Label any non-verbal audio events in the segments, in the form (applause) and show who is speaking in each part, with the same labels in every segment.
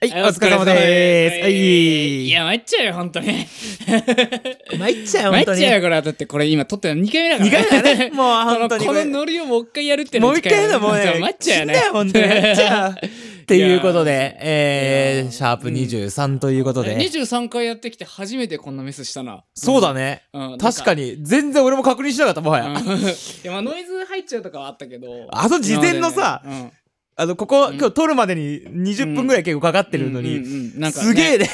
Speaker 1: はい、お疲れ様でーす。はいい。
Speaker 2: や、参っちゃうよ、本当に。
Speaker 1: 参っちゃうよ、
Speaker 2: 参
Speaker 1: 本
Speaker 2: っ
Speaker 1: 当に
Speaker 2: ちゃう。よ、これは。だって、これ今撮ってるの2回目だから、
Speaker 1: 二回目だねもう本当に
Speaker 2: (laughs) このこのノリをもう一回やるっての
Speaker 1: もう
Speaker 2: が
Speaker 1: 一回のもう
Speaker 2: そう
Speaker 1: ね
Speaker 2: 参っ、ちゃう
Speaker 1: 死
Speaker 2: よ
Speaker 1: ん
Speaker 2: ね。
Speaker 1: だよ、本
Speaker 2: (laughs)
Speaker 1: 当に。参っちゃう。っていうことで、え
Speaker 2: いや
Speaker 1: ー、シャープ23ということで。
Speaker 2: 23回やってきて初めてこんなミスしたな。
Speaker 1: そうだね。
Speaker 2: うん。
Speaker 1: 確か
Speaker 2: に。
Speaker 1: に、全然俺も確認しなかった、もは
Speaker 2: うん (laughs)
Speaker 1: や。
Speaker 2: いや、まあ、ノイズ入っちゃうとかはあったけど。
Speaker 1: あと事前のさ
Speaker 2: 今までね、
Speaker 1: あの、ここ、
Speaker 2: うん
Speaker 1: 今日撮るまでに20分ぐらい結構かかってるの
Speaker 2: うんう
Speaker 1: に、
Speaker 2: んうんなんかね
Speaker 1: す
Speaker 2: (laughs)
Speaker 1: げえね。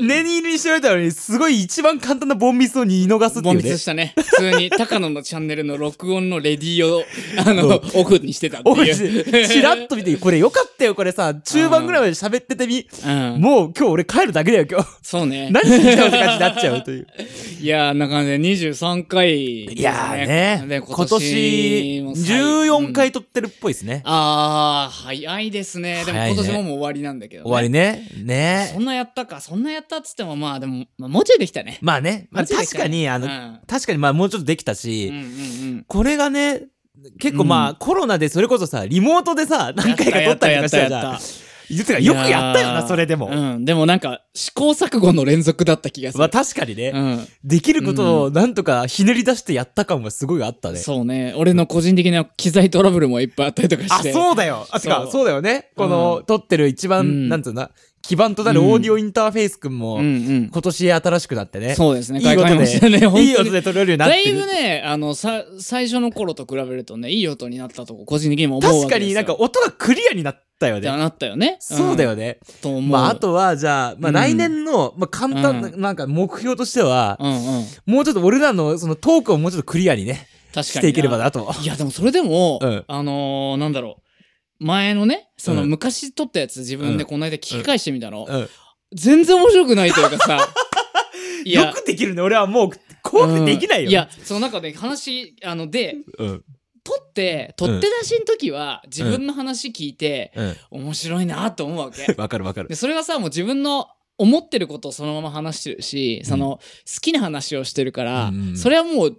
Speaker 1: 念入りにしておいたのに、すごい一番簡単なボンミスを見逃すってい
Speaker 2: 凡
Speaker 1: う
Speaker 2: ミス
Speaker 1: ね。
Speaker 2: したね。普通に、高野のチャンネルの録音のレディーを、あ
Speaker 1: そ
Speaker 2: の
Speaker 1: う、
Speaker 2: オフにしてたって
Speaker 1: おい
Speaker 2: いう。
Speaker 1: チラッと見て、これよかったよ、これさ、中盤ぐらいまで喋っててみ。
Speaker 2: うん。
Speaker 1: もう今日俺帰るだけだよ、今日。
Speaker 2: そうね。
Speaker 1: 何しに来たのって感じになっちゃうという。
Speaker 2: (laughs) いやー、なかなかね、23回、
Speaker 1: いやーね、
Speaker 2: で
Speaker 1: 今年
Speaker 2: も最
Speaker 1: 14
Speaker 2: うん
Speaker 1: 回撮ってるっぽいですね。
Speaker 2: あー、早いですね。でも
Speaker 1: 早い
Speaker 2: 今
Speaker 1: ね
Speaker 2: 年ももう終わりなんだけど、ね。
Speaker 1: 終わりね。ね
Speaker 2: そんなやったか、そんなやったっつっても、まあでも、まあ、もうちょいできたね。
Speaker 1: まあね、まあ
Speaker 2: もうちょいで
Speaker 1: 確
Speaker 2: きた
Speaker 1: かに、
Speaker 2: ね
Speaker 1: あ
Speaker 2: う
Speaker 1: の、
Speaker 2: ん
Speaker 1: 確かにまあもうちょっとできたし、
Speaker 2: うんうん
Speaker 1: これがね、結構まあ、
Speaker 2: う
Speaker 1: コロナでそれこそさ、リモートでさ、
Speaker 2: うん。
Speaker 1: 何回か撮ったりとかした
Speaker 2: や
Speaker 1: よ
Speaker 2: っ
Speaker 1: じ
Speaker 2: た
Speaker 1: ゃ
Speaker 2: や
Speaker 1: ん
Speaker 2: っ。
Speaker 1: 言ってたからよくやったよ
Speaker 2: いや
Speaker 1: な、
Speaker 2: ー
Speaker 1: それで
Speaker 2: た
Speaker 1: も。
Speaker 2: うん。でもなんか、試行錯誤の連続だった気がす
Speaker 1: まあ
Speaker 2: る。
Speaker 1: 確かにね、
Speaker 2: うん。
Speaker 1: できることをなんとかひねり出してやった感はすごいあったね。
Speaker 2: そうね。俺の個人的な機材トラブルもいっぱいあったりとか
Speaker 1: あ、
Speaker 2: して。
Speaker 1: そうだよ。あ、てか
Speaker 2: そ、う
Speaker 1: そうだよね。この、撮ってる一番、
Speaker 2: うん
Speaker 1: なんつうの、基盤となるオーディオインターフェイスくんも、
Speaker 2: うん
Speaker 1: 今年新しくなってね。
Speaker 2: そうですね。
Speaker 1: いい音
Speaker 2: 買い替えましたね
Speaker 1: で、
Speaker 2: 本当に
Speaker 1: いい音で撮れるようになっ
Speaker 2: だ
Speaker 1: て
Speaker 2: いぶ
Speaker 1: る。
Speaker 2: ね、あの、さ、最初の頃と比べるとね、いい音になったとこ、個人的にも思うわ
Speaker 1: 確
Speaker 2: け
Speaker 1: か
Speaker 2: です
Speaker 1: に
Speaker 2: よ。
Speaker 1: なんか音がクリアになったよ
Speaker 2: って
Speaker 1: ね。
Speaker 2: なったよね。
Speaker 1: そうだ
Speaker 2: よ。
Speaker 1: よね。
Speaker 2: と思う。
Speaker 1: まあ、あとは、じゃあ、まあ、
Speaker 2: うん
Speaker 1: 来年の、まあ、簡単な、
Speaker 2: う
Speaker 1: なんか目標としては、
Speaker 2: うんうん。
Speaker 1: もうちょっと俺らの、そのトークをもうちょっとクリアにね、
Speaker 2: 確かに。
Speaker 1: していければ。なと。
Speaker 2: いや、でもそれでも、
Speaker 1: うん
Speaker 2: あのー、なんだろう。前のね、その
Speaker 1: うん
Speaker 2: 昔撮ったやつ自分でこの間聞き返してみたの。
Speaker 1: うん。
Speaker 2: 全然面白くないというかさ。
Speaker 1: (laughs)
Speaker 2: い
Speaker 1: よくできるね。俺はもう、怖くてできないよ。
Speaker 2: うんいや、その中で話、あの、で、
Speaker 1: うん。
Speaker 2: 撮って、撮って出しの時は、自分の話聞いて、
Speaker 1: うん。
Speaker 2: 面白いなと思うわけ。 (laughs)
Speaker 1: わかるわかる
Speaker 2: で。それがさもう自分の思ってることをそのまま話してるし、
Speaker 1: ん
Speaker 2: その好きな話をしてるから、
Speaker 1: うんうん
Speaker 2: それはもう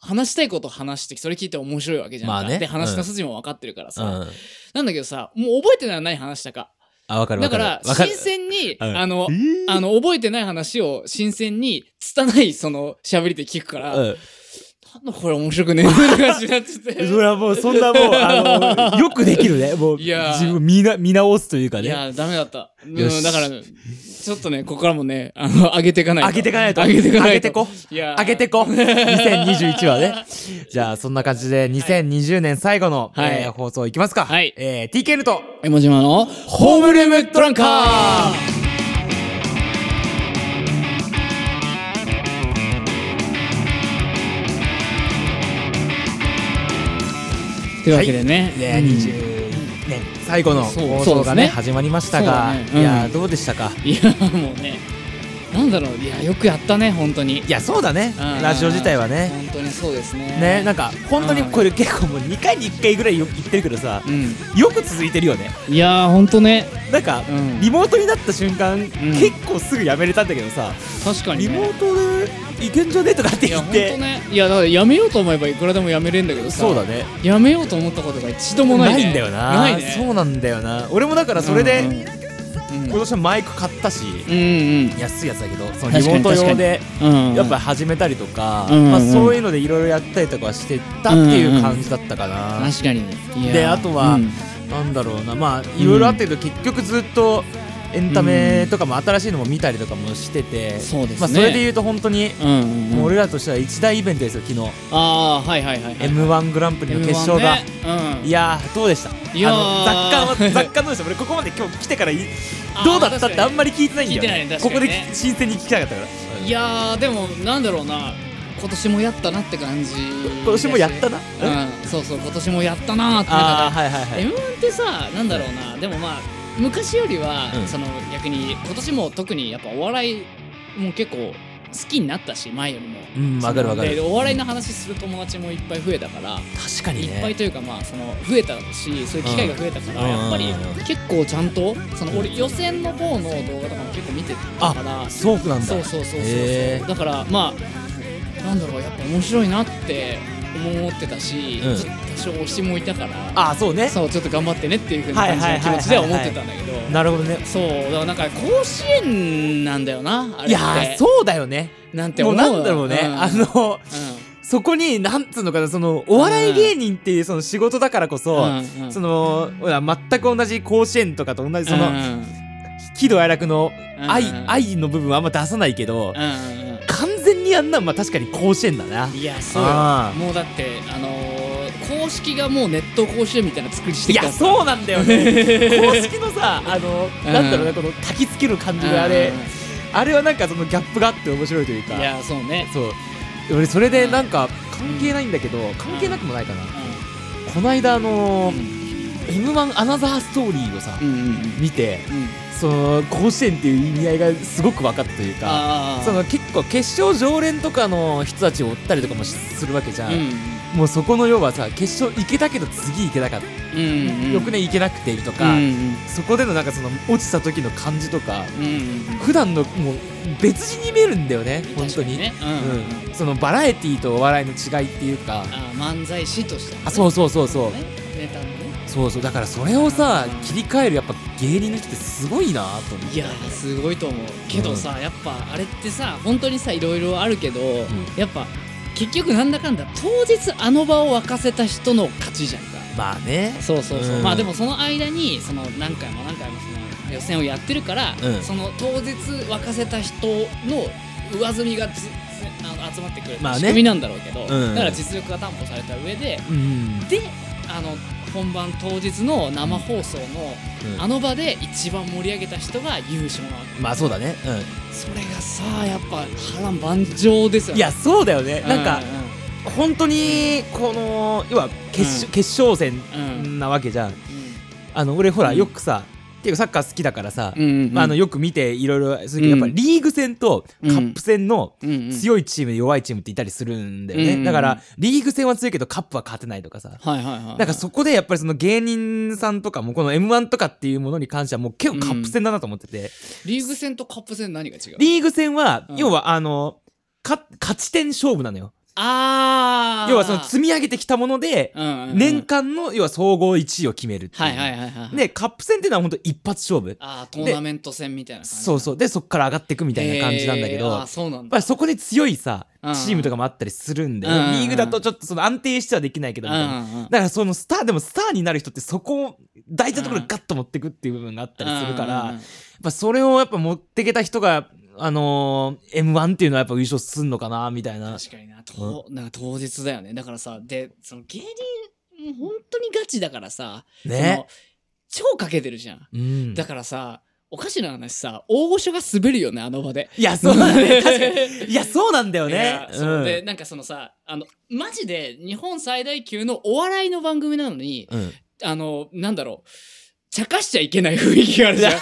Speaker 2: 話したいことを話してそれ聞いて面白いわけじゃんか、
Speaker 1: まあね
Speaker 2: で話
Speaker 1: う
Speaker 2: の
Speaker 1: ん
Speaker 2: 筋も分かってるから
Speaker 1: う
Speaker 2: さ、
Speaker 1: ん。
Speaker 2: なんだけどさもう覚えてないのは何話したか
Speaker 1: あ、わかる
Speaker 2: だ
Speaker 1: わ
Speaker 2: か
Speaker 1: かる。
Speaker 2: ら
Speaker 1: わかる
Speaker 2: 新鮮に、
Speaker 1: (laughs) うん
Speaker 2: あの
Speaker 1: えー
Speaker 2: あの覚えてない話を新鮮に拙いその喋りで聞くから、
Speaker 1: うん。
Speaker 2: なんだこれ面白くねえって感じになっちゃ
Speaker 1: (laughs)
Speaker 2: って
Speaker 1: それはもうそんなも
Speaker 2: (laughs)
Speaker 1: う、あの、よくできるね。もう、
Speaker 2: いやー
Speaker 1: 自分見な見直すというか
Speaker 2: い
Speaker 1: ね。
Speaker 2: やダメだった、うん、
Speaker 1: よし
Speaker 2: だからちょっとねここからもねあの上げていかないと
Speaker 1: 上げていかないと。
Speaker 2: 上げていかな
Speaker 1: 上
Speaker 2: いと
Speaker 1: げてこ。
Speaker 2: いやー
Speaker 1: 上げてこ。2021はね。じゃあ、そんな感じで、2020年最後の、
Speaker 2: はい
Speaker 1: えー放送いきますか。
Speaker 2: はい
Speaker 1: えー、TKN と、
Speaker 2: 江本島の
Speaker 1: ホームルームトランカー
Speaker 2: というわけでね、
Speaker 1: ね、20年最後の
Speaker 2: そう
Speaker 1: 放
Speaker 2: そう
Speaker 1: 送
Speaker 2: です
Speaker 1: が
Speaker 2: ね
Speaker 1: ね、始まりましたが、
Speaker 2: そうだね
Speaker 1: いや
Speaker 2: う
Speaker 1: ー、どうでしたか
Speaker 2: いやもうねなんだろういやよくやったね本当に
Speaker 1: いや、そうだね。
Speaker 2: うん
Speaker 1: ラジオ自体はね。
Speaker 2: 本当にそうですね
Speaker 1: ね、なんか、本当にこれ結構もう2回に1回ぐらいよ言ってるけどさ、
Speaker 2: う
Speaker 1: よく続いてるよね。
Speaker 2: んいやー本当ね
Speaker 1: なんか、
Speaker 2: うん
Speaker 1: リモートになった瞬間、結構すぐやめれたんだけどさ、
Speaker 2: 確かに
Speaker 1: リ
Speaker 2: ね
Speaker 1: モートでいけんじゃねえとかって
Speaker 2: いや
Speaker 1: 言っ
Speaker 2: 本当
Speaker 1: て、
Speaker 2: ねいやだからやめようと思えばいくらでもやめれんだけどさ
Speaker 1: そうだね
Speaker 2: やめようと思ったことが一度もない、
Speaker 1: な
Speaker 2: ね、
Speaker 1: いんだよな
Speaker 2: ないね
Speaker 1: そうなんだよな俺もだからそれで、
Speaker 2: うん
Speaker 1: 今年はマイク買ったし、
Speaker 2: うん
Speaker 1: 安いやつだけどそ
Speaker 2: うん
Speaker 1: のリモート用で
Speaker 2: うんうん
Speaker 1: やっぱ始めたりとか、
Speaker 2: うんうん
Speaker 1: まあ、そういうのでいろいろやったりとかしてたっていう感じだったかな、
Speaker 2: 確かにいや
Speaker 1: であとは
Speaker 2: うん
Speaker 1: なんだろうなまあいろいろあったけど、結局ずっとエンタメとかも新しいのも見たりとかもしてて、
Speaker 2: そうですね
Speaker 1: まあ、それで言うと本当に、
Speaker 2: うんうんうん
Speaker 1: もう俺らとしては一大イベントですよ昨日
Speaker 2: ああはいはいはい、はい、
Speaker 1: m 1グランプリの決勝が、
Speaker 2: M1 ねうん
Speaker 1: いやーどうでした
Speaker 2: いやー
Speaker 1: あの雑感は雑感どうでした俺ここまで今日来てからい
Speaker 2: あー
Speaker 1: どうだったってあんまり聞いてないんだよ、
Speaker 2: 聞いてないね
Speaker 1: こ
Speaker 2: 確
Speaker 1: こ
Speaker 2: か
Speaker 1: で
Speaker 2: にね
Speaker 1: 新鮮に聞きたかったから
Speaker 2: いやーでもなんだろうな今年もやったなって感じ
Speaker 1: 今年もやったな
Speaker 2: うんそうそう今年もやったなーって
Speaker 1: あ
Speaker 2: な
Speaker 1: あ
Speaker 2: ん
Speaker 1: ー
Speaker 2: か
Speaker 1: はいはいはい
Speaker 2: m 1ってさなんだろうなでもまあ昔よりは、
Speaker 1: うん
Speaker 2: その逆に今年も特にやっぱお笑いも結構好きになったし前よりも
Speaker 1: うんわかるわか
Speaker 2: で
Speaker 1: る
Speaker 2: お笑いの話する友達もいっぱい増えたから、
Speaker 1: 確かに
Speaker 2: い
Speaker 1: ね
Speaker 2: っぱいというかまあその増えたしそういう機会が増えたから、
Speaker 1: うん
Speaker 2: やっぱり
Speaker 1: うんうんうん
Speaker 2: 結構ちゃんとその俺予選の方の動画とかも結構見てたから
Speaker 1: そうなんだ
Speaker 2: そうそうそうそう
Speaker 1: へ
Speaker 2: そうだからまあなんだろうやっぱ面白いなって思ってたし、
Speaker 1: うん
Speaker 2: ちょっと多少推しもいたから
Speaker 1: ああそうね
Speaker 2: そうちょっと頑張ってねっていうふうな感じの気持ちでは思ってたんだけど、
Speaker 1: なるほどね
Speaker 2: そうだからなんか甲子園なんだよなあれって
Speaker 1: いやーそうだよね
Speaker 2: なんて
Speaker 1: も
Speaker 2: 思
Speaker 1: う
Speaker 2: う
Speaker 1: なんだろうね、
Speaker 2: ん
Speaker 1: あの
Speaker 2: う
Speaker 1: そこになんつうのかなそのお笑い芸人っていうその仕事だからこそ、
Speaker 2: んうんうん
Speaker 1: そのほら全く同じ甲子園とかと同じその、
Speaker 2: うんうん
Speaker 1: 喜怒哀楽の
Speaker 2: うん
Speaker 1: 愛,、愛の部分はあんま出さないけど、
Speaker 2: うんうんう
Speaker 1: 完全にあんなんまあ確かに甲子園だなん
Speaker 2: いやそうよ
Speaker 1: あー
Speaker 2: もうだってあのー公式がもうネット甲子園みたいな作りして
Speaker 1: い
Speaker 2: きた
Speaker 1: やそうなんだよね公式のさあの、
Speaker 2: うん
Speaker 1: なんだろうねこの焚きつける感じがあれ、
Speaker 2: うんうんうん
Speaker 1: あれはなんかそのギャップがあって面白いというか
Speaker 2: いやそうね、
Speaker 1: そう俺それでなんか関係ないんだけど、関係なくもないかな、こないだあの
Speaker 2: うん
Speaker 1: 「m 1アナザーストーリー」をさ、
Speaker 2: うんうんうん
Speaker 1: 見て
Speaker 2: うん
Speaker 1: その甲子園っていう意味合いがすごく分かったというか
Speaker 2: あー
Speaker 1: その結構決勝常連とかの人たちを追ったりとかもしするわけじゃん、
Speaker 2: う
Speaker 1: もうそこの要はさ決勝行けたけど次行けなかった、
Speaker 2: んうんうん
Speaker 1: 翌年行けなくてとか、
Speaker 2: うんうん
Speaker 1: そこでのなんかその落ちた時の感じとか
Speaker 2: うんうん
Speaker 1: 普段のもう別人に見えるんだよね本当
Speaker 2: 確か
Speaker 1: に
Speaker 2: ねうんうんうん
Speaker 1: うん、そのバラエティーとお笑いの違いっていうか
Speaker 2: あー漫才師として
Speaker 1: あそうそうそうそう
Speaker 2: ねネタのね
Speaker 1: そうそうだからそれをさ切り替えるやっぱ芸人の人ってすごいなと思って
Speaker 2: いやーすごいと思うけどさ、やっぱあれってさ本当にさいろいろあるけど、やっぱ結局なんだかんだ当日あの場を沸かせた人の勝ちじゃんか
Speaker 1: まあね
Speaker 2: そうそうそう、
Speaker 1: うん
Speaker 2: まあでもその間にその何回も何回もその予選をやってるから、
Speaker 1: うん
Speaker 2: その当日沸かせた人の上積みがずずあの集まってくる
Speaker 1: まあね
Speaker 2: 仕組みなんだろうけど、
Speaker 1: うん
Speaker 2: だから実力が担保された上で
Speaker 1: うん、
Speaker 2: であの本番当日の生放送の
Speaker 1: うん
Speaker 2: あの場で一番盛り上げた人が優勝なわけ
Speaker 1: まあそうだねうん
Speaker 2: それがさやっぱ波乱万丈ですよ
Speaker 1: いやそうだよねなんか
Speaker 2: う
Speaker 1: 本当にこの要は決,、
Speaker 2: う
Speaker 1: 決勝戦
Speaker 2: んうんうん
Speaker 1: なわけじゃんあの俺ほら
Speaker 2: うん
Speaker 1: よくさ、っていうかサッカー好きだからさ、
Speaker 2: うんうんうん
Speaker 1: まあ、あのよく見ていろいろするけどやっぱ
Speaker 2: うん
Speaker 1: リーグ戦とカップ戦の
Speaker 2: うんうん
Speaker 1: 強いチーム弱いチームっていたりするんだよ
Speaker 2: うん
Speaker 1: ね、
Speaker 2: うんうん
Speaker 1: だからリーグ戦は強いけどカップは勝てないとかさ、
Speaker 2: はいはいはい
Speaker 1: なんかそこでやっぱりその芸人さんとかもこの m 1とかっていうものに関してはもう結構カップ戦だなと思ってて、
Speaker 2: リーグ戦とカップ戦何が違う
Speaker 1: リーグ戦は
Speaker 2: うん
Speaker 1: 要はあのか勝ち点勝負なのよ
Speaker 2: あー
Speaker 1: 要はその積み上げてきたもので
Speaker 2: うんうんうん
Speaker 1: 年間の要は総合1位を決めるってう
Speaker 2: はいはいはいはい
Speaker 1: でカップ戦っていうのは本当一発勝負
Speaker 2: あートーナメント戦みたいな感じ
Speaker 1: そうそうでそこから上がっていくみたいな感じなんだけど、
Speaker 2: へー
Speaker 1: や
Speaker 2: あーそうなん
Speaker 1: っ
Speaker 2: だ
Speaker 1: ぱりそこに強いさ
Speaker 2: うん
Speaker 1: チームとかもあったりするんで、
Speaker 2: うん
Speaker 1: リーグだとちょっとその安定してはできないけどみたいな、
Speaker 2: うんうんうん
Speaker 1: だからそのスターでもスターになる人ってそこを大事なところにガッと持ってくっていう部分があったりするから、
Speaker 2: うんう
Speaker 1: や
Speaker 2: んう
Speaker 1: っ
Speaker 2: ん
Speaker 1: ぱそれをやっぱ持ってけた人があのー、m 1っていうのはやっぱ優勝すんのかなみたいな
Speaker 2: 確かになとなんか当日だよねだからさでその芸人もう本当にガチだからさ
Speaker 1: ね、
Speaker 2: その超かけてるじゃん
Speaker 1: うん、
Speaker 2: だからさおかしな話さ大御所が滑るよねあの場で。
Speaker 1: いやそうなんだ
Speaker 2: (laughs)
Speaker 1: ね確かにいやそうなんだよ
Speaker 2: い
Speaker 1: ね
Speaker 2: やそう
Speaker 1: うん
Speaker 2: でなんかそのさあのマジで日本最大級のお笑いの番組なのに、
Speaker 1: うん
Speaker 2: あの、なんだろう、茶化しちゃいけない雰囲気があるじゃん。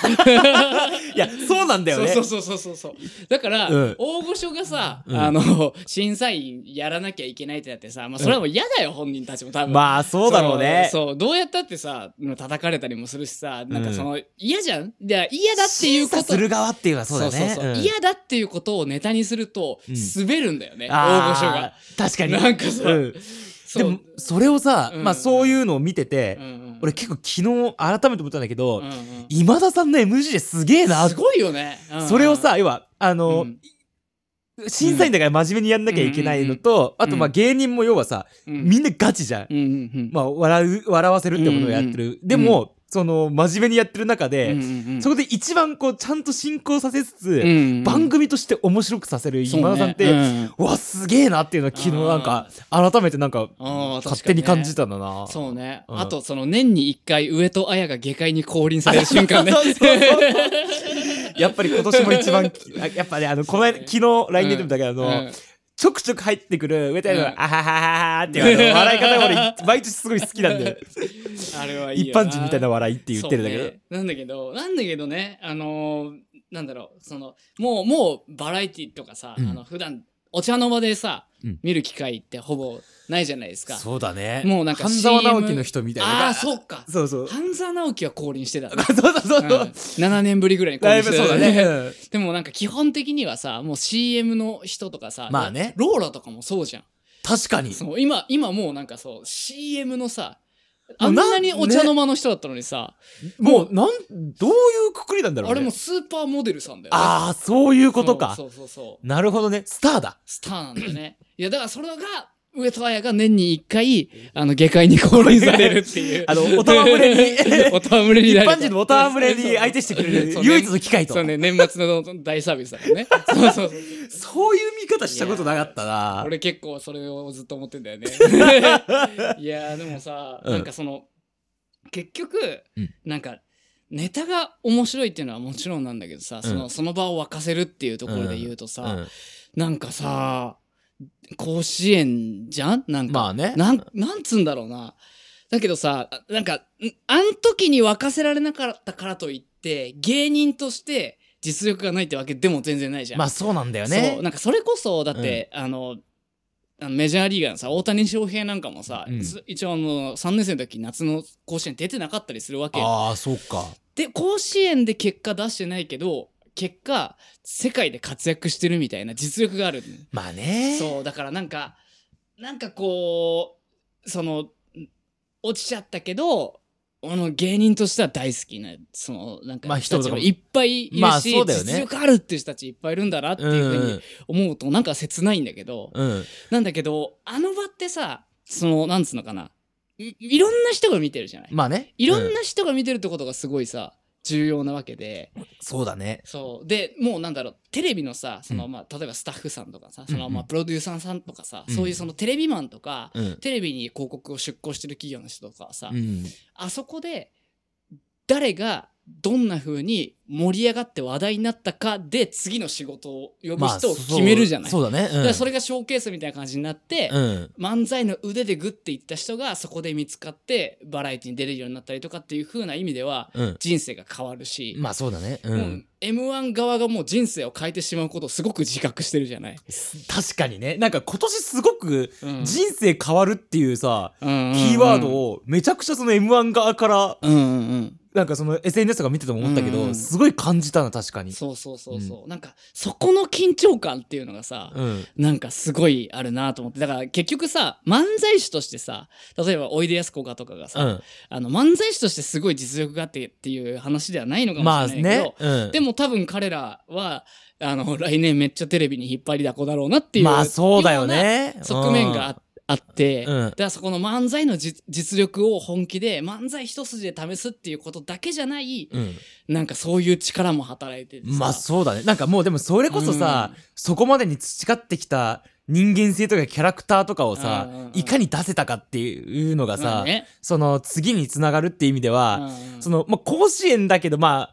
Speaker 2: (laughs)
Speaker 1: いやそうなんだよね
Speaker 2: そうそうそうそうそうそう。だから、
Speaker 1: うん
Speaker 2: 大御所がさ、
Speaker 1: うん
Speaker 2: あの、審査員やらなきゃいけないってなってさ、まあそれはもう嫌だよ、本人たちも多分。
Speaker 1: まあそうだろうね
Speaker 2: そうそうどうやったってさ叩かれたりもするしさなんか
Speaker 1: うん
Speaker 2: その、嫌じゃんいや嫌だっていうこ
Speaker 1: 審査
Speaker 2: と
Speaker 1: する側っていうのはそうだね
Speaker 2: そうそうそう
Speaker 1: うん
Speaker 2: 嫌だっていうことをネタにすると
Speaker 1: うん
Speaker 2: 滑るんだよね、大
Speaker 1: あー
Speaker 2: 御所が
Speaker 1: 確かに
Speaker 2: なんかさ
Speaker 1: うん
Speaker 2: そ
Speaker 1: で
Speaker 2: う
Speaker 1: もそれをさ、
Speaker 2: うん
Speaker 1: まあそういうのを見てて、
Speaker 2: うんうん
Speaker 1: 俺結構昨日改めて思ったんだけど、
Speaker 2: うんうん
Speaker 1: 今田さんの MG ですげえな
Speaker 2: すごいよね、うんうん
Speaker 1: それをさ要はあの、
Speaker 2: うん
Speaker 1: 審査員だから真面目にやんなきゃいけないのと、
Speaker 2: うん
Speaker 1: あとまあ芸人も要はさ、
Speaker 2: うん
Speaker 1: みんなガチじゃん、
Speaker 2: うんうんうん
Speaker 1: まあ笑う笑わせるってことをやってる、でも、その真面目にやってる中で、
Speaker 2: うんうんうん
Speaker 1: そこで一番こうちゃんと進行させつつ、
Speaker 2: うんうん
Speaker 1: 番組として面白くさせる
Speaker 2: そうね
Speaker 1: 今田さんって、
Speaker 2: うんうん
Speaker 1: うわすげえなっていうのは昨日なんか改めてなんか
Speaker 2: あー
Speaker 1: 勝手に
Speaker 2: 確かにね
Speaker 1: 感じたんだな
Speaker 2: そうね、
Speaker 1: うん
Speaker 2: あとその年に一回上戸彩が下界に降臨される瞬間
Speaker 1: (laughs)
Speaker 2: ね
Speaker 1: そうそうそうやっぱり今年も一番きあやっぱねあのこの間昨日 LINE で見たけど、あの
Speaker 2: (laughs) うん
Speaker 1: ちょくちょく入ってくる上田の、
Speaker 2: うん
Speaker 1: あははははっていうあの笑い方が俺毎年すごい好き
Speaker 2: (laughs)
Speaker 1: なんだよ
Speaker 2: あれはいい
Speaker 1: 一
Speaker 2: よな
Speaker 1: 般人みたいな笑いって言ってるんだけど、
Speaker 2: そうねなんだけどなんだけどねあのーなんだろうそのもうもうバラエティとかさ、
Speaker 1: うん
Speaker 2: あの普段お茶の間でさ、
Speaker 1: うん
Speaker 2: 見る機会ってほぼないじゃないですか
Speaker 1: そうだね
Speaker 2: もうなんか
Speaker 1: 半沢
Speaker 2: CM
Speaker 1: 直樹の人みたいな
Speaker 2: ああそうか
Speaker 1: そうそう
Speaker 2: 半沢直樹は降臨してた、
Speaker 1: (laughs)
Speaker 2: ね
Speaker 1: そうそうそう
Speaker 2: うん、
Speaker 1: そう、
Speaker 2: 7年ぶりぐらいに降
Speaker 1: だい
Speaker 2: 臨
Speaker 1: ぶ
Speaker 2: してた
Speaker 1: そうだね、うん
Speaker 2: (laughs) でもなんか基本的にはさもう CM の人とかさ
Speaker 1: まあね
Speaker 2: ローラとかもそうじゃん
Speaker 1: (laughs) 確かに
Speaker 2: そう今今もうなんかそう CM のさあんなに
Speaker 1: もう
Speaker 2: お
Speaker 1: なね
Speaker 2: 茶の間の人だったのにさ、
Speaker 1: もうなんどういうくくりなんだろう
Speaker 2: あ
Speaker 1: ね
Speaker 2: れもスーパーモデルさんだよ、ね。
Speaker 1: ああそういうことか
Speaker 2: そうそうそうそう。
Speaker 1: なるほどねスターだ
Speaker 2: スターなんだよね。 (clears throat) いや、だからそれが、上戸彩が年に1回、あの、下界に降臨されるってい
Speaker 1: (laughs)
Speaker 2: う。
Speaker 1: あのお戯れに
Speaker 2: (laughs) お戯れに
Speaker 1: 一
Speaker 2: なれた
Speaker 1: 般人のおたわむれに相手してくれる
Speaker 2: そう
Speaker 1: 唯一の機会と
Speaker 2: そうね、年末の大サービスだから
Speaker 1: (laughs)
Speaker 2: ね。そうそうそう。
Speaker 1: そういう見方したことなかったな
Speaker 2: 俺結構それをずっと思ってんだ
Speaker 1: (laughs)
Speaker 2: よね。いやーでもさ、
Speaker 1: うん
Speaker 2: なんかその結局、
Speaker 1: うん
Speaker 2: なんかネタが面白いっていうのはもちろんなんだけどさ、そのその場を沸かせるっていうところで言うとさ、
Speaker 1: うん
Speaker 2: なんかさ甲子園じゃんなんか、
Speaker 1: まあね
Speaker 2: なんなんつうんだろうな。だけどさあなんかんあん時に沸かせられなかったからといって芸人として実力がないってわけでも全然ないじゃん。
Speaker 1: まあそうなんだよ
Speaker 2: そう
Speaker 1: ね
Speaker 2: なんかそれこそだって、あのあのメジャーリーガーのさ大谷翔平なんかもさ、
Speaker 1: うん
Speaker 2: ず一応あの3年生の時夏の甲子園出てなかったりするわけよ
Speaker 1: ああそうか
Speaker 2: で甲子園で結果出してないけど結果世界で活躍してるみたいな実力がある、
Speaker 1: まあね
Speaker 2: そうだからなんかなんかこうその落ちちゃったけどあの芸人としては大好きなそのなんか
Speaker 1: まあ
Speaker 2: 人
Speaker 1: 人
Speaker 2: たち
Speaker 1: とか
Speaker 2: も
Speaker 1: も
Speaker 2: いっぱいいるし、
Speaker 1: まあそうだよね
Speaker 2: 実力あるっていう人たちいっぱいいるんだなっていうふうに
Speaker 1: ん
Speaker 2: 思うとなんか切ないんだけど、
Speaker 1: うん
Speaker 2: なんだけどあの場ってさそのなんつうのかないいろんな人が見てるじゃない、
Speaker 1: まあね
Speaker 2: いろん
Speaker 1: う
Speaker 2: な人が見てるってことがすごいさ重要なわけで
Speaker 1: そうだね
Speaker 2: そうでもうなんだろうテレビのさその、
Speaker 1: うん
Speaker 2: まあ、例えばスタッフさんとかさその、
Speaker 1: うんうん
Speaker 2: まあ、プロデューサーさんとかさ、
Speaker 1: うん
Speaker 2: そういうそのテレビマンとか、
Speaker 1: うん
Speaker 2: テレビに広告を出稿してる企業の人とかはさ、
Speaker 1: うん
Speaker 2: あそこで誰がどんな風に盛り上がって話題になったかで次の仕事を呼ぶ
Speaker 1: まあ
Speaker 2: 人を決めるじゃない、
Speaker 1: そうそうだね
Speaker 2: だ
Speaker 1: う
Speaker 2: から
Speaker 1: ん
Speaker 2: それがショーケースみたいな感じになって、
Speaker 1: うん
Speaker 2: 漫才の腕でグッていった人がそこで見つかってバラエティに出れるようになったりとかっていう風な意味では
Speaker 1: うん
Speaker 2: 人生が変わるし、
Speaker 1: まあそうだねう
Speaker 2: うん m 1側がもう人生を変えてしまうことをすごく自覚してるじゃない。
Speaker 1: 確かにねなんか今年すごく
Speaker 2: うん
Speaker 1: 人生変わるっていうさ、
Speaker 2: うんうんうん
Speaker 1: キーワードをめちゃくちゃその m 1側から
Speaker 2: うんうん
Speaker 1: なんかその SNS とか見てても思ったけど、
Speaker 2: うん
Speaker 1: すごい感じたな確か
Speaker 2: うん、
Speaker 1: に。
Speaker 2: そうそうそうそう、なんかそこの緊張感っていうのがさ、
Speaker 1: うん、
Speaker 2: なんかすごいあるなと思ってだから結局さ漫才師としてさ例えばおいでやすこがとかがさ、
Speaker 1: うん、
Speaker 2: あの漫才師としてすごい実力があってっていう話ではないのかも
Speaker 1: まあ
Speaker 2: しれないけど、
Speaker 1: ね、うん、
Speaker 2: でも多分彼らはあの来年めっちゃテレビに引っ張りだこだろうなっていう,、
Speaker 1: まあそうだよね
Speaker 2: 側面があ
Speaker 1: て、
Speaker 2: あって、
Speaker 1: うん
Speaker 2: だからそこの漫才のじ実力を本気で漫才一筋で試すっていうことだけじゃない
Speaker 1: うん
Speaker 2: なんかそういう力も働いててさ
Speaker 1: まあそうだねなんかもうでもそれこそさ、
Speaker 2: うん
Speaker 1: そこまでに培ってきた人間性とかキャラクターとかをさ、
Speaker 2: うんうんうん
Speaker 1: いかに出せたかっていうのが
Speaker 2: ま
Speaker 1: さ、
Speaker 2: あね
Speaker 1: その次につながるっていう意味では、その、まあ、甲子園だけど、まあ、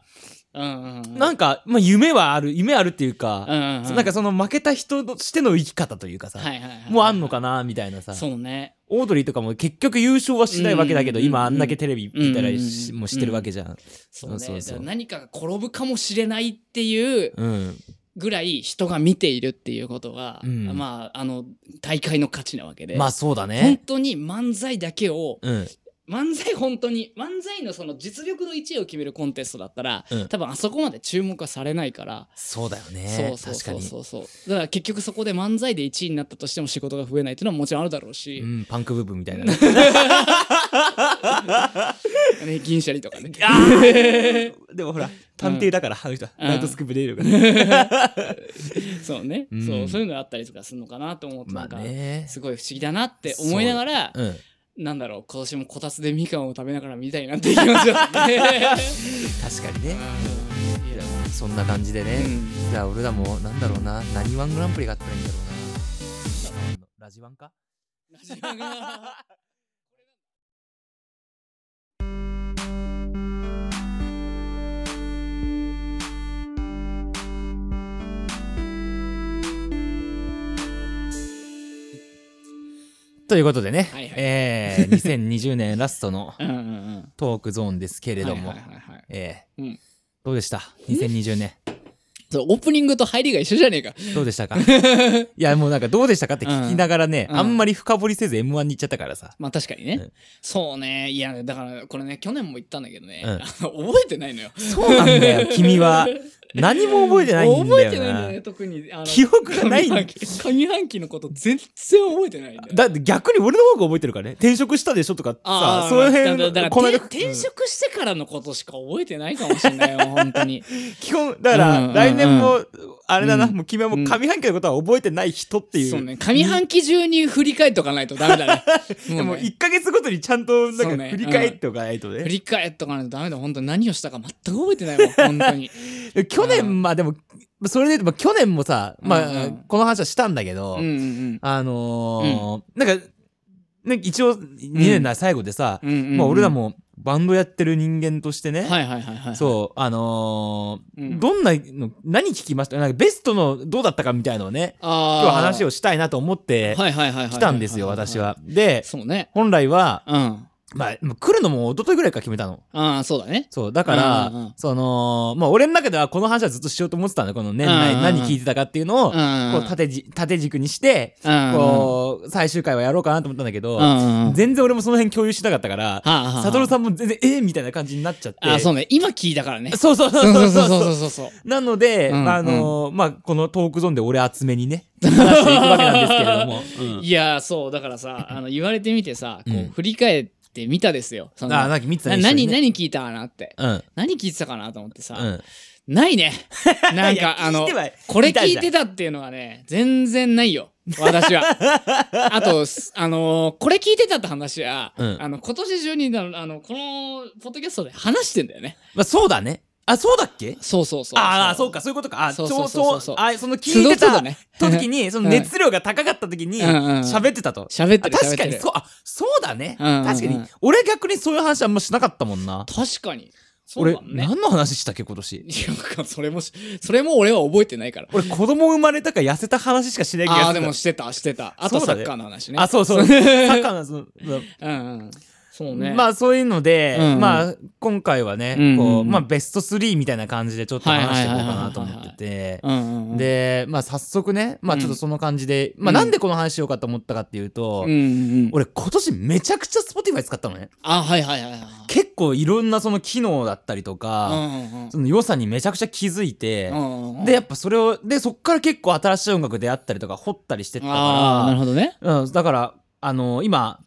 Speaker 1: なんか、まあ、夢はある、夢あるっていうか、
Speaker 2: か
Speaker 1: なんかその負けた人としての生き方というかさ、
Speaker 2: はいはいはいはい
Speaker 1: もうあんのかな、みたいなさ、
Speaker 2: そうね
Speaker 1: オードリーとかも結局優勝はしないわけだけど、
Speaker 2: うんうんうん
Speaker 1: 今あんだけテレビ見たりし
Speaker 2: うん
Speaker 1: もうしてるわけじゃん。
Speaker 2: そうね
Speaker 1: そうそうそう
Speaker 2: だから何かが転ぶかもしれないっていう
Speaker 1: うん。
Speaker 2: ぐらい人が見ているっていうことが、
Speaker 1: うん
Speaker 2: まああの大会の価値なわけで、
Speaker 1: まあそうだ
Speaker 2: 本
Speaker 1: ね。
Speaker 2: 当に漫才だけを
Speaker 1: うん。
Speaker 2: 漫才本当に漫才のその実力の1位を決めるコンテストだったら、
Speaker 1: うん
Speaker 2: 多分あそこまで注目はされないから、
Speaker 1: そうだよ
Speaker 2: そう
Speaker 1: ね。
Speaker 2: そ
Speaker 1: 確
Speaker 2: う
Speaker 1: か
Speaker 2: そう
Speaker 1: に。
Speaker 2: そうそうだから結局そこで漫才で1位になったとしても仕事が増えないっていうのはもちろんあるだろうし
Speaker 1: う、ん、パンク部分みたいな
Speaker 2: (laughs)
Speaker 1: ね。
Speaker 2: ね、銀シャリとか
Speaker 1: (laughs)
Speaker 2: ね
Speaker 1: でもほら、探偵だから、あの人は
Speaker 2: うん
Speaker 1: ナイトスクープ出るからね。
Speaker 2: (laughs) そうね、
Speaker 1: うん
Speaker 2: そうそういうのあったりとかするのかなと思って、
Speaker 1: ま
Speaker 2: な
Speaker 1: あ
Speaker 2: んか
Speaker 1: ね。
Speaker 2: すごい不思議だなって思いながら、
Speaker 1: うん。
Speaker 2: なんだろう今年もこたつでみかんを食べながら見たいなっていう気持ちだ
Speaker 1: (laughs)
Speaker 2: ったね
Speaker 1: 確かにね。
Speaker 2: うんいいだろ
Speaker 1: そんな感じでね。
Speaker 2: ううん
Speaker 1: じゃあ俺らもなんだろうな何ワングランプリがあったらいいんだろうなラジワンか
Speaker 2: ラジオが
Speaker 1: ということでね、
Speaker 2: (laughs) はいはい (laughs)
Speaker 1: えー、2020年ラストの
Speaker 2: うんうんうん
Speaker 1: トークゾーンですけれども、
Speaker 2: はいはいはいはい
Speaker 1: えー
Speaker 2: うん
Speaker 1: どうでした2020年
Speaker 2: そうオープニングと入りが一緒じゃねえか。
Speaker 1: どうでしたかいやもうなんかどうでしたかって聞きながらね、
Speaker 2: うん
Speaker 1: あんまり深掘りせず m 1に行っちゃったからさ、
Speaker 2: まあ確かにね。
Speaker 1: うん
Speaker 2: そうね。いや、だからこれね、去年も言ったんだけどね、
Speaker 1: うん
Speaker 2: (laughs) あの覚えてないのよ。
Speaker 1: そうなんだよ君は何も覚えてないんだ
Speaker 2: 覚えてないんだ
Speaker 1: よ
Speaker 2: よ
Speaker 1: な
Speaker 2: ね特にあの
Speaker 1: 記憶がないん
Speaker 2: 上半期上半期のこと全然覚えてないんだよ
Speaker 1: だって逆に俺の方が覚えてるからね転職したでしょとかさ
Speaker 2: ー
Speaker 1: そういう
Speaker 2: だ
Speaker 1: 辺
Speaker 2: だだ
Speaker 1: この間
Speaker 2: て転職してからのことしか覚えてないかもしれないよ本当
Speaker 1: (laughs)
Speaker 2: に
Speaker 1: 基本だか
Speaker 2: うんうんう
Speaker 1: ら来
Speaker 2: ん
Speaker 1: 年もあれだな、
Speaker 2: うん
Speaker 1: もう君はもう上半期のことは覚えてない人っていう、
Speaker 2: そうね上半期中に振り返っとかないとダメだね
Speaker 1: (laughs) で
Speaker 2: も
Speaker 1: も
Speaker 2: うね
Speaker 1: 1か月ごとにちゃんとな
Speaker 2: そうん
Speaker 1: か
Speaker 2: ね
Speaker 1: 振り返っておかないとね
Speaker 2: 振り返っとかないとダメだ本当に何をしたか全く覚えてないもん本当
Speaker 1: (laughs)
Speaker 2: に
Speaker 1: 去
Speaker 2: う
Speaker 1: 年まあでもそれで言うとまあ去年もさ、まあ
Speaker 2: うんうん
Speaker 1: この話はしたんだけど、
Speaker 2: うんうん
Speaker 1: あのーなんかなんか一応2年の最後でさ、
Speaker 2: うんうんうんうん
Speaker 1: まあ、俺らもバンドやってる人間としてね、
Speaker 2: はいはいはいはい
Speaker 1: そうあのー
Speaker 2: うん
Speaker 1: どんなの何聞きましたなんかベストのどうだったかみたいのをね
Speaker 2: あ
Speaker 1: 今日話
Speaker 2: を
Speaker 1: をしたいなと思って
Speaker 2: はいはいはいはい
Speaker 1: 来たんですよ私は。で
Speaker 2: そうね
Speaker 1: 本来は、
Speaker 2: うん
Speaker 1: まあ、もう来るのも一昨日ぐらいから決めたの。
Speaker 2: ああそうだね
Speaker 1: そうだから、
Speaker 2: うんうんうん
Speaker 1: そのまあ俺の中ではこの話はずっとしようと思ってたんだこの年内
Speaker 2: うんうんうん
Speaker 1: 何聞いてたかっていうのを、
Speaker 2: うんうん
Speaker 1: こう縦じ縦軸にして、
Speaker 2: うん
Speaker 1: こう最終回はやろうかなと思ったんだけど、
Speaker 2: うんうん
Speaker 1: 全然俺もその辺共有しなかったから、
Speaker 2: あはあはあ
Speaker 1: サトルさんも全然えー、みたいな感じになっちゃって
Speaker 2: ああそうね今聞いたからね
Speaker 1: そうそうそう
Speaker 2: そ
Speaker 1: そうう
Speaker 2: そ
Speaker 1: そうう
Speaker 2: そうそうそう
Speaker 1: なので、
Speaker 2: うんうん
Speaker 1: あのーまあこのトークゾーンで俺厚めに
Speaker 2: (laughs)
Speaker 1: ね出していくわけなんですけれども、うん
Speaker 2: いやーそうだからさあの言われてみてさこ
Speaker 1: うん
Speaker 2: う振り返ってみたですよその
Speaker 1: あーなんか見てたね
Speaker 2: な
Speaker 1: 一緒に
Speaker 2: 何
Speaker 1: ね
Speaker 2: 何聞いたかなって
Speaker 1: うん
Speaker 2: 何聞いてたかなと思ってさ
Speaker 1: うん
Speaker 2: な
Speaker 1: (laughs)
Speaker 2: いねなん
Speaker 1: いや
Speaker 2: かあの
Speaker 1: 聞いてはい
Speaker 2: これ聞
Speaker 1: い
Speaker 2: い
Speaker 1: た
Speaker 2: て
Speaker 1: じ
Speaker 2: たっていうのはね全然ないよ
Speaker 1: (laughs)
Speaker 2: 私はあとすあのーこれ聞いてたって話は、
Speaker 1: うん
Speaker 2: あの今年中にあのあのこのポッドキャストで話してんだよね
Speaker 1: まあ、そうだねあそうだっけ
Speaker 2: そうそうそう
Speaker 1: ああそうかそういうことかあ
Speaker 2: そ
Speaker 1: そうう
Speaker 2: そ
Speaker 1: そうう
Speaker 2: そうそう
Speaker 1: あその聞いて
Speaker 2: 都度
Speaker 1: た、
Speaker 2: ね
Speaker 1: 時にその熱量が高かった時に
Speaker 2: うんうんうん
Speaker 1: 喋ってたと、
Speaker 2: (laughs) 喋ってる
Speaker 1: あ確か
Speaker 2: 喋って
Speaker 1: に
Speaker 2: る
Speaker 1: そうあそうだね、
Speaker 2: うんうんうん
Speaker 1: 確かに俺逆にそういう話あんましなかったもんな、
Speaker 2: 確かにそう
Speaker 1: 俺
Speaker 2: だね
Speaker 1: 何の話したっけ今年
Speaker 2: いやそれもしそれも俺は覚えてないから
Speaker 1: 俺子供生まれたか痩せた話しかしない気が
Speaker 2: ああー
Speaker 1: す
Speaker 2: で
Speaker 1: る
Speaker 2: もしてたしてたあと
Speaker 1: そう
Speaker 2: サ
Speaker 1: だね
Speaker 2: ッカーの話ね
Speaker 1: あそうそうサッカーのその
Speaker 2: (laughs) うんうんそうね
Speaker 1: まあそういうので、
Speaker 2: うんうん
Speaker 1: まあ今回はね、
Speaker 2: うんうんうん
Speaker 1: こうまあベスト3みたいな感じでちょっと話していこうかなと思ってて
Speaker 2: うんうんうん
Speaker 1: でまあ早速ねまあちょっとその感じで、まあなんでこの話しようかと思ったかっていうと、
Speaker 2: うんうんうん
Speaker 1: 俺今年めちゃくちゃ Spotify 使ったのね
Speaker 2: あはいはいはいはい
Speaker 1: 結構いろんなその機能だったりとか、その良さにめちゃくちゃ気づいて、で
Speaker 2: で
Speaker 1: やっぱそれをでそっから結構新しい音楽であったりとか掘ったりしてった
Speaker 2: ああなる
Speaker 1: か
Speaker 2: ほどね
Speaker 1: ら、うん、だからあの今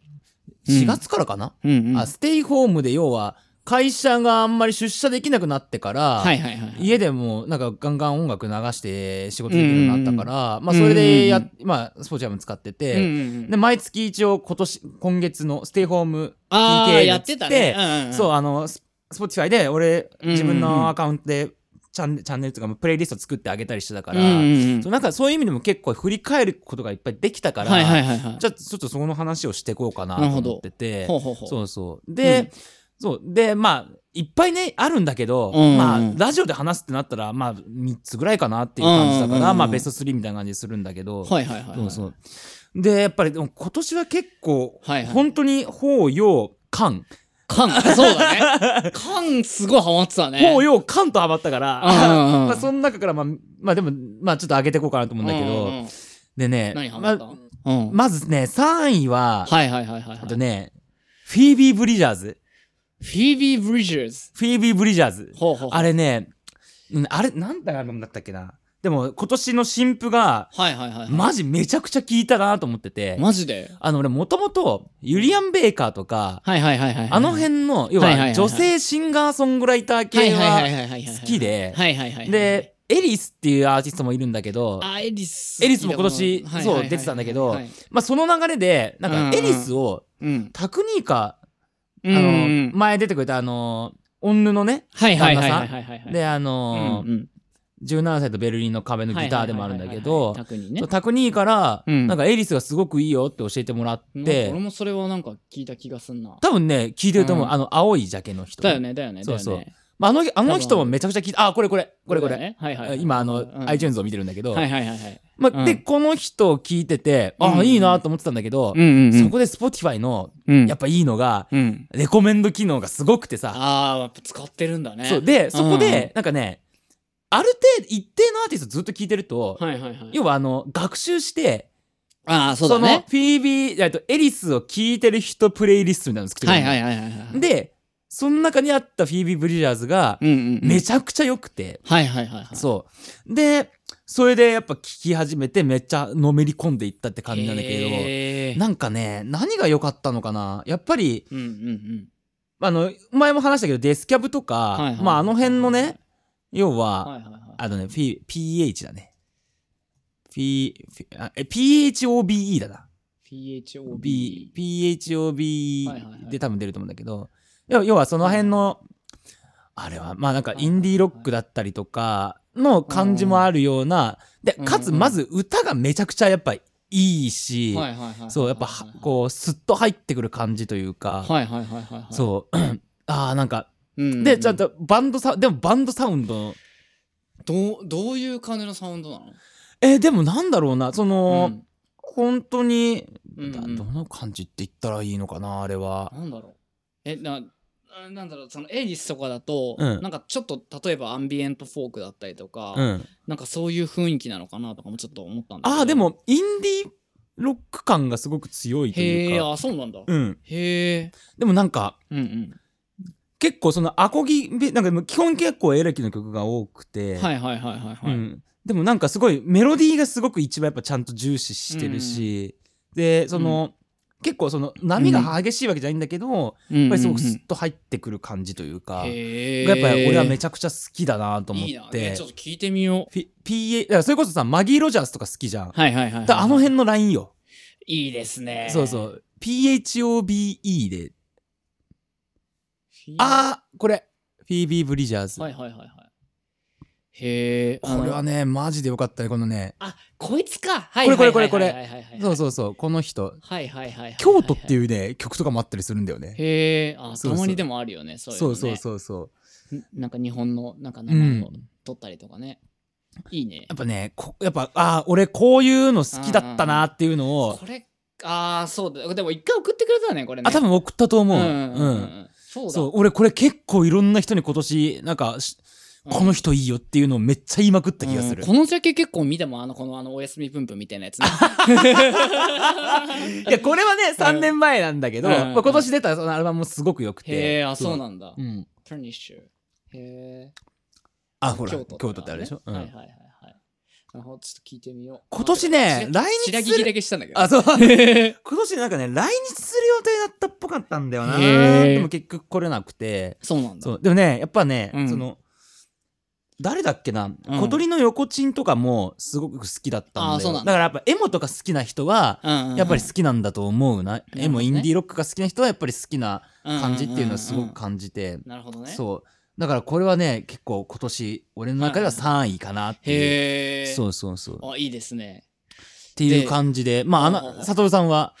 Speaker 2: うん
Speaker 1: 4月からかな、
Speaker 2: うんうん
Speaker 1: あステイホームで要は会社があんまり出社できなくなってから、
Speaker 2: はいはいはい
Speaker 1: 家でもなんかガンガン音楽流して仕事できるようになったから、まあ、それ
Speaker 2: うんうんう
Speaker 1: で
Speaker 2: ん
Speaker 1: や、まあ、スポーチャム使ってて、
Speaker 2: うんうんうん
Speaker 1: で毎月一応今年今月のステイホーム
Speaker 2: あ
Speaker 1: 聞い
Speaker 2: ー
Speaker 1: て
Speaker 2: やってたねうんうんうん
Speaker 1: そうあのスポティファイで俺
Speaker 2: うんうんうん
Speaker 1: 自分のアカウントでチャンチャンネルとかプレイリスト作ってあげたりしてたから、
Speaker 2: うんうんうん
Speaker 1: そうなんかそういう意味でも結構振り返ることがいっぱいできたから、
Speaker 2: はいはいはいはい
Speaker 1: じゃあちょっとそこの話をしていこうかなと
Speaker 2: なるほど
Speaker 1: 思ってて
Speaker 2: ほうほうほう
Speaker 1: そうそうで、
Speaker 2: うん
Speaker 1: そうでまあいっぱいねあるんだけど、
Speaker 2: うんうん
Speaker 1: まあラジオで話すってなったらまあ3つぐらいかなっていう感じだから、
Speaker 2: うんうんうん
Speaker 1: まあベスト3みたいな感じするんだけど、
Speaker 2: はいはいはいはい
Speaker 1: そうそうでやっぱりでも今年は結構、
Speaker 2: はいはい
Speaker 1: 本当に包容感
Speaker 2: 缶そうだね缶すごいハマってたね
Speaker 1: 包容感とハマったから、
Speaker 2: うんうんうん
Speaker 1: (laughs) まあ、その中から、まあ、まあでもまあちょっと上げていこうかなと思うんだけど、
Speaker 2: うんうんうん
Speaker 1: でね
Speaker 2: 何ハマった
Speaker 1: ま
Speaker 2: うん
Speaker 1: まずね3位は、
Speaker 2: はいはいはいはいはい
Speaker 1: あとねフィービー・ブリジャーズ
Speaker 2: フィービー・ブリッジャーズ
Speaker 1: フィービー・ブリジャーズ
Speaker 2: ほうほう
Speaker 1: あれねうんあれなんだアルバムだったっけなでも今年の新譜が
Speaker 2: はいはいはいはい
Speaker 1: マジめちゃくちゃ聞いたなと思ってて、
Speaker 2: マジで
Speaker 1: あの俺もともとユリアン・ベイカーとか、
Speaker 2: はいはいはいはい
Speaker 1: あの辺の要
Speaker 2: はいはいはいは
Speaker 1: はい女性シンガーソングライター
Speaker 2: はい
Speaker 1: 系
Speaker 2: はいはい
Speaker 1: は
Speaker 2: はいはいはい
Speaker 1: 好きで
Speaker 2: はいはいはいはい
Speaker 1: でエリスっていうアーティストもいるんだけど
Speaker 2: あエリス
Speaker 1: エリスも今年
Speaker 2: はいはい
Speaker 1: そう
Speaker 2: はいはい
Speaker 1: 出てたんだけど
Speaker 2: はい
Speaker 1: まあその流れでなんかエリスを
Speaker 2: うん
Speaker 1: タクニーカ
Speaker 2: あ
Speaker 1: あの前出てくれたあの女のね
Speaker 2: はいはいはいは
Speaker 1: 旦
Speaker 2: い
Speaker 1: 那
Speaker 2: はいはいはい
Speaker 1: であ
Speaker 2: うん
Speaker 1: の
Speaker 2: うん
Speaker 1: 17歳とベルリンの壁のギターでもあるんだけど
Speaker 2: はいはいはいはいはい特にね
Speaker 1: そうタクニーから
Speaker 2: うん
Speaker 1: なんかエリスがすごくいいよって教えてもらっ
Speaker 2: なんか俺
Speaker 1: て
Speaker 2: もそれはなんか聞いた気がすんな
Speaker 1: 多分ね聞いてると思う
Speaker 2: うん
Speaker 1: あの青いジャケの人
Speaker 2: だよねだよねだよね
Speaker 1: そうそうまああのあの人もめちゃくちゃ聞いてあこれこれこれこ
Speaker 2: だよ
Speaker 1: れ
Speaker 2: ねはいはいはい
Speaker 1: 今あの
Speaker 2: うん
Speaker 1: iTunes を見てるんだけど
Speaker 2: はいはいはいはい
Speaker 1: ま
Speaker 2: う
Speaker 1: あ、
Speaker 2: ん
Speaker 1: で、この人を聞いてて、
Speaker 2: うん
Speaker 1: ああ、いいなと思ってたんだけど、
Speaker 2: ん
Speaker 1: そこで Spotify の、
Speaker 2: うん
Speaker 1: やっぱいいのが、
Speaker 2: うん
Speaker 1: レコメンド機能がすごくてさ、
Speaker 2: ああやっぱ使ってるんだね
Speaker 1: そうで、そこで、なんかね、ある程度、一定のアーティストずっと聞いてると、
Speaker 2: はいはいはい
Speaker 1: 要はあの、学習して、
Speaker 2: ああそうだ
Speaker 1: の、
Speaker 2: ね
Speaker 1: フィービー、えっと、エリスを聞いてる人プレイリストみたいなの作ってく
Speaker 2: は
Speaker 1: れ
Speaker 2: い
Speaker 1: るの
Speaker 2: はいはいはいはい
Speaker 1: で、その中にあったフィービー・ブリジャーズが
Speaker 2: うんうんうん
Speaker 1: めちゃくちゃ良くて、
Speaker 2: はいはいはいはい
Speaker 1: そうでそれでやっぱ聴き始めてめっちゃのめり込んでいったって感じなんだけど、
Speaker 2: へー
Speaker 1: なんかね何が良かったのかなやっぱり
Speaker 2: うんうん
Speaker 1: あの前も話したけどデスキャブとか、
Speaker 2: うんはいはい
Speaker 1: まあ、あの辺のね、要
Speaker 2: は
Speaker 1: は、
Speaker 2: いはいはい
Speaker 1: あのね、P、PH だね。P、P あえ PHOBE だな。B
Speaker 2: PHOB、はいはいは
Speaker 1: PHOBE
Speaker 2: い
Speaker 1: で多分出ると思うんだけど、要要はその辺の、あれは、まあなんか
Speaker 2: はいはい
Speaker 1: インディーロックだったりとかの感じもあるような、で、
Speaker 2: うん
Speaker 1: かつまず歌がめちゃくちゃやっぱいいし、
Speaker 2: はいはいはいはい
Speaker 1: そう、やっぱはこう、スッと入ってくる感じというか、
Speaker 2: はいはいはいはいはい
Speaker 1: そう、 (clears throat) ああ、なんか、
Speaker 2: うんうんうん
Speaker 1: で、ちゃんとバンドサウンド、でもバンドサウンドの、
Speaker 2: どうどういう感じのサウンドなの
Speaker 1: えーでもなんだろうな、その、
Speaker 2: うん
Speaker 1: 本当に、
Speaker 2: うん
Speaker 1: だ
Speaker 2: うん
Speaker 1: どの感じって言ったらいいのかなあれは。
Speaker 2: なんだろうえなあなんだろうそのエイリスとかだと、
Speaker 1: うん
Speaker 2: なんかちょっと例えばアンビエントフォークだったりとか、
Speaker 1: うん、
Speaker 2: なんかそういう雰囲気なのかなとかもちょっと思ったんだけど
Speaker 1: ああでもインディロック感がすごく強いと
Speaker 2: へ
Speaker 1: いう
Speaker 2: え
Speaker 1: か、
Speaker 2: あそうなんだ、
Speaker 1: うん、
Speaker 2: へえ
Speaker 1: でもなんか
Speaker 2: うんう
Speaker 1: 結構そのアコギべなんかもう基本結構エレキの曲が多くて、
Speaker 2: んはいはいはいはいはい、
Speaker 1: うん、でもなんかすごいメロディーがすごく一番やっぱちゃんと重視してるし、でその、結構その波が激しいわけじゃないんだけど、やっ
Speaker 2: や
Speaker 1: ぱりすごくスッと入ってくる感じというか、
Speaker 2: へえ
Speaker 1: がやっぱり俺はめちゃくちゃ好きだなと思っ
Speaker 2: い
Speaker 1: て。
Speaker 2: いなねちょっと聞いてみよう
Speaker 1: フィ PA だからそれこそさマギー・ロジャースとか好きじゃん、
Speaker 2: はいはいはいはい、
Speaker 1: だからあの辺のラインよ、
Speaker 2: いいですね
Speaker 1: そうそう PHOBE で
Speaker 2: ひ
Speaker 1: あーこれフィービー・ブリジャーズ、
Speaker 2: はいはいはいはいへえ
Speaker 1: これは
Speaker 2: ね
Speaker 1: ねマジでよかったねこのね
Speaker 2: あこいつかは
Speaker 1: これこれこれこれ
Speaker 2: はいはいはいはい
Speaker 1: そうそうそうこの人
Speaker 2: はいはいはいはいはい
Speaker 1: 京都って
Speaker 2: う
Speaker 1: いうね曲とかもあったりするんだよね
Speaker 2: へえあ
Speaker 1: そうそう
Speaker 2: たまにでもあるよねそういうの
Speaker 1: そ
Speaker 2: ね
Speaker 1: うそうそうそ
Speaker 2: んなんか日本のなんか
Speaker 1: うう
Speaker 2: 生
Speaker 1: ん
Speaker 2: のを撮ったりとかね、いいね
Speaker 1: やっぱねこやっぱあー俺こういうの好きだったなっていうのを、
Speaker 2: これああそうだでも一回送ってくれたねこれね
Speaker 1: あ多分送ったと思う、
Speaker 2: うんうんうんうんそうだ
Speaker 1: そう俺これ結構いろんな人に今年なんかし、
Speaker 2: うん
Speaker 1: この人いいよっていうのをめっちゃ言いまくった気がす
Speaker 2: う
Speaker 1: る
Speaker 2: ん、このジャケ結構見てもあのこのあのおやすみぷんぷんみたいなやつね
Speaker 1: (laughs) いやこれはね3年前なんだけど、
Speaker 2: うん
Speaker 1: まあ、今年出たそのアルバムもすごく良くて
Speaker 2: へえあそうなんだ、
Speaker 1: うん
Speaker 2: プラニッシュへえ
Speaker 1: あほら京都,、
Speaker 2: だからね
Speaker 1: ってあるでしょ、うん
Speaker 2: はいはいはいはいなるほどちょっと聞いてみよう
Speaker 1: 今年ね
Speaker 2: まあ
Speaker 1: 来日する
Speaker 2: 白木だけしたんだけど
Speaker 1: あそう (laughs)
Speaker 2: へー
Speaker 1: 今年なんかね来日する予定だったっぽかったんだよな
Speaker 2: へー
Speaker 1: でも結局来れなくて
Speaker 2: (laughs) そうなんだ
Speaker 1: そうでもねやっぱね、
Speaker 2: うん
Speaker 1: その誰だっけな、小鳥の横ちんとかもすごく好きだったんだよ
Speaker 2: あそうなん
Speaker 1: だ
Speaker 2: だ
Speaker 1: からやっぱエモとか好きな人は
Speaker 2: うんうん
Speaker 1: やっぱり好きなんだと思うな、
Speaker 2: どね
Speaker 1: エモインディーロックが好きな人はやっぱり好きな感じっていうのはすご
Speaker 2: んん
Speaker 1: く
Speaker 2: ん
Speaker 1: 感じて、
Speaker 2: うんなるほどね
Speaker 1: そうだからこれはね結構今年俺の中では3位かなっていう、
Speaker 2: へえ
Speaker 1: そうそうそうっ
Speaker 2: あいいですね
Speaker 1: ていう感じでまああの悟さんは、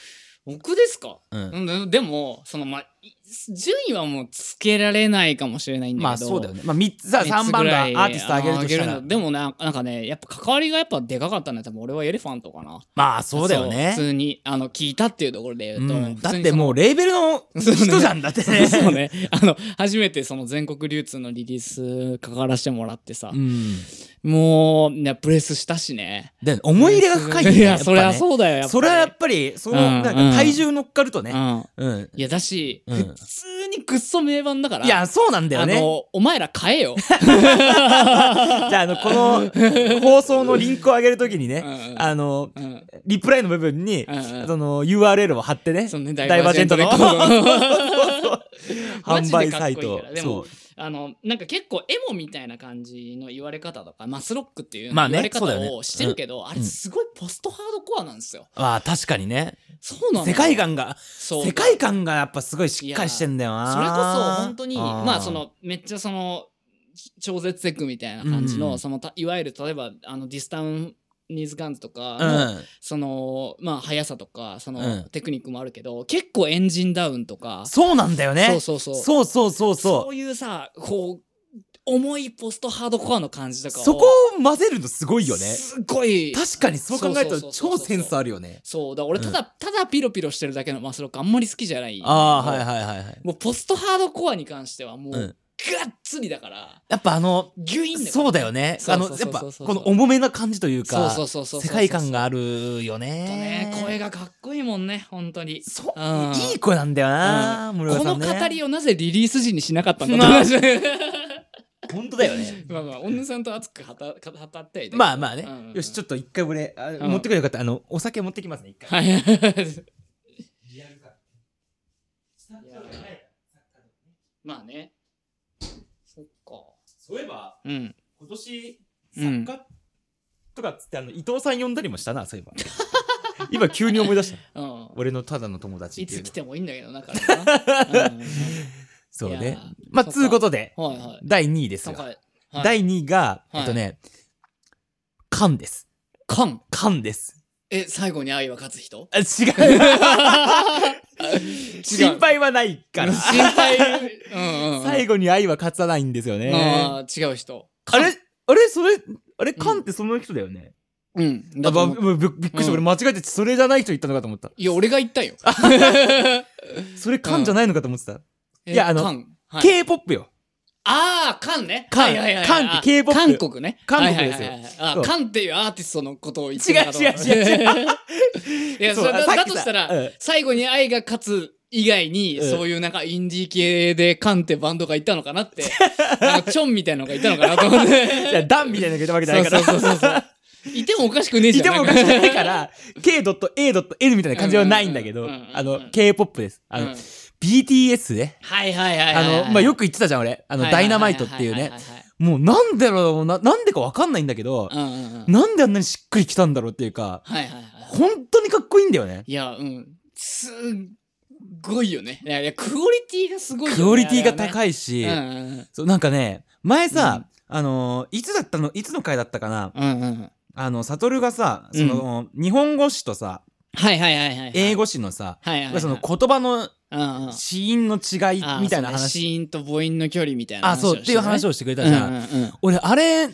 Speaker 2: 僕ですか
Speaker 1: うん
Speaker 2: うんでもそのまあい順位はもうつけられないかもしれないんだけど
Speaker 1: まあそうだよね、まあ、3つさ
Speaker 2: 三
Speaker 1: 3番がアーティストあげるとしたら
Speaker 2: でもななんかねやっぱ関わりがやっぱでかかったね多分俺はエレファントかな
Speaker 1: まあそうだよね
Speaker 2: そう普通にあの聞いたっていうところで
Speaker 1: う
Speaker 2: 言うと、
Speaker 1: ん、だっ
Speaker 2: 普
Speaker 1: て
Speaker 2: 通にその
Speaker 1: もうレーベルの人じゃんだって
Speaker 2: そう
Speaker 1: ね
Speaker 2: (laughs) そうね。あの、初めてその全国流通のリリース関わらせてもらってさ
Speaker 1: う、ん、
Speaker 2: もう、ね、プレスしたしね。
Speaker 1: で思い入れが深いよね
Speaker 2: い
Speaker 1: や
Speaker 2: や、
Speaker 1: っぱね
Speaker 2: そりゃそうだよ、やっぱり
Speaker 1: それはやっぱりそう、
Speaker 2: うん
Speaker 1: なんか体重乗っかるとね、
Speaker 2: うん。
Speaker 1: うん
Speaker 2: いや、だし、
Speaker 1: うん
Speaker 2: 普通にくっそ名盤だから、
Speaker 1: いやそうなんだよ
Speaker 2: あ
Speaker 1: ね
Speaker 2: の、お前ら買
Speaker 1: (laughs)
Speaker 2: えよ。
Speaker 1: じゃああのこの放送のリンクを上げるときにね、
Speaker 2: うんうん
Speaker 1: あの
Speaker 2: うん。
Speaker 1: リプライの部分に、
Speaker 2: うんうん
Speaker 1: その URL を貼ってね
Speaker 2: そうね
Speaker 1: ダイバージェントの
Speaker 2: ダイバージェントレコ (laughs) マ
Speaker 1: 販
Speaker 2: ジで
Speaker 1: 売
Speaker 2: か
Speaker 1: サ
Speaker 2: っ
Speaker 1: イ
Speaker 2: こいい
Speaker 1: ト
Speaker 2: からで
Speaker 1: そ
Speaker 2: もあのなんか結構エモみたいな感じの言われ方とかマスロックっていう
Speaker 1: まあ
Speaker 2: 言
Speaker 1: ね
Speaker 2: われ
Speaker 1: そうだ
Speaker 2: 方
Speaker 1: よね
Speaker 2: をしてるけど、あれすごいポストハードコアなんですよ。
Speaker 1: うまあ確かにね
Speaker 2: そうなのよ
Speaker 1: 世界観が
Speaker 2: そう
Speaker 1: 世界観がやっぱすごいしっかりしてんだよな
Speaker 2: それこそ本当に
Speaker 1: あー
Speaker 2: まあそのめっちゃその超絶テクみたいな感じの、
Speaker 1: うん
Speaker 2: そのたいわゆる例えばあのディスタウンニーズガンズとか
Speaker 1: う
Speaker 2: の、
Speaker 1: ん
Speaker 2: そのまあ速さとかその、
Speaker 1: うん
Speaker 2: テクニックもあるけど結構エンジンダウンとか
Speaker 1: そうなんだよね
Speaker 2: そうそうそう
Speaker 1: そうそうそう
Speaker 2: そ
Speaker 1: そう
Speaker 2: いうさこう重いポストハードコアの感じと
Speaker 1: う
Speaker 2: かを
Speaker 1: そこを混ぜるのすごいよね
Speaker 2: すっごい
Speaker 1: 確かにそう考えたら
Speaker 2: そうそうそうそ
Speaker 1: 超
Speaker 2: う
Speaker 1: センスあるよね
Speaker 2: そうだ俺ただ、ただピロピロしてるだけのマスロックあんまり好きじゃない
Speaker 1: ああはいはいはいはい
Speaker 2: もうポストハードコアに関してはもう、
Speaker 1: うん
Speaker 2: っつりだから
Speaker 3: やっぱあの、
Speaker 2: ギュインだから
Speaker 3: そうだよね。
Speaker 2: そ
Speaker 3: あ
Speaker 2: うそ
Speaker 3: の、や
Speaker 2: うそ
Speaker 3: っ
Speaker 2: う
Speaker 3: ぱ、
Speaker 2: そう
Speaker 3: こ
Speaker 2: そう
Speaker 3: の重めな感じという
Speaker 2: そう
Speaker 3: か
Speaker 2: そ、うそうそう
Speaker 3: 世界観があ
Speaker 2: る
Speaker 3: るよ
Speaker 2: と
Speaker 3: ね
Speaker 2: ね。声がかっこいいもんね本当に
Speaker 3: そう
Speaker 2: うん、
Speaker 3: いい声なんだよな、
Speaker 2: こ
Speaker 3: 室井さ
Speaker 2: の
Speaker 3: んね。
Speaker 2: 語りをなぜリリース時にしなかったんだと思いました
Speaker 3: 本当だよね。
Speaker 2: まあまあ、女さんと熱く語語語ってはいたけど
Speaker 3: まあまあね
Speaker 2: うん
Speaker 1: よしちょっと一回俺あ
Speaker 2: ん
Speaker 1: 持ってくればよかったあのお酒持ってきますね一回
Speaker 2: はい。まあね。そっか。
Speaker 1: そういえば
Speaker 2: うん。
Speaker 1: 今年
Speaker 2: うん
Speaker 1: 作家とかっつってあの伊藤さん呼んだりもしたなそういえば (laughs) 今急に思い出した
Speaker 2: うん。
Speaker 1: 俺のただの友達っ
Speaker 2: い
Speaker 1: ていう
Speaker 2: つ
Speaker 1: の
Speaker 2: 来てもいいんだけど
Speaker 3: (laughs)
Speaker 2: な、からな。うん
Speaker 1: そう
Speaker 2: いや
Speaker 1: ね
Speaker 2: ー
Speaker 1: まあ
Speaker 2: そうか
Speaker 1: つうことで
Speaker 2: はいはい。
Speaker 1: 第2位です
Speaker 2: なんか
Speaker 1: が、
Speaker 2: はい、
Speaker 1: 第2位が
Speaker 2: はい
Speaker 1: えっとね「カン」です
Speaker 2: 缶
Speaker 1: 「カン」です
Speaker 2: え、最後に愛は勝つ人
Speaker 1: あ違う
Speaker 2: 違う
Speaker 1: 心配はないから
Speaker 2: 心配。うんうん、うん。
Speaker 1: 最後に愛は勝たないんですよね
Speaker 2: ああ、違う人。
Speaker 1: あれあれそれあれ「カン」ってその人だよね
Speaker 2: うん。
Speaker 1: あ
Speaker 2: だと
Speaker 1: ば
Speaker 2: 思う
Speaker 1: ぶぶびっくりした
Speaker 2: う
Speaker 1: 俺
Speaker 2: ん
Speaker 1: 間違えてそれじゃない人言ったのかと思った
Speaker 2: いや、俺が言ったよ。
Speaker 1: それ「カン」じゃないのかと思ってた
Speaker 2: え
Speaker 1: いやあの
Speaker 2: 缶はい
Speaker 1: K-POP よ
Speaker 2: ああ、カンね。
Speaker 1: カン
Speaker 2: はいはいはい
Speaker 1: カンって
Speaker 2: あ
Speaker 1: K-Pop
Speaker 2: 韓国ね。
Speaker 1: 韓国ですよ
Speaker 2: はいはいはいはいあ
Speaker 1: そう
Speaker 2: カンっていうアーティストのことを言っ
Speaker 1: 違
Speaker 2: て
Speaker 1: う
Speaker 2: るのかと
Speaker 1: 違
Speaker 2: 思
Speaker 1: う違う違う
Speaker 2: いや、
Speaker 1: そ
Speaker 2: そうれだ
Speaker 1: さっきさ
Speaker 2: だとした
Speaker 1: う
Speaker 2: ら
Speaker 1: ん、
Speaker 2: 最後に愛が勝つ以外に、
Speaker 1: うん
Speaker 2: そういうなんかインディー系でカンってバンドがいたのかな
Speaker 1: (laughs)
Speaker 2: って、なんかチョンみたいなのがいたのかなと思って。
Speaker 1: じゃあダンみたいなのがいたわけじゃ
Speaker 2: そ
Speaker 1: ないうか
Speaker 2: そ
Speaker 1: ら
Speaker 2: うそうそうそう。いてもおかしくねえじ
Speaker 1: い
Speaker 2: ゃん。
Speaker 1: てもおかしくないから K.A.N みたいな感じはないんだけど
Speaker 2: うんうんうんうん
Speaker 1: あ
Speaker 2: う
Speaker 1: の
Speaker 2: ん
Speaker 1: K-POP ですあ
Speaker 2: なん
Speaker 1: の
Speaker 2: かうん
Speaker 1: BTS ね
Speaker 2: はいはいはいは
Speaker 1: あ
Speaker 2: いはい。
Speaker 1: のまあよく言ってたじゃん俺あの
Speaker 2: はい
Speaker 1: ダ
Speaker 2: はいはい
Speaker 1: イ
Speaker 2: はいはい、
Speaker 1: ナマイトっていう
Speaker 2: はい
Speaker 1: ね
Speaker 2: はいは
Speaker 1: もうなんでだろうななんでかわかんないんだけど
Speaker 2: い。うんうんうん。
Speaker 1: なんであんなにしっくりきたんだろうっていうか
Speaker 2: はいはいはい。
Speaker 1: 本当にかっこいいんだよね
Speaker 2: いや、うん。すっごいよね。いや、いやクオリティがすごいよね。
Speaker 1: クオリティが
Speaker 2: い
Speaker 1: 高いし
Speaker 2: うんうん
Speaker 1: そうなんかね前さあのーいつだったのいつの回だったかな
Speaker 2: うん。うんうん。
Speaker 1: あの悟がさその日本語詞とさ
Speaker 2: はいはいはいはい。
Speaker 1: 英
Speaker 2: 語。
Speaker 1: 語詞のさ
Speaker 2: はいはいはい、はい。
Speaker 1: その言葉の
Speaker 2: うんうん、
Speaker 1: 子音の違い
Speaker 2: あー
Speaker 1: みたいな
Speaker 2: そうね
Speaker 1: 話
Speaker 2: 子音と母音の距離みたいな
Speaker 1: あ、そう、っていう話
Speaker 2: をし
Speaker 1: をしてくれ
Speaker 2: て
Speaker 1: た
Speaker 2: ね
Speaker 1: じゃん。
Speaker 2: うんうん
Speaker 1: 俺、あれ、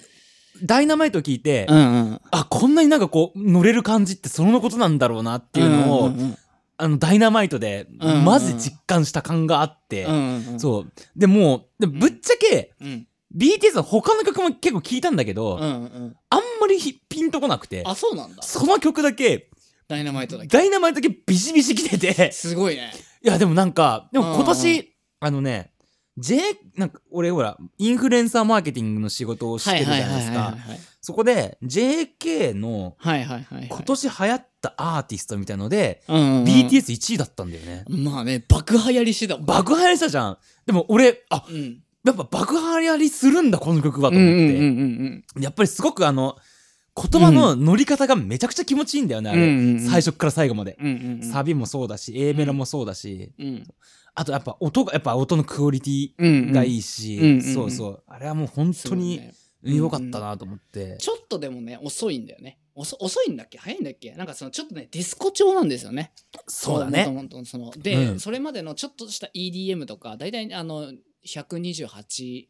Speaker 1: ダイナマイト聞いて、
Speaker 2: うん。うんうん。っ
Speaker 1: あ、こんなになんかこう、乗れる感じってそのことなんだろうなっていうのを、
Speaker 2: うんうん
Speaker 1: あの、ダイナマイトで、
Speaker 2: うんうんうん
Speaker 1: マジで実感した感があって、
Speaker 2: うんうん。
Speaker 1: そう。でもう、でぶっちゃけ、
Speaker 2: うん。うん。
Speaker 1: BTS の他の曲も結構聞いたんだけど、
Speaker 2: うんうん。
Speaker 1: あんまりひピンとこなくて、
Speaker 2: あ、そうなんだ。
Speaker 1: その曲だけ、
Speaker 2: ダイナマイトだけ。
Speaker 1: ダイナマイトだけビシビシ来てて、
Speaker 2: (laughs) すごいね。
Speaker 1: いや、でもなんか、でも今
Speaker 2: うんう
Speaker 1: 年、あのね、J、なんか俺ほら、インフルエンサーマーケティングの仕事をして
Speaker 2: は
Speaker 1: る
Speaker 2: い
Speaker 1: じゃ
Speaker 2: はい
Speaker 1: ない
Speaker 2: は
Speaker 1: で
Speaker 2: い
Speaker 1: す
Speaker 2: はい
Speaker 1: か。
Speaker 2: はい。
Speaker 1: そこで JK の
Speaker 2: はいはいはいはい。
Speaker 1: 今年流行ったアーティストみたいので、
Speaker 2: うんうんうん。
Speaker 1: BTS1 位だったんだよね。
Speaker 2: まあね、爆破やりしてたもん。
Speaker 1: 爆破りしたじゃん。でも俺、あ、
Speaker 2: うん。
Speaker 1: やっぱ爆破りするんだ、この曲は
Speaker 2: うん
Speaker 1: と
Speaker 2: う
Speaker 1: 思っ
Speaker 2: んうん
Speaker 1: て。やっぱりすごくあの、言葉の乗り方がめちゃくちゃ気持ちいいんだよね、あ
Speaker 2: うんうんうんうん
Speaker 1: れ。最初から最後まで。
Speaker 2: うんうん。うんうんうん。
Speaker 1: サビもそうだし、A メロもそうだし、
Speaker 2: うん。
Speaker 1: あとやっぱ音が、やっぱ音のクオリティ
Speaker 2: うん
Speaker 1: が
Speaker 2: い
Speaker 1: いいし、
Speaker 2: うんうん
Speaker 1: そうそうあれはもう本当に良かったなと思って、
Speaker 2: ちょっとでもね遅いんだよね遅遅いんだっけ早いんだっけなんかそのちょっとねディスコ調なんですよね
Speaker 1: そうだね
Speaker 2: もともとそので、
Speaker 1: うん
Speaker 2: それまでのちょっとした EDM とか大体あの128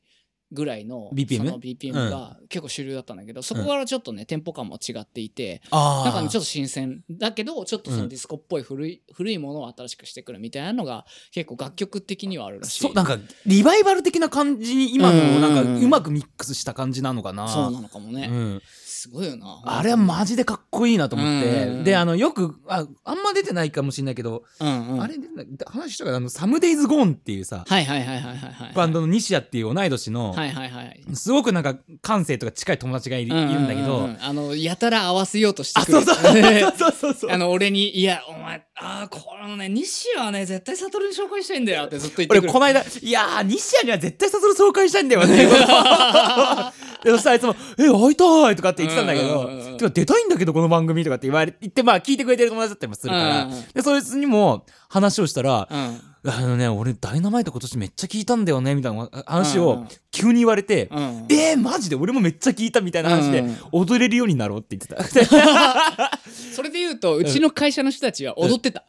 Speaker 2: ぐらいの
Speaker 1: BPM？
Speaker 2: その BPM が結構主流だったんだけど、そこからちょっとねテンポ感も違っていて、
Speaker 1: ああ
Speaker 2: なんかねちょっと新鮮だけどちょっとそうの
Speaker 1: ん
Speaker 2: ディスコっぽい古い,、古いものを新しくしてくるみたいなのが結構楽曲的にはあるらしい
Speaker 1: そうなんかリバイバル的な感じに今の
Speaker 2: うんうん
Speaker 1: な
Speaker 2: うんん
Speaker 1: かうまくミックスした感じなのかな、
Speaker 2: そうなのかもね、
Speaker 1: うん
Speaker 2: すごいよな
Speaker 1: あれはマジでかっこいいなと思って、
Speaker 2: うんうんうん
Speaker 1: であのよくああんま出てないかもしれないけど、
Speaker 2: うんうん
Speaker 1: あれ出てない話したからあのサムデイズゴーンっていうさ、
Speaker 2: はいはいはいはいはいはい
Speaker 1: バンドの西谷っていう同い年の、
Speaker 2: はいはいはい
Speaker 1: すごくなんか感性とか近い友達がい,、
Speaker 2: ううう
Speaker 1: るんだけど、
Speaker 2: あのやたら合わせようとして
Speaker 1: あ
Speaker 2: くる
Speaker 1: そう (laughs) そうそうそ
Speaker 2: (laughs)
Speaker 1: うそう
Speaker 2: あの俺に「いやお前あーこのね西はね絶対悟に紹介したいんだよ」ってずっと言って
Speaker 1: 俺
Speaker 2: くる
Speaker 1: この間「いやー西谷には絶対悟る紹介したいんだよ」って
Speaker 2: (laughs)
Speaker 1: いうことをでそしたらあいつも「え会いたい」とかって言ってたんだけ
Speaker 2: うんうんうん
Speaker 1: ど「
Speaker 2: うん
Speaker 1: てか出たいんだけどこの番組」とかって言われ言ってまあ聞いてくれてる友達だったりもするから、
Speaker 2: うんうんうん
Speaker 1: でそいつにも話をしたら「
Speaker 2: うん
Speaker 1: あのね俺ダイナマイト今年めっちゃ聞いたんだよね」みたいな話
Speaker 2: うんう
Speaker 1: を
Speaker 2: ん
Speaker 1: 急に言われて「
Speaker 2: うん
Speaker 1: えー、マジで俺もめっちゃ聞いた」みたいな話で
Speaker 2: うんうん
Speaker 1: 踊れるようになろうって言
Speaker 2: (laughs)
Speaker 1: ってた
Speaker 2: それで言うとうちの会社の人たちは踊ってた、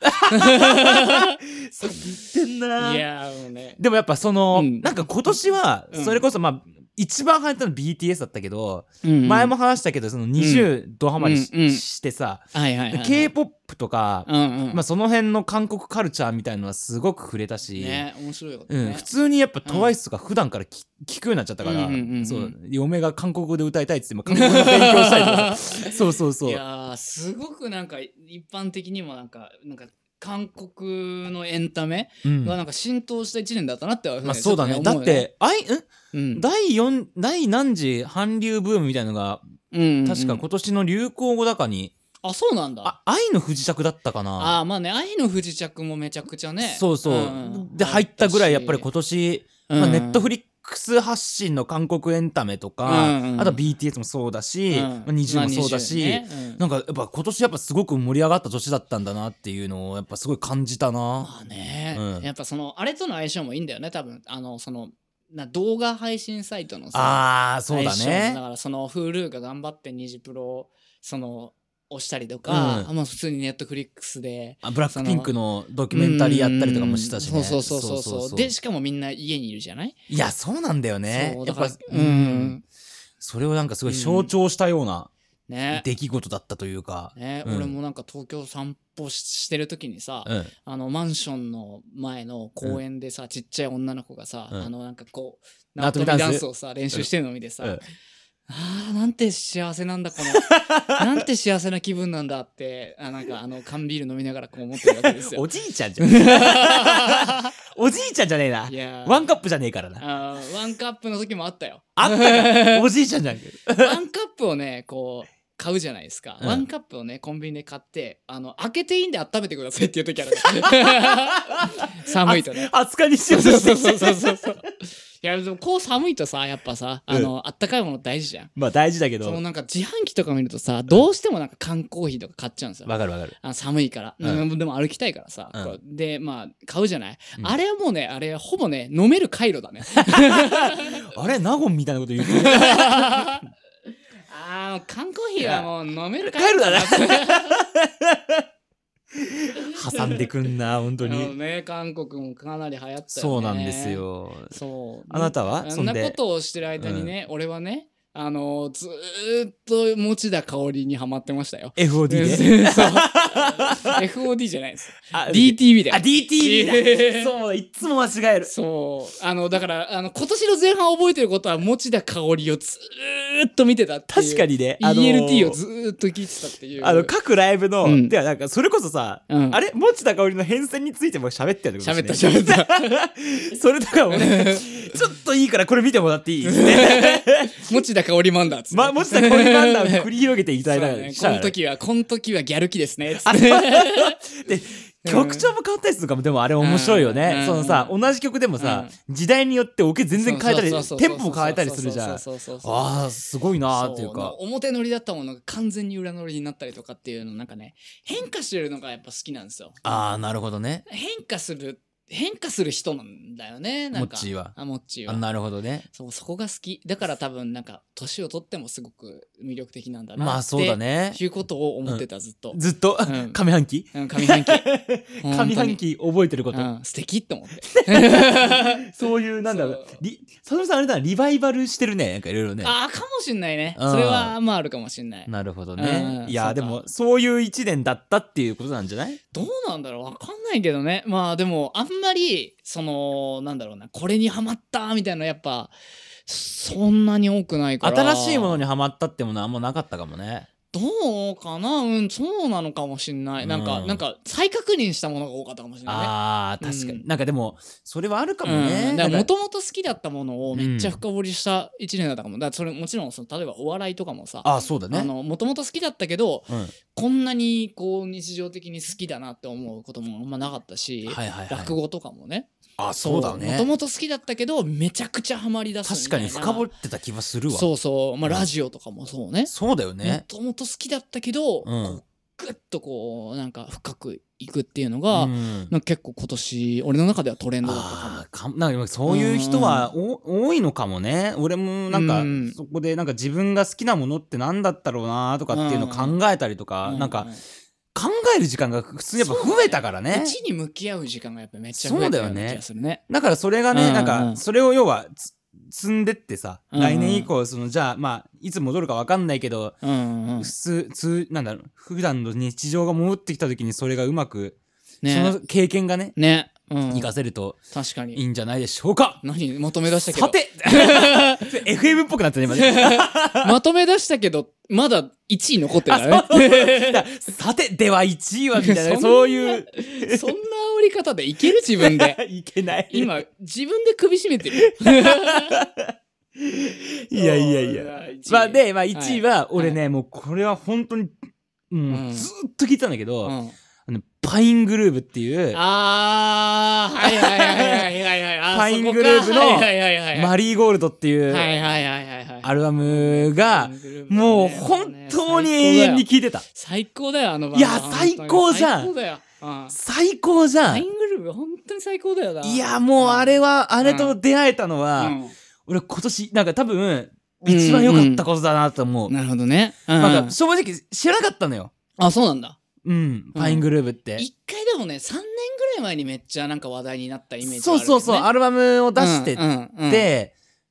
Speaker 1: そう言ってんない
Speaker 2: やーもうね
Speaker 1: でもやっぱその、
Speaker 2: うん
Speaker 1: なんか今年は
Speaker 2: うん
Speaker 1: それこそまあ一番流行ったの BTS だったけど、
Speaker 2: うん
Speaker 1: 前も話したけどその20ドハマりし,、
Speaker 2: うんうん
Speaker 1: てさ、
Speaker 2: はいはいはいはい、
Speaker 1: k p o p とか、
Speaker 2: うんうん
Speaker 1: まあ、その辺の韓国カルチャーみたいのはすごく触れたし、
Speaker 2: ね面白いこと
Speaker 1: う
Speaker 2: ね、
Speaker 1: ん、普通にやっぱ TWICE とか普段からき聞くようになっちゃったから、
Speaker 2: うんうんうんうん
Speaker 1: そう嫁が韓国語で歌いたいっつって今 (laughs) 韓国語の勉強したりとか (laughs) そうそうそ
Speaker 2: いうやーすごくなんか一般的にもなんかなんか韓国のエンタメ
Speaker 1: うん
Speaker 2: がなんか浸透した一年だったなって、
Speaker 1: まあそうだね
Speaker 2: ちょと
Speaker 1: だってあいん
Speaker 2: 思うよね、
Speaker 1: 第四第何次韓流ブームみたいのが
Speaker 2: うんうんうんうん
Speaker 1: 確か今年の流行語だかに、
Speaker 2: あそうなんだ
Speaker 1: あ愛の不時着だったかな
Speaker 2: ああまあね愛の不時着もめちゃくちゃね
Speaker 1: そうそう、
Speaker 2: うん
Speaker 1: で入ったぐらいやっぱり今年、まあ、ネット
Speaker 2: フ
Speaker 1: フリックス発信の韓国エンタメとか、
Speaker 2: うんうん
Speaker 1: あとは BTS もそうだし、
Speaker 2: リ
Speaker 1: まあ、20もそうだし、なんかやっぱ今年やっぱすごく盛り上がった年だったんだなっていうのをやっぱすごい感じたな。
Speaker 2: まあね、
Speaker 1: うん
Speaker 2: やっぱそのあれとの相性もいいんだよね多分あのそのな動画配信サイトのさ
Speaker 1: ああそうだ
Speaker 2: 相性もだ
Speaker 1: ね。
Speaker 2: からその Hulu が頑張ってニジプロをその押したりとか、
Speaker 1: うん
Speaker 2: あまあ普通にネットフリックスで
Speaker 1: あブラックピンクのドキュメンタリーやったりとかもしてたしね。
Speaker 2: うんそうそうそうそうそうでしかもみんな家にいるじゃない
Speaker 1: いやそうなんだよね
Speaker 2: そ。う
Speaker 1: や
Speaker 2: だ
Speaker 1: っ
Speaker 2: から
Speaker 1: ぱ
Speaker 2: うん、
Speaker 1: それをなんかすごい象徴したような
Speaker 2: ね
Speaker 1: 出来事だったというか。
Speaker 2: ね、
Speaker 1: うん
Speaker 2: 俺もなんか東京散歩ししてる時にさ、
Speaker 1: うん
Speaker 2: あのマンションの前の公園でさ、ちっちゃい女の子がさ、
Speaker 1: うん
Speaker 2: あのなんかこう縄
Speaker 1: 縄跳び
Speaker 2: 跳び
Speaker 1: ダンス
Speaker 2: ダンスをさ練習してるのを見てさ、
Speaker 1: うん
Speaker 2: あーなんて幸せなんだこのなんて幸せな気分なんだってあなんかあの缶ビール飲みながらこう思ってるわけですよ。
Speaker 1: おじいちゃんじゃん。
Speaker 2: (laughs)
Speaker 1: おじいちゃんじゃねえな。
Speaker 2: いやー
Speaker 1: ワンカップじゃねえからな。
Speaker 2: あーワンカップの時もあったよ。
Speaker 1: あったからおじいちゃんじゃん。
Speaker 2: ワンカップをねこう買うじゃないですか、
Speaker 1: うん
Speaker 2: ワンカップをねコンビニで買ってあの開けていいんで温めてくださいっていう時あ (laughs) る寒いとね
Speaker 1: 扱いにし
Speaker 2: そ
Speaker 1: よ
Speaker 2: う
Speaker 1: うと
Speaker 2: そう
Speaker 1: して
Speaker 2: そう
Speaker 1: き
Speaker 2: そう
Speaker 1: た。
Speaker 2: そうそう (laughs) いやでもこう寒いとさやっぱさあの、あったかいもの大事じゃん
Speaker 1: まあ大事だけ
Speaker 2: そ
Speaker 1: ど。
Speaker 2: のなんか自販機とか見るとさどうしてもなんか缶コーヒーとか買っちゃうんですよ
Speaker 1: わかるわかる。
Speaker 2: あ寒いから、
Speaker 1: うん
Speaker 2: うんでも歩きたいからさ、
Speaker 1: うん
Speaker 2: こうでまあ買うじゃない、
Speaker 1: うん
Speaker 2: あれはもうねあれほぼね飲める回路だね
Speaker 1: あれナゴンみたいなこと言ってる
Speaker 2: あ (laughs) あ缶コーヒーはもう飲める回路だな
Speaker 1: 挟んでくんな本当
Speaker 2: あの
Speaker 1: に
Speaker 2: ね韓国もかなり流行ったよね
Speaker 1: そうなんですよ
Speaker 2: そう
Speaker 1: あなたは
Speaker 2: あ
Speaker 1: そ
Speaker 2: ん
Speaker 1: ん
Speaker 2: なこ
Speaker 1: で
Speaker 2: とをしてる間にね、俺はねあのずーっと持田香織にハマってましたよ
Speaker 1: FOD で
Speaker 2: (laughs) そう (laughs) FOD じゃないです
Speaker 1: あ
Speaker 2: DTV だ
Speaker 1: あ
Speaker 2: よ
Speaker 1: DTV だそういつも間違える
Speaker 2: そうあのだからあの今年の前半覚えてることは持田香織をずーっと見てたっていう
Speaker 1: 確かにねあの
Speaker 2: ELT をずーっと聞いてたっていう
Speaker 1: あの各ライブ
Speaker 2: う
Speaker 1: の
Speaker 2: ん
Speaker 1: ではなんかそれこそさ
Speaker 2: うん
Speaker 1: あれ持田香織の変遷についても喋ってるってこと
Speaker 2: 喋った
Speaker 1: ですね (laughs)
Speaker 2: 喋った
Speaker 1: それとかもねちょっといいからこれ見てもらっていいっつって
Speaker 2: (laughs) 持田香織マンだっつって
Speaker 1: ま持田香織漫談を繰り広げていただ
Speaker 2: そうだ
Speaker 1: い
Speaker 2: ね
Speaker 1: た
Speaker 2: この
Speaker 1: ら
Speaker 2: 時はこの時はギャル気ですねつって
Speaker 1: で曲調も変わったりするかもでもあれ面白いよ
Speaker 2: うんう
Speaker 1: ね
Speaker 2: ん
Speaker 1: そのさ同じ曲でもさ時代によってオケ全然変えたり
Speaker 2: そうそうそうそう
Speaker 1: テンポも変えたりするじゃん
Speaker 2: そうそうそうそうそう
Speaker 1: あーすごいなーっていうか
Speaker 2: そ表乗りだったものが完全に裏乗りになったりとかっていうのなんかね変化してるのがやっぱ好きなんですよ
Speaker 1: ああなるほどね
Speaker 2: 変化する変化する人なんだよねなん
Speaker 1: モ
Speaker 2: か
Speaker 1: ッチーは
Speaker 2: あモッチー
Speaker 1: あ
Speaker 2: は
Speaker 1: なるほどね
Speaker 2: そうそこが好きだから多分なんか年を取ってもすごく魅力的なんだな
Speaker 1: まあそうだね
Speaker 2: っていうことを思ってたずっと、
Speaker 1: ずっと
Speaker 2: うん
Speaker 1: 上半期
Speaker 2: うん、上半期
Speaker 1: 上半
Speaker 2: 期
Speaker 1: 期覚えてること
Speaker 2: うん、素敵って思って
Speaker 1: そういうなんだろう
Speaker 2: そう
Speaker 1: リ佐野さんあれだなリバイバルしてるねなんかいろいろね
Speaker 2: ああかもしんないね
Speaker 1: うん
Speaker 2: それはまああるかもしんない
Speaker 1: なるほど
Speaker 2: う
Speaker 1: ねい
Speaker 2: んそ
Speaker 1: や
Speaker 2: うか
Speaker 1: でもそういう一年だったっていうことなんじゃない
Speaker 2: どうなんだろうわかんないけどねまあでもあんまりそのなんだろうなこれにハマったみたいなやっぱそんなに多くないから
Speaker 1: 新しいものにハマったってものはあんまなかったかもね
Speaker 2: どうかなうんそうなのかもしんないなんか、
Speaker 1: うん
Speaker 2: なんか再確認したものが多かったかもしれないね
Speaker 1: あー確か
Speaker 2: う
Speaker 1: に
Speaker 2: ん
Speaker 1: なんかでもそれはあるかも
Speaker 2: う
Speaker 1: ね
Speaker 2: んだから
Speaker 1: なん
Speaker 2: も
Speaker 1: か
Speaker 2: ともと好きだったものをめっちゃ深掘りした一年だったかも、だからそれもちろんその例えばお笑いとかもさ
Speaker 1: あーそうだ
Speaker 2: あ
Speaker 1: ね
Speaker 2: のもともと好きだったけど
Speaker 1: うん
Speaker 2: こんなにこう日常的に好きだなって思うこともあんまなかったし、
Speaker 1: はいはいはい
Speaker 2: 落語とかもね
Speaker 1: あそうだ
Speaker 2: もと
Speaker 1: ね
Speaker 2: もと好きだったけどめちゃくちゃハマりだすみ
Speaker 1: 確
Speaker 2: た
Speaker 1: か
Speaker 2: いな
Speaker 1: に深掘ってた気はするわ
Speaker 2: そうそうまあラジオとかもそうね
Speaker 1: そうだよ
Speaker 2: も
Speaker 1: ね
Speaker 2: ともと好きだったけど、
Speaker 1: うん
Speaker 2: こうグッとこうなんか深くいくっていうの
Speaker 1: う
Speaker 2: が、
Speaker 1: ん
Speaker 2: なんか結構今年俺の中ではトレンドだったかも
Speaker 1: あーかもなんかそういう人はお多いのかもね俺もなんか
Speaker 2: うん
Speaker 1: そこでなんか自分が好きなものってなんだったろうなとかっていうのを考えたりとか
Speaker 2: う
Speaker 1: なんか考える時間が普通にやっぱ
Speaker 2: そうだね
Speaker 1: 増えたからね
Speaker 2: 一に向き合う時間がやっぱめっちゃ増えたような気がするね。
Speaker 1: だからそれがね
Speaker 2: うん
Speaker 1: なん
Speaker 2: う
Speaker 1: か
Speaker 2: ん
Speaker 1: それを要はつ積んでってさ、
Speaker 2: うん
Speaker 1: 来年以降そのじゃあまあいつ戻るか分かんないけど、
Speaker 2: うんうん
Speaker 1: 普通通なんだろう普段の日常が戻ってきた時にそれがうまく、そ
Speaker 2: ね
Speaker 1: の経験がね
Speaker 2: ね、うん、
Speaker 1: 活かせると
Speaker 2: 確か
Speaker 1: いい
Speaker 2: に
Speaker 1: んじゃないでしょうか
Speaker 2: 何まとめ出したけど
Speaker 1: さて FM っぽくなったね今 (laughs) ね
Speaker 2: (laughs) まとめ出したけどまだ1位残ってるから
Speaker 1: (laughs) さてでは1位はみたいな
Speaker 2: そんな
Speaker 1: そういう
Speaker 2: ね (laughs) そんな煽り方でいける自分で
Speaker 1: (laughs) いけない
Speaker 2: 今自分で首絞めてるよ
Speaker 1: いやいやいや
Speaker 2: そう一位
Speaker 1: まあで、まあ、1位は俺ね、もうこれは本当に
Speaker 2: う
Speaker 1: も
Speaker 2: ん
Speaker 1: うずーっと聞いてたんだけど、
Speaker 2: うん
Speaker 1: あのパイングルーブっていう
Speaker 2: あーはいはいはいはいはいはい
Speaker 1: パイングルーブの
Speaker 2: はいはいはいはい
Speaker 1: マリーゴールドってい
Speaker 2: は
Speaker 1: う
Speaker 2: いはいはいはいはい
Speaker 1: アルバムがもう本当に永遠に聴いてた
Speaker 2: 最高だよあのバンド
Speaker 1: いや最高じゃん
Speaker 2: 最高だようん
Speaker 1: 最高じゃ
Speaker 2: パイ
Speaker 1: ん
Speaker 2: ングルーブ本当に最高だよない
Speaker 1: やもうあれはあれと出会えたの
Speaker 2: う
Speaker 1: は、
Speaker 2: ん
Speaker 1: 俺今年なんか多分一番良かったことだなと思う、
Speaker 2: なるほどねうん
Speaker 1: なんか正直知らなかったのよ
Speaker 2: あそうなんだ
Speaker 1: うんパイングルーブって、
Speaker 2: 一回でもね3年ぐらい前にめっちゃなんか話題になったイメージ
Speaker 1: そうそうそう
Speaker 2: あ
Speaker 1: アルバムを出して
Speaker 2: て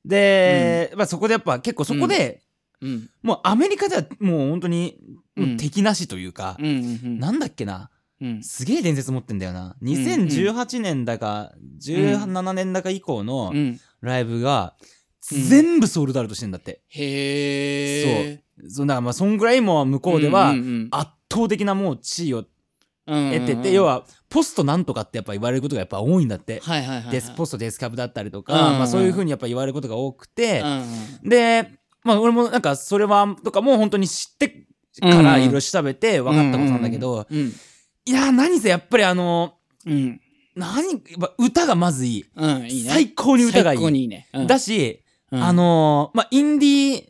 Speaker 1: で、で、まあ、そこでやっぱ結構そこで、
Speaker 2: うん
Speaker 1: もうアメリカではもう本当にもううん敵なしというか、
Speaker 2: うんうん
Speaker 1: なんだっけな
Speaker 2: うん
Speaker 1: すげえ伝説持ってんだよな
Speaker 2: うん
Speaker 1: 2018年だか17年だか以降の
Speaker 2: うん
Speaker 1: ライブが
Speaker 2: うん
Speaker 1: 全部ソールドアウトしてんだって、
Speaker 2: へえ
Speaker 1: そうだからまあそんぐらいもう向こうでは
Speaker 2: んん
Speaker 1: 圧倒的なもう地位を
Speaker 2: うん
Speaker 1: 得てて、
Speaker 2: うんうん
Speaker 1: 要はポストなんとかってやっぱ言われることがやっぱ多いんだって、
Speaker 2: はいはいはいはい
Speaker 1: デスポストデスカブだったりとか、
Speaker 2: うんうん
Speaker 1: まあ、そういうふうにやっぱ言われることが多くて、
Speaker 2: うんうん
Speaker 1: で、まあ、俺もなんかそれはとかもう本当に知ってからいろいろ調べて分かったことなんだけど、
Speaker 2: うん
Speaker 1: いやー何せやっぱりあの
Speaker 2: うん
Speaker 1: 何やっぱ歌がまずいい
Speaker 2: うんいいね
Speaker 1: 最高に歌がいい
Speaker 2: 最高にいいねうん
Speaker 1: だし、
Speaker 2: うん
Speaker 1: あのーまあインディ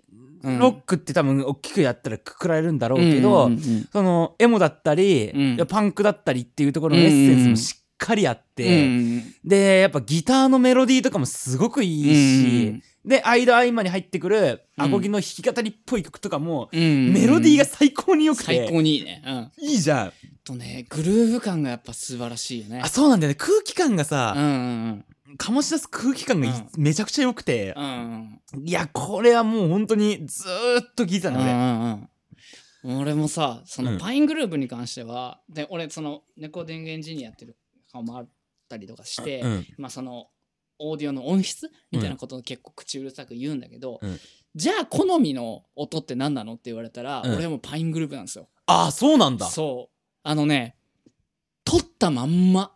Speaker 2: うん
Speaker 1: ーロックって多分大きくやったらくくられるんだろう
Speaker 2: うん
Speaker 1: けど、
Speaker 2: うんうん
Speaker 1: そのエモだったり、
Speaker 2: うん
Speaker 1: いやパンクだったりっていうところのエッセンスもしっかりあっ
Speaker 2: う
Speaker 1: て、
Speaker 2: ん
Speaker 1: でやっぱギターのメロディーとかもすごくいいし、で間合間に入ってくるアコギの弾き語りっぽい曲とかも、
Speaker 2: うんうんうん
Speaker 1: メロディーが最高によくて
Speaker 2: 最高にいいねうん
Speaker 1: いいじゃん
Speaker 2: とねグルーヴ感がやっぱ素晴らしいよね
Speaker 1: あそうなんだよね空気感が
Speaker 2: うん
Speaker 1: さ、
Speaker 2: うん
Speaker 1: 醸し出す空気感がい
Speaker 2: うん
Speaker 1: めちゃくちゃ良くて
Speaker 2: うんう、ん
Speaker 1: いやこれはもう本当にずーっと聴いてた
Speaker 2: うん
Speaker 1: の
Speaker 2: う
Speaker 1: 俺、
Speaker 2: んうん俺もさそうの
Speaker 1: ん
Speaker 2: パイングループに関しては、で俺そのレコーディングエンジニアやってる顔もあったりとかして、
Speaker 1: うん
Speaker 2: まあそのオーディオの音質みたいなことを結構口うるさく言うんだけど、
Speaker 1: うん
Speaker 2: じゃあ好みの音って何なのって言われたら、
Speaker 1: うん
Speaker 2: 俺はもうパイングループなんですよ。
Speaker 1: ああそうなんだ
Speaker 2: そうあのね撮ったまんま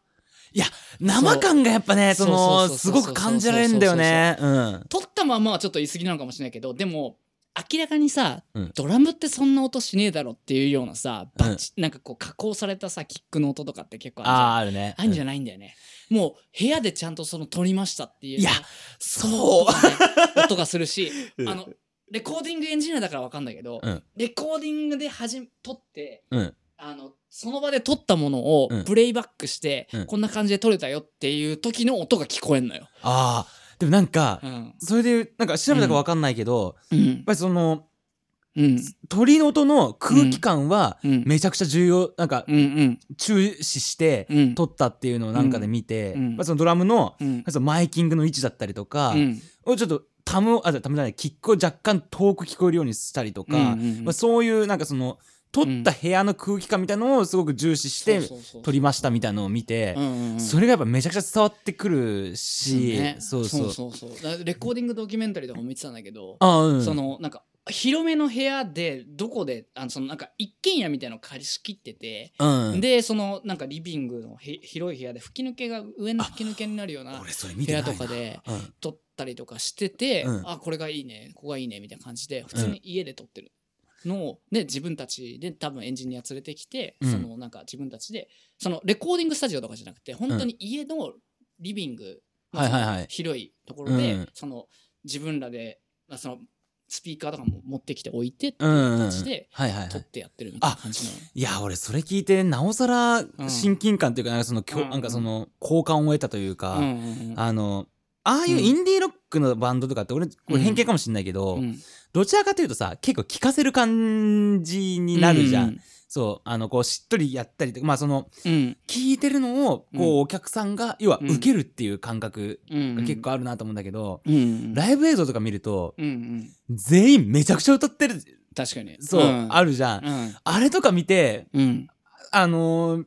Speaker 1: 生感がやっぱね
Speaker 2: そ
Speaker 1: そうの
Speaker 2: そう
Speaker 1: す
Speaker 2: そうそ
Speaker 1: ご
Speaker 2: うそう
Speaker 1: く感じられるんだよねうん
Speaker 2: 撮ったまんまはちょっと言い過ぎなのかもしれないけどでも明らかにさ、
Speaker 1: うん
Speaker 2: ドラムってそんな音しねえだろっていうようなさバチ、なんかこう加工されたさキックの音とかって結構あるじゃん
Speaker 1: あああるね
Speaker 2: あんじ
Speaker 1: ゃ
Speaker 2: ゃないんだよね。もう部屋でちゃんとその撮りましたっていう。
Speaker 1: いや
Speaker 2: そ
Speaker 1: そう
Speaker 2: の音がね音がす
Speaker 1: (laughs)
Speaker 2: るし、
Speaker 1: うん
Speaker 2: あの、レコーディングエンジニアだからわかんないけど、
Speaker 1: うん
Speaker 2: レコーディングで始め、撮って、
Speaker 1: うん
Speaker 2: あの、その場で撮ったものを
Speaker 1: うん
Speaker 2: プレイバックして、
Speaker 1: うん
Speaker 2: こんな感じで撮れたよっていう時の音が聞こえんのよ。
Speaker 1: ああでもなんか、
Speaker 2: うん。
Speaker 1: それでなんか調べたかわかんないけど、やっ
Speaker 2: うん。
Speaker 1: ぱりその
Speaker 2: うん。
Speaker 1: 鳥の音の空気感は
Speaker 2: うん。
Speaker 1: めちゃくちゃ重要なんか
Speaker 2: うん。うん。
Speaker 1: 注視して
Speaker 2: うん。
Speaker 1: 撮ったっていうのをなんかで見て、
Speaker 2: うんうん
Speaker 1: まあ、そのドラムの
Speaker 2: うん。
Speaker 1: そのマイキングの位置だったりとか、
Speaker 2: うん。
Speaker 1: をちょっとタムをあじゃあタムじゃないキックを若干遠く聞こえるようにしたりとか、
Speaker 2: うんうんうん
Speaker 1: まあ、そういうなんかその撮った部屋の空気感みたいなのをすごく重視して
Speaker 2: そうそうそう
Speaker 1: 撮りましたみたいなのを見て、
Speaker 2: うんうんうん
Speaker 1: それがやっぱめちゃくちゃ伝わってくるし、
Speaker 2: ね
Speaker 1: そうそう
Speaker 2: そうそうそうだからレコーディングドキュメンタリーとかも見てたんだけど、
Speaker 1: あうん
Speaker 2: そのなんか広めの部屋でどこであのそのなんか一軒家みたいの借りしきってて、
Speaker 1: うん、
Speaker 2: でそのなんかリビングのへ広い部屋で吹き抜けが上の吹き抜けになるような
Speaker 1: 俺それ見
Speaker 2: 部
Speaker 1: てな
Speaker 2: 屋
Speaker 1: いな
Speaker 2: とかで
Speaker 1: うん
Speaker 2: 撮ったりとかしてて、
Speaker 1: うん
Speaker 2: あこれがいいねここがいいねみたいな感じで普通に家で撮ってるのを、で自分たちで多分エンジニア連れてきて、
Speaker 1: うん
Speaker 2: そのなんか自分たちでそのレコーディングスタジオとかじゃなくて本当に家のリビングの
Speaker 1: はいはいはい
Speaker 2: 広いところで、
Speaker 1: うん
Speaker 2: その自分らで、まあ、そのスピーカーとかも持ってきて置いてって
Speaker 1: うんうんうん
Speaker 2: 形で
Speaker 1: はいはいは
Speaker 2: 撮っ
Speaker 1: い
Speaker 2: てやってるみたいな感じなの。
Speaker 1: いや俺それ聞いてなおさら親近感というかなんかその、きょ
Speaker 2: うん
Speaker 1: なんかその好感を得たというか、
Speaker 2: うんうんうん
Speaker 1: あのああいうインディーロックのバンドとかって俺これ偏見かもしれないけど、
Speaker 2: うん
Speaker 1: どちらかというとさ結構聴かせる感じになるじゃん、
Speaker 2: う
Speaker 1: そうあのこうしっとりやったりとかまあその
Speaker 2: うん
Speaker 1: 聞いてるのをこう、お客さんが要は
Speaker 2: うん
Speaker 1: 受けるっていう感覚
Speaker 2: うん
Speaker 1: が結構あるなと思うんだけど、
Speaker 2: うんうん
Speaker 1: ライブ映像とか見ると
Speaker 2: うんうん
Speaker 1: 全員めちゃくちゃ歌ってる
Speaker 2: 確かに
Speaker 1: そう、
Speaker 2: ん
Speaker 1: あるじゃん、
Speaker 2: うん
Speaker 1: あれとか見て
Speaker 2: うん
Speaker 1: あのー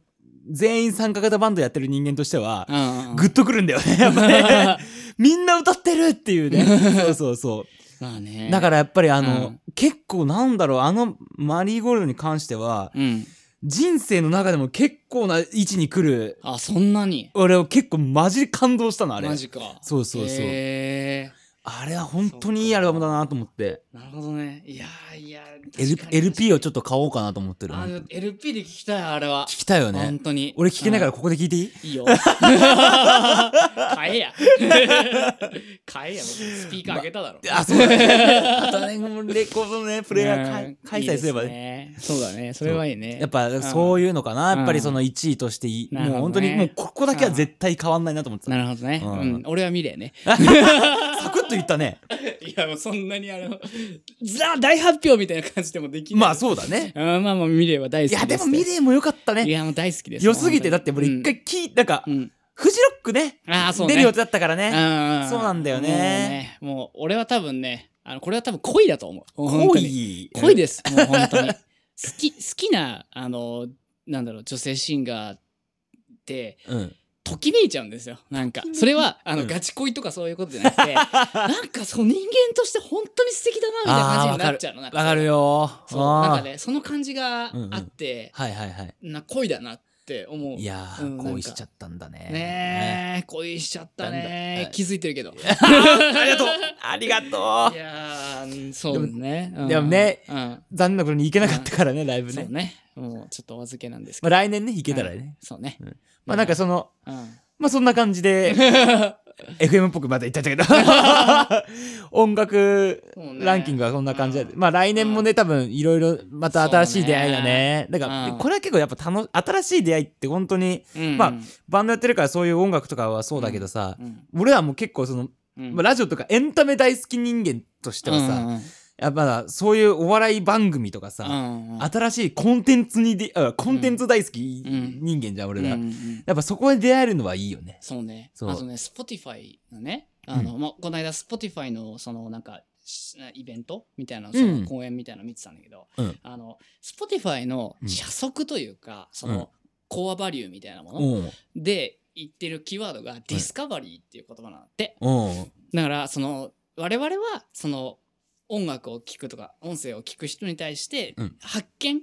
Speaker 1: 全員参加型バンドやってる人間としては、
Speaker 2: うん
Speaker 1: グッとくるんだよ
Speaker 2: (laughs)
Speaker 1: ねやっぱねみんな歌ってるっていうねそうそうそう
Speaker 2: まあね
Speaker 1: だからやっぱりあの、
Speaker 2: うん
Speaker 1: 結構なんだろうあのマリーゴールドに関しては
Speaker 2: うん
Speaker 1: 人生の中でも結構な位置に来る
Speaker 2: あそんなに
Speaker 1: 俺は結構マジで感動したのあれ
Speaker 2: マジか
Speaker 1: そうそうそう
Speaker 2: へ
Speaker 1: あれは本当にいいアルバムだなと思って
Speaker 2: ーなるほどねいやーいや
Speaker 1: L
Speaker 2: 確かに
Speaker 1: LP をちょっと買おうかなと思ってる
Speaker 2: あ
Speaker 1: 本当
Speaker 2: の
Speaker 1: に
Speaker 2: LP で聞きたいあれは
Speaker 1: 聞きたいよね
Speaker 2: 本当に
Speaker 1: 俺聞けないから
Speaker 2: うん
Speaker 1: ここで聞いていい、
Speaker 2: いいよ (laughs) 買えや (laughs) 買えやスピーカーあげただろ
Speaker 1: あそうだねあとねもうレコードのねプレイヤーか
Speaker 2: うん
Speaker 1: 開催すれば
Speaker 2: いい
Speaker 1: ね
Speaker 2: ですねそうだねそれはいいね
Speaker 1: やっぱそういうのかな、
Speaker 2: うん
Speaker 1: やっぱりその1位としていい、
Speaker 2: なるほど
Speaker 1: もう本
Speaker 2: ね
Speaker 1: 当にもうここだけは絶対変わんないなと思ってた、
Speaker 2: なるほどね、
Speaker 1: う
Speaker 2: うんん俺は見れね
Speaker 1: (laughs) サクッと言った
Speaker 2: (laughs)
Speaker 1: ね
Speaker 2: いやもうそんなにあのザ大発表みたいな感じでもできない
Speaker 1: まあそうだね
Speaker 2: あまあまあ見れは大
Speaker 1: い
Speaker 2: 好きです
Speaker 1: やでもミレーも良かった
Speaker 2: い
Speaker 1: ね
Speaker 2: やもう大好きです
Speaker 1: 良すぎてだって俺一、回聞いなんか、
Speaker 2: うんうん
Speaker 1: フジロックね
Speaker 2: ああそうね
Speaker 1: 出る予定だったからね
Speaker 2: うん
Speaker 1: そうなんだよね
Speaker 2: もうもう俺は多分ねあのこれは多分恋だと思う本当に
Speaker 1: 恋
Speaker 2: 恋ですもう本当に (laughs) 好き好きなあのなんだろう女性シンガーって
Speaker 1: うん
Speaker 2: ときめいちゃうんですよなんか
Speaker 1: ときめい
Speaker 2: それはあの、
Speaker 1: うん
Speaker 2: ガチ恋とかそういうことじゃ
Speaker 1: (laughs)
Speaker 2: なくてなんかそう人間として本当に素敵だなみたいな感じになっちゃうのなん
Speaker 1: わかるよ
Speaker 2: そう
Speaker 1: あー
Speaker 2: なんかねその感じがあって、
Speaker 1: はいはいはい
Speaker 2: な恋だなって思う
Speaker 1: いやー、
Speaker 2: うんなんか
Speaker 1: 恋しちゃったんだね
Speaker 2: ねえ恋しちゃった
Speaker 1: なんだ
Speaker 2: ね
Speaker 1: あ
Speaker 2: 気づいてるけど
Speaker 1: ねありがとう (laughs) ありが
Speaker 2: い
Speaker 1: とう
Speaker 2: やーそうねうん
Speaker 1: でもね
Speaker 2: うん
Speaker 1: 残念なことに行けなかったからねライブ
Speaker 2: そう
Speaker 1: ね
Speaker 2: ねもうちょっとお預けなんですけ
Speaker 1: まあ
Speaker 2: ど
Speaker 1: 来年ね行けたらね、
Speaker 2: うんそうね
Speaker 1: まあなんかその
Speaker 2: うん
Speaker 1: まあそんな感じで FM っぽくまた言っちゃ
Speaker 2: (laughs)
Speaker 1: ったけど音楽
Speaker 2: そうね
Speaker 1: ランキングはそんな感じで、
Speaker 2: うん
Speaker 1: まあ来年もね、多分いろいろまた新しい出会いがねだから、
Speaker 2: うん
Speaker 1: これは結構やっぱ楽新しい出会いって本当に
Speaker 2: う
Speaker 1: (laughs)
Speaker 2: ん
Speaker 1: まあバンドやってるからそういう音楽とかはそうだけどさ、
Speaker 2: うん
Speaker 1: 俺はもう結構その、
Speaker 2: うん
Speaker 1: まあラジオとかエンタメ大好き人間としてはさ、
Speaker 2: うんうん
Speaker 1: やっぱそういうお笑い番組とか
Speaker 2: う
Speaker 1: さ、
Speaker 2: んうん
Speaker 1: 新しいコンテンツにであコンテンツ大好き人間じゃん、俺ら、
Speaker 2: うんうんうん
Speaker 1: やっぱそこで出会えるのはいいよね
Speaker 2: そうね。
Speaker 1: そう
Speaker 2: あとね、Spotify のね、あの、まあ、この間 Spotify のそのなんか、しイベントみたいな、そ
Speaker 1: うん
Speaker 2: の公演みたいなの見てたんだけど、
Speaker 1: うん
Speaker 2: あの、Spotify の
Speaker 1: うん
Speaker 2: 社則というか、その、
Speaker 1: うん
Speaker 2: コアバリューみたいなもの、
Speaker 1: うん
Speaker 2: で言ってるキーワードがディスカバリーっていう言葉なんだって。
Speaker 1: うん
Speaker 2: だから、その、我々は、その、音楽を聴くとか、音声を聞く人に対して
Speaker 1: うん、
Speaker 2: 発見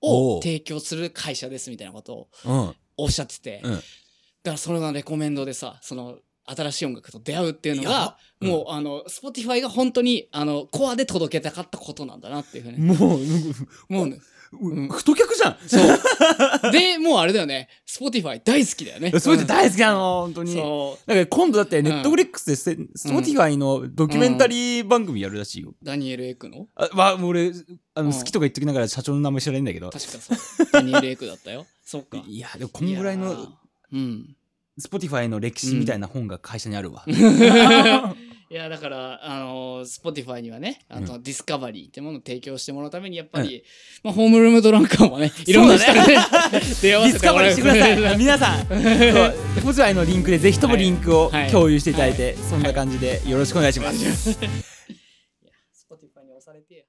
Speaker 1: おう
Speaker 2: を提供する会社ですみたいなことを
Speaker 1: うん
Speaker 2: おっしゃってて、
Speaker 1: うん
Speaker 2: だからそれがレコメンドでさその新しい音楽と出会うっていうの
Speaker 1: いや
Speaker 2: が、もうあの Spotify が本当にあのコアで届けたかったことなんだなっていうふうに
Speaker 1: もう
Speaker 2: (laughs) もうね
Speaker 1: う
Speaker 2: うん
Speaker 1: 太客じゃん、 (laughs)
Speaker 2: でもうあれだよね Spotify 大好きだよね
Speaker 1: そういう人大好きな
Speaker 2: うん
Speaker 1: の本当に
Speaker 2: そ
Speaker 1: だから今度だって
Speaker 2: ん
Speaker 1: ネットフリックスでスポティファイのドキュメンタリー番組やるらしいよ、
Speaker 2: うダニエル・エクの
Speaker 1: あわもう俺あの、
Speaker 2: うん
Speaker 1: 好きとか言っときながら社長の名前知らないんだけど
Speaker 2: 確かそうダニエル・エク
Speaker 1: (laughs)
Speaker 2: だったよそっか
Speaker 1: いやでもこんぐらい
Speaker 2: や
Speaker 1: の
Speaker 2: ーうん
Speaker 1: スポティファイの歴史みたいな本が会社にあるわ、 (laughs)
Speaker 2: いやだからあの Spotify にはねあ
Speaker 1: う
Speaker 2: のディスカバリーってものを提供してもらうためにやっぱり、まあ、ホームルームドランカー
Speaker 1: (laughs)
Speaker 2: もねいろんな人にね出会わ
Speaker 1: ディ
Speaker 2: せ
Speaker 1: ス
Speaker 2: て
Speaker 1: カ
Speaker 2: も
Speaker 1: バリー
Speaker 2: らう
Speaker 1: してください皆さ (laughs) んスポティファイのリンクでぜひともリンクを
Speaker 2: はいはい
Speaker 1: 共有していただいて、そんな感じでよろしくお願いします、
Speaker 2: Spotify に押されて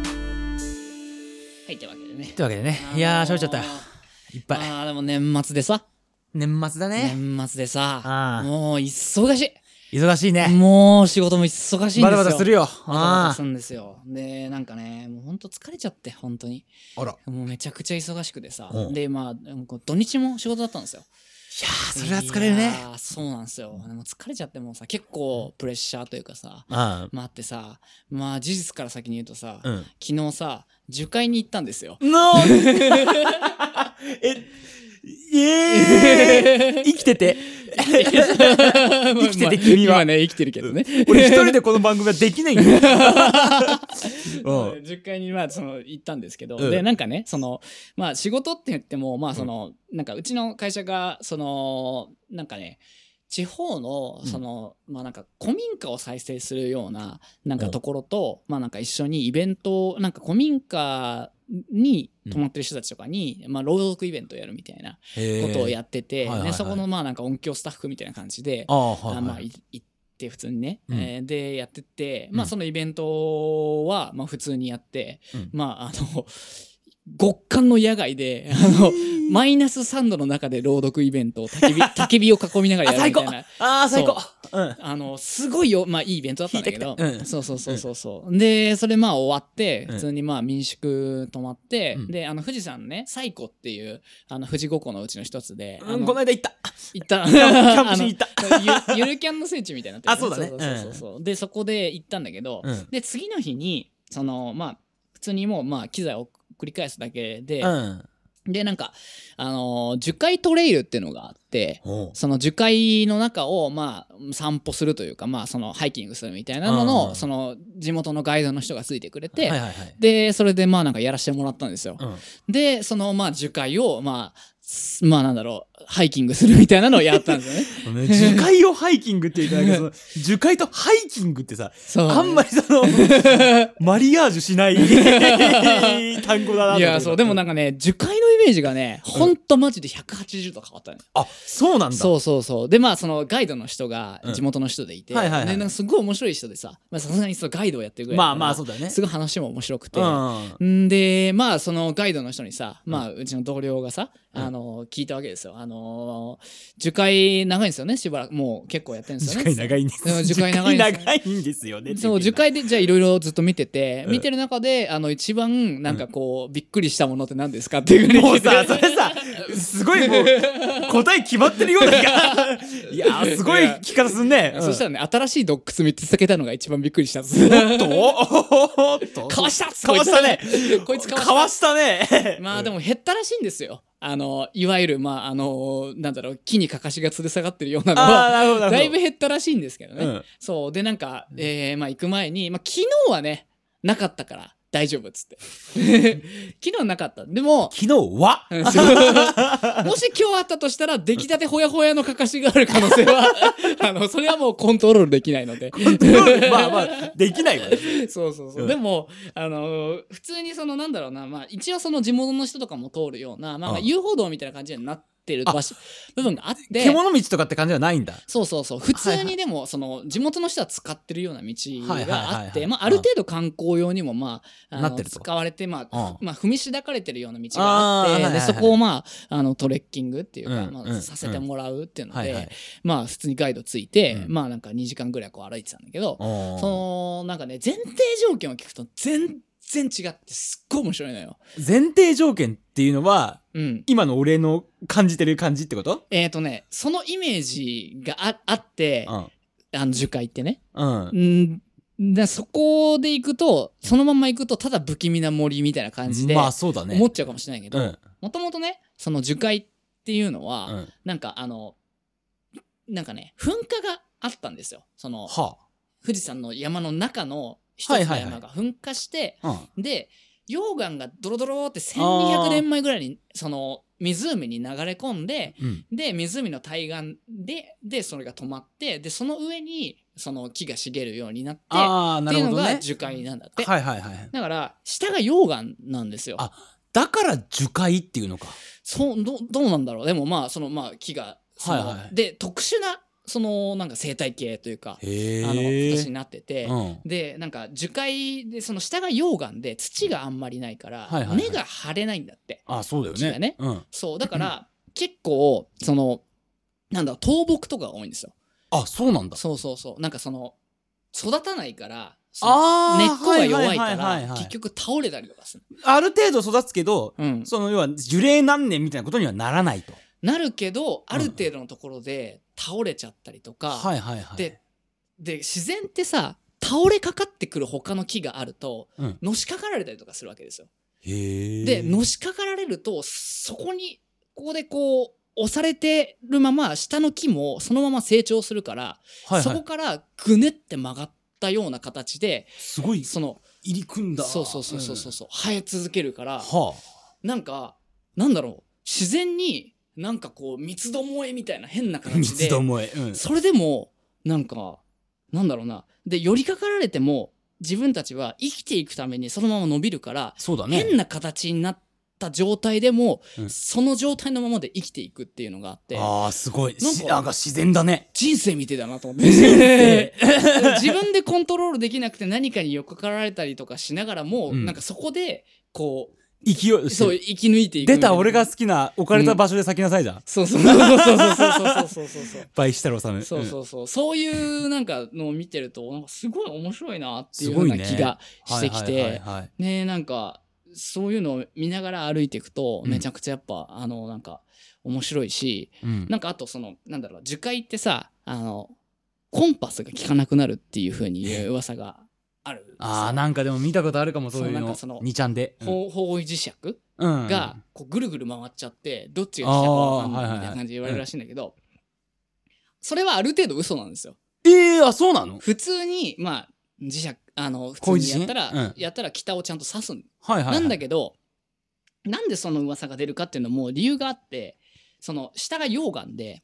Speaker 2: はいってわけでね
Speaker 1: というわけでねいやー喋っちゃった
Speaker 2: あ
Speaker 1: い
Speaker 2: ー
Speaker 1: っぱい
Speaker 2: あーでも年末でさ
Speaker 1: 年末だね
Speaker 2: 年末で
Speaker 1: あ
Speaker 2: さ
Speaker 1: ー
Speaker 2: もう忙し
Speaker 1: 忙しい
Speaker 2: い
Speaker 1: ね
Speaker 2: もう仕事も忙しいんですよ
Speaker 1: バタバタするよ
Speaker 2: バタバタ
Speaker 1: あ
Speaker 2: するんですよでなんかねもうほんと疲れちゃって本当に
Speaker 1: ああら
Speaker 2: もうめちゃくちゃ忙しくてさ、
Speaker 1: うん
Speaker 2: でまあこう土日も仕事だったんですよ
Speaker 1: いやーそれは疲れる
Speaker 2: い
Speaker 1: ね
Speaker 2: やーそうなんですよでも疲れちゃってもうさ結構プレッシャーというかさ
Speaker 1: あ
Speaker 2: まああってさまあ事実から先に言うとさ、
Speaker 1: あうん
Speaker 2: 昨日さ樹海に行ったんですよ
Speaker 1: の (laughs) ええー、
Speaker 2: (laughs)
Speaker 1: 生きてて
Speaker 2: 生
Speaker 1: きてて君は
Speaker 2: 今ね生きてるけどね
Speaker 1: 俺一人でこの番組はできないんだようん
Speaker 2: 10階にまあその行ったんですけど、
Speaker 1: うん
Speaker 2: でなんかねそのまあ仕事って言ってもまあその、なんかうちの会社がそのなんかね地方の
Speaker 1: うん
Speaker 2: その、まあなんか古民家を再生するようななんかところと、まあなんか一緒にイベントをなんか古民家に泊まってる人たちとかに、まあ朗読イベントをやるみたいなことをやって
Speaker 1: へ
Speaker 2: て、
Speaker 1: ーはいはいはい
Speaker 2: でそこのまあなんか音響スタッフみたいな感じで、
Speaker 1: ああ、はい
Speaker 2: あまあ
Speaker 1: はい。
Speaker 2: い行って普通にね、
Speaker 1: うん
Speaker 2: えーでやってて、
Speaker 1: うん
Speaker 2: まあそのイベントはまあ普通にやって、
Speaker 1: うん
Speaker 2: まああの (laughs) 極寒の野外であのマイナス3度の中で朗読イベントを
Speaker 1: (laughs)
Speaker 2: 焚き火焚き火を囲みながらやるみたいな
Speaker 3: ああ最高
Speaker 1: うん。
Speaker 2: あのすごいよ、まあ、いいイベントだったんだけど、
Speaker 1: 引いてきたうん
Speaker 2: そうそうそうそうそう、でそれまあ終わって
Speaker 1: うん
Speaker 2: 普通にまあ民宿泊まって、
Speaker 1: うん
Speaker 2: であの富士山のね西湖っていうあの富士五湖のうちの一つで、あ
Speaker 1: うん
Speaker 2: の
Speaker 1: この間行 (laughs) った。
Speaker 2: 行った
Speaker 1: キャンプしに行った。
Speaker 2: ゆゆるキャンの聖地みたいになってる
Speaker 1: あそうだね
Speaker 2: そうそうそうそうでそこで行ったんだけど、
Speaker 1: うん
Speaker 2: で次の日にそのまあ普通にもうまあ機材を繰り返すだけで、
Speaker 1: うん。
Speaker 2: でなんかあのー樹海トレイルっていうのがあって
Speaker 1: ほ
Speaker 2: その樹海の中をまあ散歩するというかまあそのハイキングするみたいなの
Speaker 1: う
Speaker 2: の
Speaker 1: ん
Speaker 2: その地元のガイドの人がついてくれ
Speaker 1: うは
Speaker 2: て、
Speaker 1: いはいはい。
Speaker 2: でそれでまあなんかやらせてもらったんですよ。
Speaker 1: うん
Speaker 2: でそのまあ樹海をまあすまあなんだろうハイキングするみたいなのをやったんで
Speaker 1: (laughs)
Speaker 2: すよね。
Speaker 1: 樹海をハイキングって言うとなんかその樹海とハイキングってさ
Speaker 2: そう
Speaker 1: あんまりその
Speaker 2: (laughs)
Speaker 1: マリアージュしない単語だなと思って
Speaker 2: いやそうでもなんかね樹海のイメージがねほんとマジで180度変わったね、
Speaker 1: あそうなんだ
Speaker 2: そうそうそうでまあそのガイドの人が
Speaker 1: うん
Speaker 2: 地元の人でいて、
Speaker 1: はいはいはい
Speaker 2: でなんかすごい面白い人でさまあさすがにそのガイドをやってるぐらいだか
Speaker 1: ま
Speaker 2: ら
Speaker 1: あまあそうだよね
Speaker 2: すごい話も面白くて、
Speaker 1: うん
Speaker 2: んでまあそのガイドの人にさ、まあうちの同僚がさ、あの聞いたわけですよあの樹海長いんですよねしばらくもう結構やってるんです
Speaker 1: 樹
Speaker 2: よね
Speaker 1: 海長いんで
Speaker 2: ですも樹海長いんですよね
Speaker 1: 長いんですよね
Speaker 2: そう樹海でじゃあいろいろずっと見てて、
Speaker 1: うん
Speaker 2: 見てる中であの一番なんかこう、びっくりしたものって何ですかっていうぐらい
Speaker 1: も
Speaker 2: 聞
Speaker 1: う
Speaker 2: いて
Speaker 1: さそれさすごいもう答え決まってるような気
Speaker 2: (laughs)
Speaker 1: がいやーすごい聞き方すんね
Speaker 2: そしたらね新しい洞窟見つけたのが一番びっくりしたんです
Speaker 1: うん
Speaker 2: (laughs)
Speaker 1: おっとおっと
Speaker 2: かわしたっつ
Speaker 1: (laughs) かわしたね
Speaker 2: こいつかわした
Speaker 1: かわしたね
Speaker 2: まあでも減ったらしいんですよあのいわゆるまああのなんだろう木にかかしが吊る下がってるようなの
Speaker 1: (laughs) あー
Speaker 2: は
Speaker 1: なるほどなるほど
Speaker 2: だいぶ減ったらしいんですけどね、
Speaker 1: うん
Speaker 2: そうでなんか、えーまあ、行く前に、まあ、昨日はねなかったから大丈夫っつって
Speaker 1: (laughs)
Speaker 2: 昨日なかったでも
Speaker 1: 昨日は (laughs)
Speaker 2: うんそうもし今日あったとしたら出来たてほやほやのかかしがある可能
Speaker 1: (laughs)
Speaker 2: 性はあのそれはもうコントロールできないので
Speaker 1: まあまあできないわね
Speaker 2: そうそうそう、
Speaker 1: うん
Speaker 2: でもあのー普通にそのなんだろうな、まあ、一応その地元の人とかも通るような、まあまあ、
Speaker 1: うん
Speaker 2: 遊歩道みたいな感じになってる場所部分があって
Speaker 1: 獣道とかって感じはないんだ
Speaker 2: そうそうそう普
Speaker 1: は
Speaker 2: 通
Speaker 1: いは
Speaker 2: にでもその地元の人は使ってるような道
Speaker 1: はいはい
Speaker 2: が
Speaker 1: は
Speaker 2: あ
Speaker 1: い
Speaker 2: っ
Speaker 1: は
Speaker 2: て
Speaker 1: い
Speaker 2: まあある程度観光用にもまああ
Speaker 1: な
Speaker 2: の
Speaker 1: ってると
Speaker 2: 使われてまあ
Speaker 1: う
Speaker 2: まあ踏みしだかれてるような道があって
Speaker 1: あーはいはい
Speaker 2: で
Speaker 1: はい
Speaker 2: そこをまああのトレッキングっていうか
Speaker 1: うん
Speaker 2: ま
Speaker 1: う
Speaker 2: あ
Speaker 1: ん
Speaker 2: させてもらうっていうの
Speaker 1: はいは
Speaker 2: で
Speaker 1: い
Speaker 2: まあ普通にガイドついて
Speaker 1: うん
Speaker 2: まあなんか2時間ぐらいこう歩いてたんだけどそ
Speaker 1: そ
Speaker 2: のなんかね前提条件を聞くと全然違ってすっごい面白いのよ。
Speaker 1: の前提条件っていうのは
Speaker 2: うん
Speaker 1: 今の俺の感じてる感じってこと
Speaker 2: えっ、とねそのイメージがああって
Speaker 1: うん
Speaker 2: あの樹海ってね。
Speaker 1: うん
Speaker 2: うんだそこで行くとそのまま行くとただ不気味な森みたいな感じで
Speaker 1: まあそうだね
Speaker 2: 思っちゃうかもしれないけ
Speaker 1: う
Speaker 2: ど
Speaker 1: ん
Speaker 2: もともとねその樹海っていうのは、
Speaker 1: うん
Speaker 2: なんかあのなんかね噴火があったんですよその
Speaker 1: は
Speaker 2: 富士山の山の中の一つの山が噴火して、
Speaker 1: あうん
Speaker 2: で溶岩がドロドロって
Speaker 1: あ
Speaker 2: 1200
Speaker 1: ー
Speaker 2: 年前ぐらいにその湖に流れ込んで、
Speaker 1: うん
Speaker 2: で湖の対岸ででそれが止まってでその上にその木が茂るようになって
Speaker 1: ああ
Speaker 2: っ
Speaker 1: な
Speaker 2: てい
Speaker 1: る
Speaker 2: う
Speaker 1: ほ
Speaker 2: の
Speaker 1: ど
Speaker 2: が
Speaker 1: ね
Speaker 2: 樹海なんだって、
Speaker 1: はいはいはい
Speaker 2: だから下が溶岩なんですよ
Speaker 1: あだから樹海っていうのか
Speaker 2: そうどどうなんだろうでもまあそのまあ木がその
Speaker 1: はいはい
Speaker 2: で特殊なそのなんか生態系というかあ
Speaker 1: へえ
Speaker 2: の形になってて、
Speaker 1: うん
Speaker 2: でなんか樹海でその下が溶岩で土があんまりないから、
Speaker 1: はいはいはい
Speaker 2: 根が張れないんだって
Speaker 1: あそうだよ
Speaker 2: 木が
Speaker 1: ね
Speaker 2: ね
Speaker 1: うん
Speaker 2: そうだから結構そのなんだろう倒木とかが多いんですよ
Speaker 1: あそうなんだ
Speaker 2: そうそうそうなんかその育たないからその
Speaker 1: ああ
Speaker 2: 根っこが弱いから結
Speaker 1: 結局
Speaker 2: 局倒れたりとかする、
Speaker 1: ある程度育つけど
Speaker 2: うん、
Speaker 1: その要は樹齢何年みたいなことにはならないと
Speaker 2: なるけどある程度のところで倒れちゃったりとか、
Speaker 1: はいはいはい
Speaker 2: でで自然ってさ倒れかかってくる他の木があると、
Speaker 1: うん
Speaker 2: のしかかられたりとかするわけですよ。
Speaker 1: へえ
Speaker 2: でのしかかられるとそこにここでこう押されてるまま下の木もそのまま成長するから、
Speaker 1: はいは
Speaker 2: そこ
Speaker 1: い
Speaker 2: からぐねって曲がったような形です
Speaker 1: ごい
Speaker 2: その
Speaker 1: 入り組んだ
Speaker 2: そうそうそうそうそううそう生え続けるから
Speaker 1: は
Speaker 2: なんかなんだろう自然になんかこう三つどもえみたいな変な
Speaker 1: 三
Speaker 2: 形
Speaker 1: つ
Speaker 2: で
Speaker 1: どもえ、うん、
Speaker 2: それでもなんかなんだろうなで寄りかかられても自分たちは生きていくためにそのまま伸びるから、
Speaker 1: そうだ
Speaker 2: 変な形になった状態でも、
Speaker 1: うん
Speaker 2: その状態のままで生きていくっていうのがあって
Speaker 1: ああすごい
Speaker 2: なんか
Speaker 1: しなんか自然だね
Speaker 2: 人生みてえだなと思って (laughs) 自分でコントロールできなくて何かによっかかられたりとかしながらも、
Speaker 1: うん
Speaker 2: なんかそこでこ
Speaker 1: 勢いう
Speaker 2: そう生き抜いていくみ
Speaker 1: 出
Speaker 2: いな
Speaker 1: た俺が好きな置かれた場所で咲きなさいじゃん、
Speaker 2: そうそうそうそうそうそうそうそうそう
Speaker 1: 倍したら治む
Speaker 2: そうそうそう、そういうなんかのを見てるとなんかすごい面白いなってい
Speaker 1: す
Speaker 2: うよう
Speaker 1: ごい
Speaker 2: な
Speaker 1: ね
Speaker 2: 気がしてき
Speaker 1: はいはい
Speaker 2: て
Speaker 1: はいはい
Speaker 2: ねなんかそういうのを見ながら歩いていくと
Speaker 1: うん
Speaker 2: めちゃくちゃやっぱ、あのなんか面白いし
Speaker 1: うん
Speaker 2: なんかあとそのなんだろう樹海ってさあのコンパスが効かなくなるっていうふうにいう噂がある
Speaker 1: あー
Speaker 2: さ
Speaker 1: なんかでも見たことあるかもそういう
Speaker 2: そうなん
Speaker 1: の
Speaker 2: かその
Speaker 1: 2ちゃんで、
Speaker 2: 方方位磁石
Speaker 1: うん
Speaker 2: がこうぐるぐる回っちゃってどっちが来たかわかんない
Speaker 1: あーはいはいはい
Speaker 2: みたいな感じで言われるらしいんだけどそれはある程度嘘なんですよ。
Speaker 1: ええー、あそうなの
Speaker 2: 普通にまあ磁石あの普
Speaker 1: こういう
Speaker 2: 通にやったら、
Speaker 1: 磁石ねうん
Speaker 2: やったら北をちゃんと刺すん、
Speaker 1: はいはい、はい、
Speaker 2: なんだけどなんでその噂が出るかっていうのも理由があってその下が溶岩で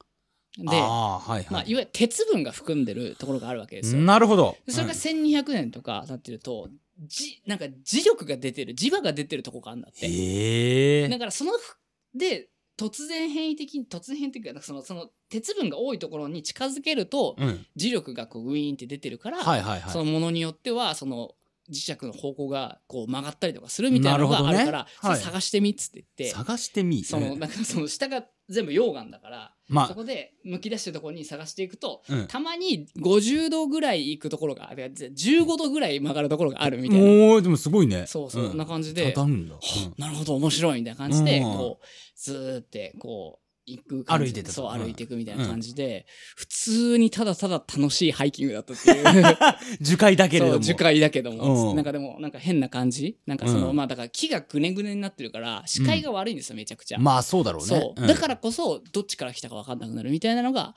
Speaker 2: で
Speaker 1: あーはいはい、
Speaker 2: まあ、いわゆる鉄分が含んでるところがあるわけですよ。
Speaker 1: なるほど
Speaker 2: でそれが1200年とか経ってると、じなんか磁力が出てる磁場が出てるとこがあるんだって。
Speaker 1: ええ
Speaker 2: だからそのふで突然変異的に突然変異的になんかそのその鉄分が多いところに近づけると
Speaker 1: うん
Speaker 2: 磁力がこうウィーンって出てるから、
Speaker 1: はいはいはい
Speaker 2: そのものによってはその磁石の方向がこう曲がったりとかするみたいなの
Speaker 1: なるほ
Speaker 2: があ
Speaker 1: どね
Speaker 2: るからそれ
Speaker 1: はい
Speaker 2: 探してみっつって言って、
Speaker 1: 探してみ
Speaker 2: その
Speaker 1: うん
Speaker 2: なんかその下が全部溶岩だから、そ
Speaker 1: ま
Speaker 2: こでむき出してるところに探していくと
Speaker 1: あ、うん、
Speaker 2: たまに50度ぐらい行くところがある15度ぐらい曲がるところがあるみたいな
Speaker 1: おーでもすごいね
Speaker 2: そうそう、
Speaker 1: ん
Speaker 2: な感じ
Speaker 1: た
Speaker 2: で、
Speaker 1: たむんだ、
Speaker 2: はなるほど面白いみたいな感じで、
Speaker 1: うん
Speaker 2: こうずーってこう行く感じ
Speaker 1: 歩いてたと
Speaker 2: そう
Speaker 1: うん
Speaker 2: 歩いていくみたいな感じで、普通にただただ楽しいハイキングだったっていう
Speaker 1: 樹海だけれ
Speaker 2: そ
Speaker 1: ど
Speaker 2: う
Speaker 1: も
Speaker 2: 樹海だけども、
Speaker 1: うん
Speaker 2: なんかでもなんか変な感じなんかその、
Speaker 1: うん
Speaker 2: まあだから木がぐねぐねになってるから視界が悪いんですよ、めちゃくちゃ。
Speaker 1: まあそうだろうね
Speaker 2: そう、
Speaker 1: ん
Speaker 2: だからこそどっちから来たか分かんなくなるみたいなのが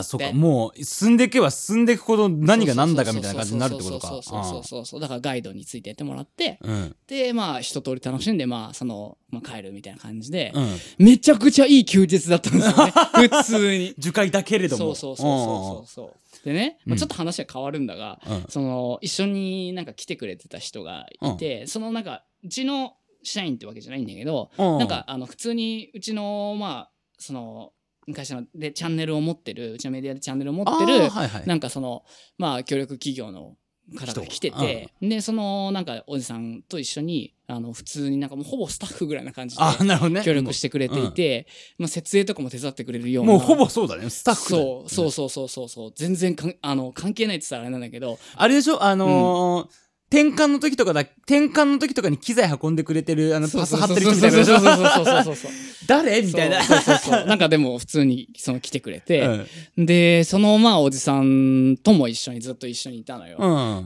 Speaker 1: あ
Speaker 2: るんで
Speaker 1: あそっかもう進んでいけば進んでいくほど何が何だかみたいな感じになるってことか
Speaker 2: そうそうそうそうそうそうそうだからガイドについてやってもらって
Speaker 1: ああうん
Speaker 2: でまあ一通り楽しんでまあその、まあ、帰るみたいな感じで、
Speaker 1: うん
Speaker 2: めちゃくちゃいい休日だったんですよね普通に。
Speaker 1: 樹海だけれど
Speaker 2: そ
Speaker 1: も
Speaker 2: うそうそうそうそうそう。でね、まあ、ちょっと話は変わるんだが、
Speaker 1: うんうん
Speaker 2: その一緒になんか来てくれてた人がいて、そのなんかうちの社員ってわけじゃないんだけど、
Speaker 1: う
Speaker 2: なんかあの普通にうちのまあその会社のでチャンネルを持ってるうちのメディアでチャンネルを持って
Speaker 1: あ
Speaker 2: る
Speaker 1: ーはいはい
Speaker 2: なんかそのまあ協力企業の方が来てて、でそのなんかおじさんと一緒にあの普通になんかもうほぼスタッフぐらいな感じで
Speaker 1: あなるほどね
Speaker 2: 協力してくれていて、まあ、設営とかも手伝ってくれるような
Speaker 1: もうほぼそうだねスタッフだよ
Speaker 2: そうそうそうそうそうそう全然かんあの関係ないって言ったらあれなんだけど
Speaker 1: あれでしょあのー転換の時とかだ転換の時とかに機材運んでくれてるあのパス張ってる人みたいな
Speaker 2: そうそうそうそうそうそうそうそう
Speaker 1: 誰みたいな
Speaker 2: そうそうそうなんかでも普通にその来てくれて、
Speaker 1: うん
Speaker 2: でそのまあおじさんとも一緒にずっと一緒にいたのよ、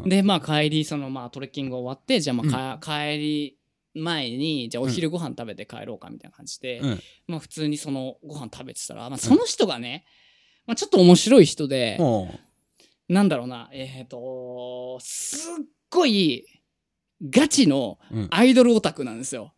Speaker 1: うん
Speaker 2: でまあ帰りそのまあトレッキング終わってじゃあまあか、帰り前にじゃあお昼ご飯食べて帰ろうかみたいな感じで、
Speaker 1: うん
Speaker 2: まあ普通にそのご飯食べてたら、まあ、その人がね、まあ、ちょっと面白い人で、
Speaker 1: うん
Speaker 2: なんだろうなえっ、とすっごいガチの
Speaker 1: うん
Speaker 2: アイドルオタクなんですよ。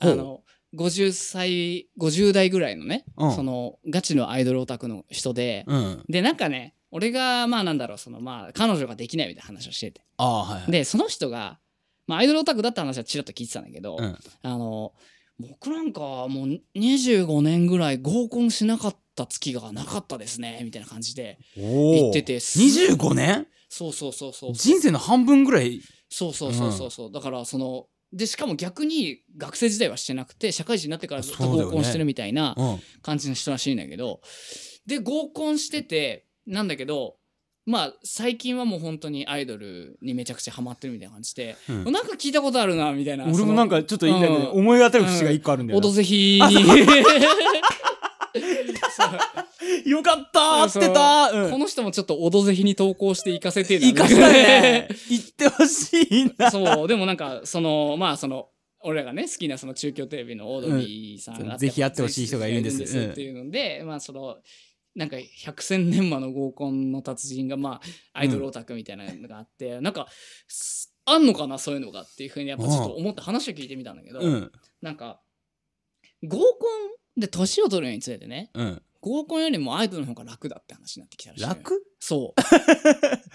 Speaker 2: あ
Speaker 1: ほう
Speaker 2: の50歳50代ぐらいのね、
Speaker 1: うん
Speaker 2: そのガチのアイドルオタクの人で、
Speaker 1: うん
Speaker 2: でなんかね俺がまあなんだろうそのまあ彼女ができないみたいな話をしてて
Speaker 1: ああはいはい
Speaker 2: でその人が、まあ、アイドルオタクだった話はちらっと聞いてたんだけど、
Speaker 1: うん
Speaker 2: あの僕なんかもう25年ぐらい合コンしなかった月がなかったですねみたいな感じで
Speaker 1: お
Speaker 2: 言
Speaker 1: ー
Speaker 2: ってて十
Speaker 1: 25年
Speaker 2: そうそうそうそう
Speaker 1: 人生の半分ぐらい
Speaker 2: そうそうそうそうそう、だからそのでしかも逆に学生時代はしてなくて社会人になってからずっと
Speaker 1: そうだ
Speaker 2: 合
Speaker 1: よね
Speaker 2: コンしてるみたいな
Speaker 1: うん
Speaker 2: 感じの人らしいんだけど、で合コンしててなんだけどまあ最近はもう本当にアイドルにめちゃくちゃハマってるみたいな感じで、
Speaker 1: うん
Speaker 2: なんか聞いたことあるなみたいな
Speaker 1: 俺もなんかちょっといいんだけ
Speaker 2: うん
Speaker 1: ど思い当たる節が一個あるん
Speaker 2: 「
Speaker 1: だ
Speaker 2: オ
Speaker 1: よな
Speaker 2: ドぜひ」 (laughs)
Speaker 1: (laughs)
Speaker 2: に
Speaker 1: よかった合ってた
Speaker 2: こ
Speaker 1: うん
Speaker 2: の人もちょっと「オドぜひ」に投稿して行かせてえな
Speaker 1: 行かせたね行ってほしいな
Speaker 2: そうでもなんかそのまあその俺らがね好きなその中京テレビのオードリーさんが、
Speaker 1: うんぜひ会ってほしい人がいるんです
Speaker 2: ぜひ会ってほしい人がいるんっていうので、まあそのなんか百戦錬磨の合コンの達人がまあアイドルオタクみたいなのがあって、なんかすあんのかなそういうのがっていうふうにやっぱちょっと思って話を聞いてみたんだけど、
Speaker 1: うん
Speaker 2: なんか合コンで年を取るにつれてね
Speaker 1: うん、
Speaker 2: 合コンよりもアイドルの方が楽だって話になってきたらしいのよ
Speaker 1: 楽
Speaker 2: そ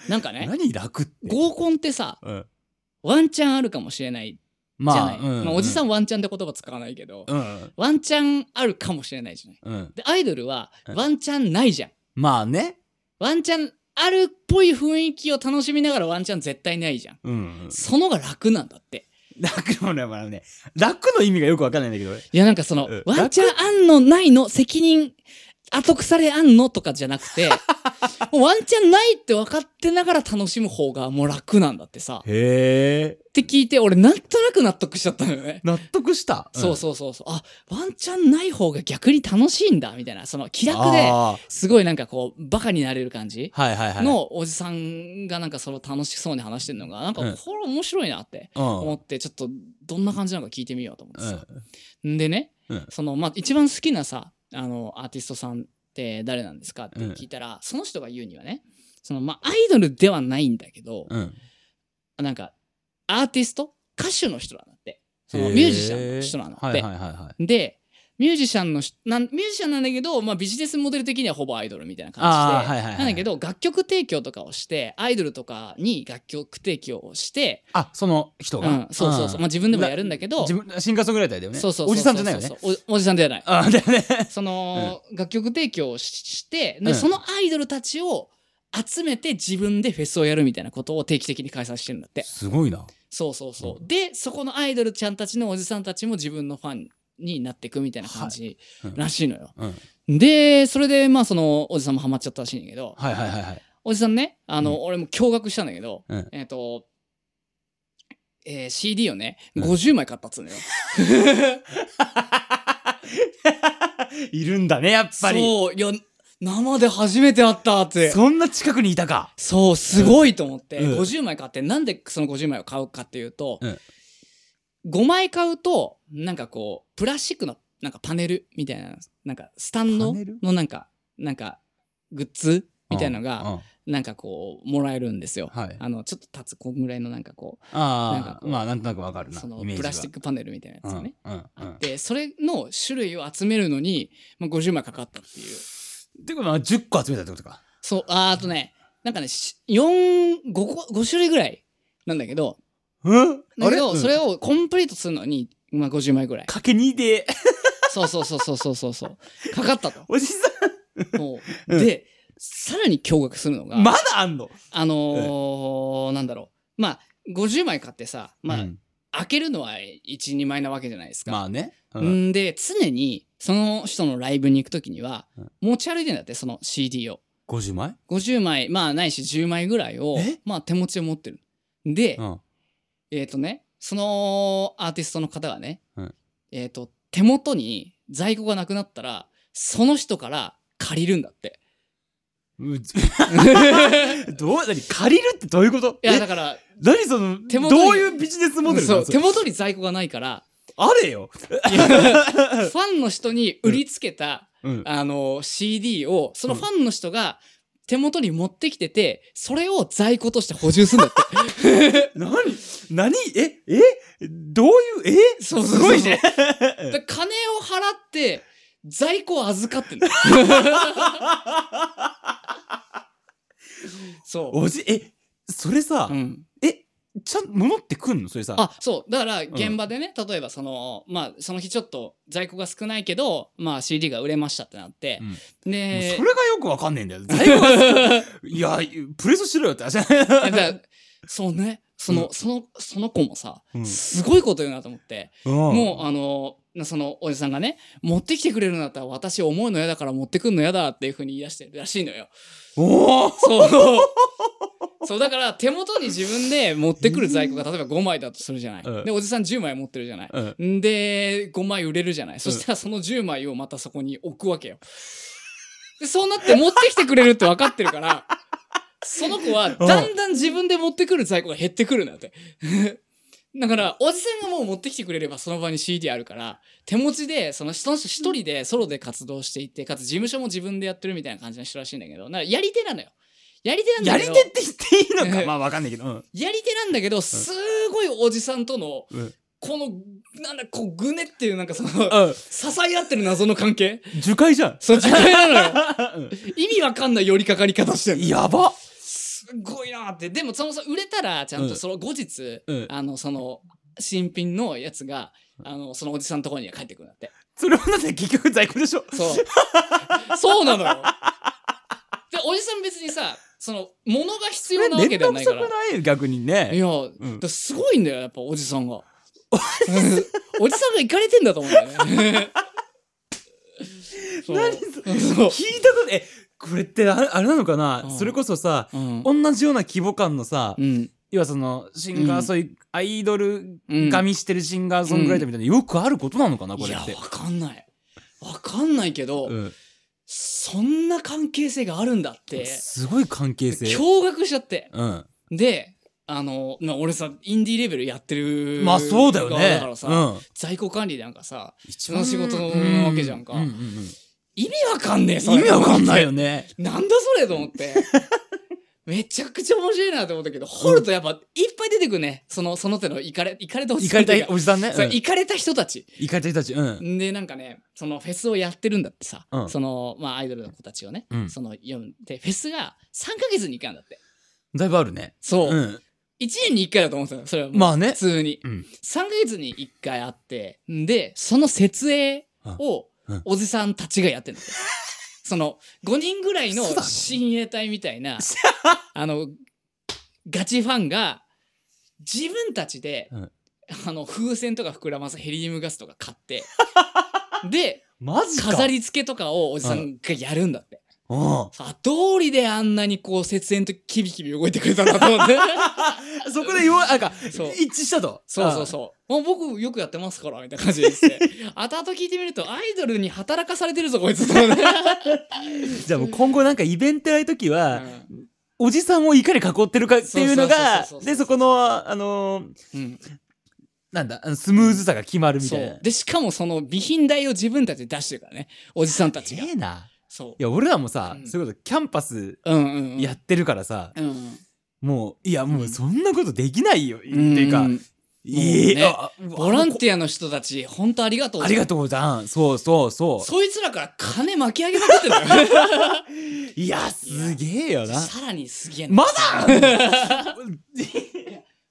Speaker 2: うなんかね
Speaker 1: (laughs) 何楽って、
Speaker 2: 合コンってさ
Speaker 1: うん、
Speaker 2: ワンチャンあるかもしれないじゃ
Speaker 1: ま
Speaker 2: な
Speaker 1: あ
Speaker 2: い、
Speaker 1: うん
Speaker 2: まあ、おじさ
Speaker 1: ん
Speaker 2: んワンチャンって言葉使わないけど、
Speaker 1: うん
Speaker 2: ワンチャンあるかもしれないじゃ
Speaker 1: う
Speaker 2: ない
Speaker 1: ん
Speaker 2: でアイドルは
Speaker 1: うん
Speaker 2: ワンチャンないじゃん
Speaker 1: まあね
Speaker 2: ワンチャンあるっぽい雰囲気を楽しみながらワンチャン絶対ないじゃん
Speaker 1: うんうん
Speaker 2: そのが楽なんだって
Speaker 1: 楽のねまあね楽の意味がよくわかんないんだけど俺
Speaker 2: いやなんかその、
Speaker 1: うん
Speaker 2: ワンチャンあんのないの責任後腐れあんのとかじゃなくて (laughs) もうワンチャンないって分かってながら楽しむ方がもう楽なんだってさっ
Speaker 1: へえ
Speaker 2: て聞いて俺なんとなく納得しちゃったのよね
Speaker 1: 納得した、
Speaker 2: そうそうそうそうあワンチャンない方が逆に楽しいんだみたいなその
Speaker 1: う
Speaker 2: 気
Speaker 1: ん
Speaker 2: 楽で
Speaker 1: あ
Speaker 2: すごいなんかこうバカになれる感じ
Speaker 1: ーはいはいはい、
Speaker 2: のおじさんがなんかその楽しそうに話してるのがなんか
Speaker 1: うん
Speaker 2: これ面白いなって
Speaker 1: うん
Speaker 2: 思ってちょっとどんな感じなのか聞いてみようと思って
Speaker 1: う
Speaker 2: さ、
Speaker 1: ん、
Speaker 2: ん、でね、
Speaker 1: うん
Speaker 2: そのまあ一番好きなさあのアーティストさんって誰なんですかって聞いたら、その人が言うにはねそのまあアイドルではないんだけど、
Speaker 1: うん、
Speaker 2: なんかアーティスト歌手の人なんだってそ
Speaker 1: へ
Speaker 2: の
Speaker 1: ー
Speaker 2: ミュージシャンの人なんだって、
Speaker 1: はいはいはいはい
Speaker 2: でミュージシャンのしなんミュージシャンなんだけど、まあ、ビジネスモデル的にはほぼアイドルみたいな感
Speaker 1: あー
Speaker 2: じで、
Speaker 1: はいはいはい
Speaker 2: なんだけど楽曲提供とかをしてアイドルとかに楽曲提供をして、
Speaker 1: あその人
Speaker 2: う
Speaker 1: が、
Speaker 2: ん、そうそうそう、まあ、自分でもやるんだけど
Speaker 1: 自分シンガーソングライターだよね
Speaker 2: そうそうそうそう
Speaker 1: おじさんじゃないよね
Speaker 2: そうそうおおじさんではない
Speaker 1: あだよね
Speaker 2: その、楽曲提供をしして
Speaker 1: う
Speaker 2: で、
Speaker 1: ん
Speaker 2: そのアイドルたちを集めて自分でフェスをやるみたいなことを定期的に開催してるんだって
Speaker 1: すごいな
Speaker 2: そうそうそう、
Speaker 1: う
Speaker 2: でそこのアイドルちゃんたちのおじさんたちも自分のファンになっていくみたいな感じ
Speaker 1: はいうん
Speaker 2: らしいのよ、
Speaker 1: うん
Speaker 2: でそれでまあそのおじさんもハマっちゃったらしいんだけど
Speaker 1: はいはいはい
Speaker 2: (laughs)
Speaker 1: はい
Speaker 2: おじさんねあ
Speaker 1: う
Speaker 2: の、俺も驚愕したんだけど、
Speaker 1: うん
Speaker 2: えっ、と、えー CD をね
Speaker 1: うん
Speaker 2: 50枚買ったっつうのよ、
Speaker 1: いるんだねやっぱり
Speaker 2: そういや生で初めて会ったって
Speaker 1: そんな近くにいたか
Speaker 2: そうすごいと思って、
Speaker 1: うん
Speaker 2: 50枚買ってなんでその50枚を買うかっていうと、
Speaker 1: うん
Speaker 2: 5枚買うとなんかこうプラスチックのなんかパネルみたいななんかスタンド
Speaker 1: パネル
Speaker 2: のなんかなんかグッズみたいなの
Speaker 1: うん
Speaker 2: が
Speaker 1: うん
Speaker 2: なんかこうもらえるんですよ。
Speaker 1: はい
Speaker 2: あのちょっと立つこんぐらいのなんかこなんか
Speaker 1: ああ
Speaker 2: こう
Speaker 1: まあなんとなくわかる
Speaker 2: う
Speaker 1: な
Speaker 2: その
Speaker 1: イメージ
Speaker 2: プラスチックパネルみたいなやつ
Speaker 1: が
Speaker 2: がね。
Speaker 1: うんうんう
Speaker 2: あ
Speaker 1: ん
Speaker 2: ってそれの種類を集めるのに、まあ、50枚かかったっていう
Speaker 1: ってことは10個集めたってことか
Speaker 2: そうあーあとねなんかね45個5種類ぐらいなんだけど
Speaker 1: うん
Speaker 2: だけど、それ
Speaker 1: を
Speaker 2: をコンプリートするのに、まあ、50枚ぐらい。
Speaker 1: かけ2で
Speaker 2: そうそうそうそうそうそうそう。 (laughs) かかったと。
Speaker 1: おじさ
Speaker 2: もう
Speaker 1: うん
Speaker 2: で、さらに驚愕するのが、
Speaker 1: んまだあんの
Speaker 2: あのーなんだろう。まあ、50枚買ってさ、まあ、
Speaker 1: うん
Speaker 2: 開けるのは1、2枚なわけじゃないですか。
Speaker 1: まあねうん
Speaker 2: んで、常に、その人のライブに行くときには
Speaker 1: うん、
Speaker 2: 持ち歩いてんだって、その CD を。
Speaker 1: 50枚
Speaker 2: 50枚、まあ、ないし10枚ぐらいを
Speaker 1: え、
Speaker 2: まあ、手持ちで持ってる。で、
Speaker 1: うん
Speaker 2: えっ、とね、そのアーティストの方がね、
Speaker 1: うん
Speaker 2: えっ、と、手元に在庫がなくなったら、その人から借りるん
Speaker 1: (laughs)
Speaker 2: だって。
Speaker 1: う (laughs) どう何借りるってどういうこと
Speaker 2: いや、
Speaker 1: え
Speaker 2: だから、
Speaker 1: 何その
Speaker 2: 手元に
Speaker 1: どういうビジネスモデルな
Speaker 2: そ
Speaker 1: の
Speaker 2: う
Speaker 1: そ
Speaker 2: 手
Speaker 1: れ
Speaker 2: 元に在庫がないから、
Speaker 1: あれよ
Speaker 2: いやファンの人に売りつけた、
Speaker 1: (laughs) うん
Speaker 2: あの、CD を、そのファンの人が手元に持ってきてて、それを在庫として補充するんだって。
Speaker 1: (laughs) 何何ええどういうえ
Speaker 2: そうそうそう
Speaker 1: すごいね。
Speaker 2: だから金を払って、在庫を預かって
Speaker 1: (laughs)
Speaker 2: んだ。そう。
Speaker 1: (laughs) おじ、え、それさ、
Speaker 2: うん
Speaker 1: え、ちゃん、物ってくんのそれさ。
Speaker 2: あそうだから現場でね、例えばそのまあその日ちょっと在庫が少ないけどまあ CD が売れましたってなって
Speaker 1: うん、もう
Speaker 2: で
Speaker 1: それがよくわかんねえんだよ。在庫
Speaker 2: (laughs)
Speaker 1: が少 (laughs) ないいや、プレスしろよって話。
Speaker 2: だからそうねその、
Speaker 1: うん
Speaker 2: そのその子もさ、
Speaker 1: (laughs) うん
Speaker 2: すごいこと言うなと思って、も
Speaker 1: も
Speaker 2: うあのそのおじさんがね持ってきてくれるんだったら私思うの嫌だから持ってくんの嫌だっていうふうに言い出してるらしいのよ
Speaker 1: うん。おー
Speaker 2: そ
Speaker 1: (laughs)
Speaker 2: うそうだから手元に自分で持ってくる在庫が例えば5枚だとするじゃない、
Speaker 1: うん
Speaker 2: でおじさん10枚持ってるじゃない、
Speaker 1: うん
Speaker 2: で5枚売れるじゃないそしたらその10枚をまたそこに置くわけよでそうなって持ってきてくれるって分かってるから (laughs) その子はだんだん自分で持ってくる在庫が減ってくるんだって (laughs) だからおじさんがもう持ってきてくれればその場に CD あるから手持ちでそのその人一人でソロで活動していてかつ事務所も自分でやってるみたいな感じの人らしいんだけどなんかやり手なのよやり手なん
Speaker 1: や
Speaker 2: だ
Speaker 1: り
Speaker 2: け
Speaker 1: 手
Speaker 2: ど
Speaker 1: って言っていいの
Speaker 2: う
Speaker 1: か
Speaker 2: ん
Speaker 1: まあわかんないけど。うん
Speaker 2: やり手なんだけどすごいおじさんとの
Speaker 1: うん。
Speaker 2: このなんだこうグネっていうなんかその
Speaker 1: うん
Speaker 2: 支え合ってる謎の関係
Speaker 1: 樹海じゃん
Speaker 2: そっちな (laughs) のよ意味わかんない寄りかかり方してんの
Speaker 1: やば
Speaker 2: すっごいなってでもそもそも売れたらちゃんとその後日、
Speaker 1: うん
Speaker 2: あのその新品のやつがあのそのおじさんのところには帰ってくるんだ (laughs) って
Speaker 1: それもだって結局在庫でしょ (laughs)
Speaker 2: そうそうなのよでおじさん別にさその物が必要なわけではないか
Speaker 1: 面倒
Speaker 2: ら
Speaker 1: くさくない逆にね
Speaker 2: いや、
Speaker 1: ん
Speaker 2: だすごいんだよやっぱおじさんがおじさんがいかれてんだと思うんだよ (laughs) ねそう
Speaker 1: 何そ
Speaker 2: そう
Speaker 1: 聞いたことえこれってあれあれなのかな、
Speaker 2: うん
Speaker 1: それこそさ
Speaker 2: うん
Speaker 1: 同じような規模感のさ、
Speaker 2: うん
Speaker 1: 要はそのシンガー、
Speaker 2: うん
Speaker 1: そういうアイドル
Speaker 2: うん
Speaker 1: がみしてるシンガーソングライターみたいな、よくあることなのかなこ
Speaker 2: い
Speaker 1: れ
Speaker 2: や
Speaker 1: って
Speaker 2: わかんないわかんないけど、
Speaker 1: うん
Speaker 2: そんな関係性があるんだって
Speaker 1: すごい関係性
Speaker 2: 驚愕しちゃって
Speaker 1: うん
Speaker 2: であの、まあ、俺さインディーレベルやってる
Speaker 1: まあそうだよ
Speaker 2: 側
Speaker 1: ね
Speaker 2: だからさ、
Speaker 1: うん、
Speaker 2: 在庫管理なんかさ
Speaker 1: 一
Speaker 2: 番仕事なわけじゃんか
Speaker 1: うううんうん
Speaker 2: 意味わかんねえ
Speaker 1: 意味わかんないよ
Speaker 2: ね
Speaker 1: ね
Speaker 2: (laughs) なんだそれと思って
Speaker 1: (laughs)
Speaker 2: めちゃくちゃ面白いなと思ったけど掘るとやっぱいっぱい出てくるねそのその手のいかれいかれたおじ
Speaker 1: 行
Speaker 2: さ
Speaker 1: か
Speaker 2: ん
Speaker 1: れ
Speaker 2: っていう
Speaker 1: た
Speaker 2: か
Speaker 1: おじさんね
Speaker 2: そういかれた人たち
Speaker 1: 行かれた人たちうん
Speaker 2: でなんかねそのフェスをやってるんだってさ、
Speaker 1: うん
Speaker 2: その、まあ、アイドルの子たちをね、
Speaker 1: うん
Speaker 2: その読んでフェスが3ヶ月に1回なんだって
Speaker 1: だいぶあるね
Speaker 2: そう、
Speaker 1: うん
Speaker 2: 1年に1回だと思ってたのそれはもう
Speaker 1: まあね
Speaker 2: 普通に、
Speaker 1: うん
Speaker 2: 3ヶ月に1回あってでその設営を
Speaker 1: うんうん
Speaker 2: おじさんたちがやってるんだ
Speaker 1: (laughs)
Speaker 2: って、その5人ぐらいの
Speaker 1: 嘘だろ
Speaker 2: 親衛隊みたい
Speaker 1: (laughs)
Speaker 2: なあのガチファンが自分たちで、
Speaker 1: うん
Speaker 2: あの風船とか膨らますヘリウムガスとか買って
Speaker 1: (laughs)
Speaker 2: で
Speaker 1: マジか
Speaker 2: 飾り付けとかをおじさんがやるんだって。
Speaker 1: うん
Speaker 2: さ通りであんなにこう節縁とキビキビ動いてくれたんだと思って。
Speaker 1: そこで弱いなんか
Speaker 2: そう
Speaker 1: 一致したと
Speaker 2: (laughs) そうそうそう。もう僕よくやってますから、みたいな感じ (laughs) でですね。後々聞いてみると、アイドルに働かされてるぞ、こいつと思って。
Speaker 1: うんじゃあもう今後なんかイベントやるときは
Speaker 2: う
Speaker 1: おじさんをいかに囲ってるかっていうのが
Speaker 2: そうそうそうそうそうそう
Speaker 1: でそこのあのー
Speaker 2: ん
Speaker 1: なんだあのスムーズさが決まるみ
Speaker 2: そ
Speaker 1: たいな
Speaker 2: う。で、しかもその備品代を自分たちで出してるからね。おじさんたち
Speaker 1: え
Speaker 2: が。
Speaker 1: えな
Speaker 2: そ
Speaker 1: いや俺らもさ
Speaker 2: うん
Speaker 1: そういうことキャンパス
Speaker 2: う。うんうんうん。
Speaker 1: やってるからさ
Speaker 2: うんうん、
Speaker 1: もういやもううんそんなことできないよっていうか
Speaker 2: んん
Speaker 1: いい
Speaker 2: もうね
Speaker 1: あ
Speaker 2: ボランティアの人たち、本当ありがとう。
Speaker 1: ありが
Speaker 2: と
Speaker 1: とうじゃんそうそうそう
Speaker 2: そいつらから金巻き上げまくってんだよ。
Speaker 1: いやすげえよな
Speaker 2: (laughs) さらにすげえな
Speaker 1: まだ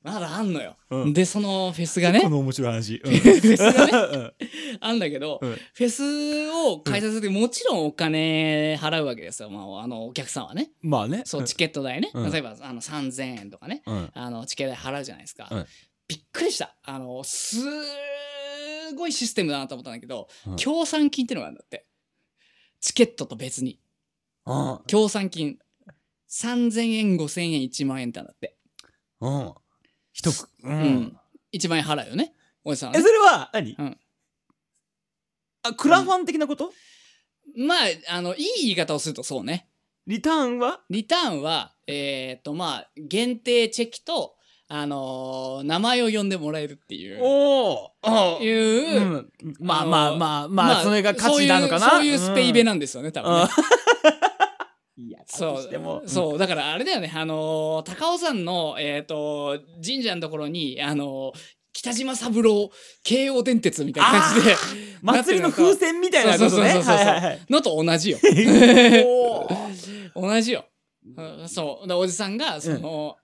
Speaker 2: まだあんのよ。
Speaker 1: うん
Speaker 2: で、そのフェスがね
Speaker 1: こ、の面白い話うん
Speaker 2: (laughs) フェスが
Speaker 1: (laughs)
Speaker 2: ね、
Speaker 1: うん
Speaker 2: あんだけど、
Speaker 1: うん
Speaker 2: フェスを開催する時もちろんお金払うわけですよ、まあ、あのお客さんはね
Speaker 1: まあね
Speaker 2: そうチケット代ね、
Speaker 1: うん
Speaker 2: 例えばあの3000円とかね
Speaker 1: うん
Speaker 2: あのチケット代払うじゃないですか、
Speaker 1: うん
Speaker 2: びっくりしたあのすごいシステムだなと思ったんだけど、
Speaker 1: うん
Speaker 2: 協賛金ってのがあるんだってチケットと別に
Speaker 1: うん
Speaker 2: 協賛金3000円5000円1万円ってあるんだって、
Speaker 1: うん一くう
Speaker 2: うん1万円払うよねおじさんは
Speaker 1: え
Speaker 2: ね
Speaker 1: それは何
Speaker 2: うん
Speaker 1: あクラファン的なこと
Speaker 2: まああのいい言い方をするとそうね
Speaker 1: リターンは
Speaker 2: リターンは、えっ、と、まあ、限定チェキと、あのー名前を呼んでもらえるっていう、
Speaker 1: おお
Speaker 2: いうう、
Speaker 1: んまあまあまあまあそれが価値なのかな
Speaker 2: そういうそういうスペイベ
Speaker 1: な
Speaker 2: なんですよね、多分ね。
Speaker 1: いや
Speaker 2: そ
Speaker 1: そう (laughs) しても
Speaker 2: う、そう、だからあれだよね、あのー高尾山の、えっ、と、神社のところに、あのー北島三郎京王電鉄みたいな感じで、
Speaker 1: 祭りの風船みたいなことね
Speaker 2: そうそうそうそうそう
Speaker 1: はいはいはい
Speaker 2: のと同じよ。
Speaker 1: おー
Speaker 2: 同じよ。うんそう。で、おじさんが、その、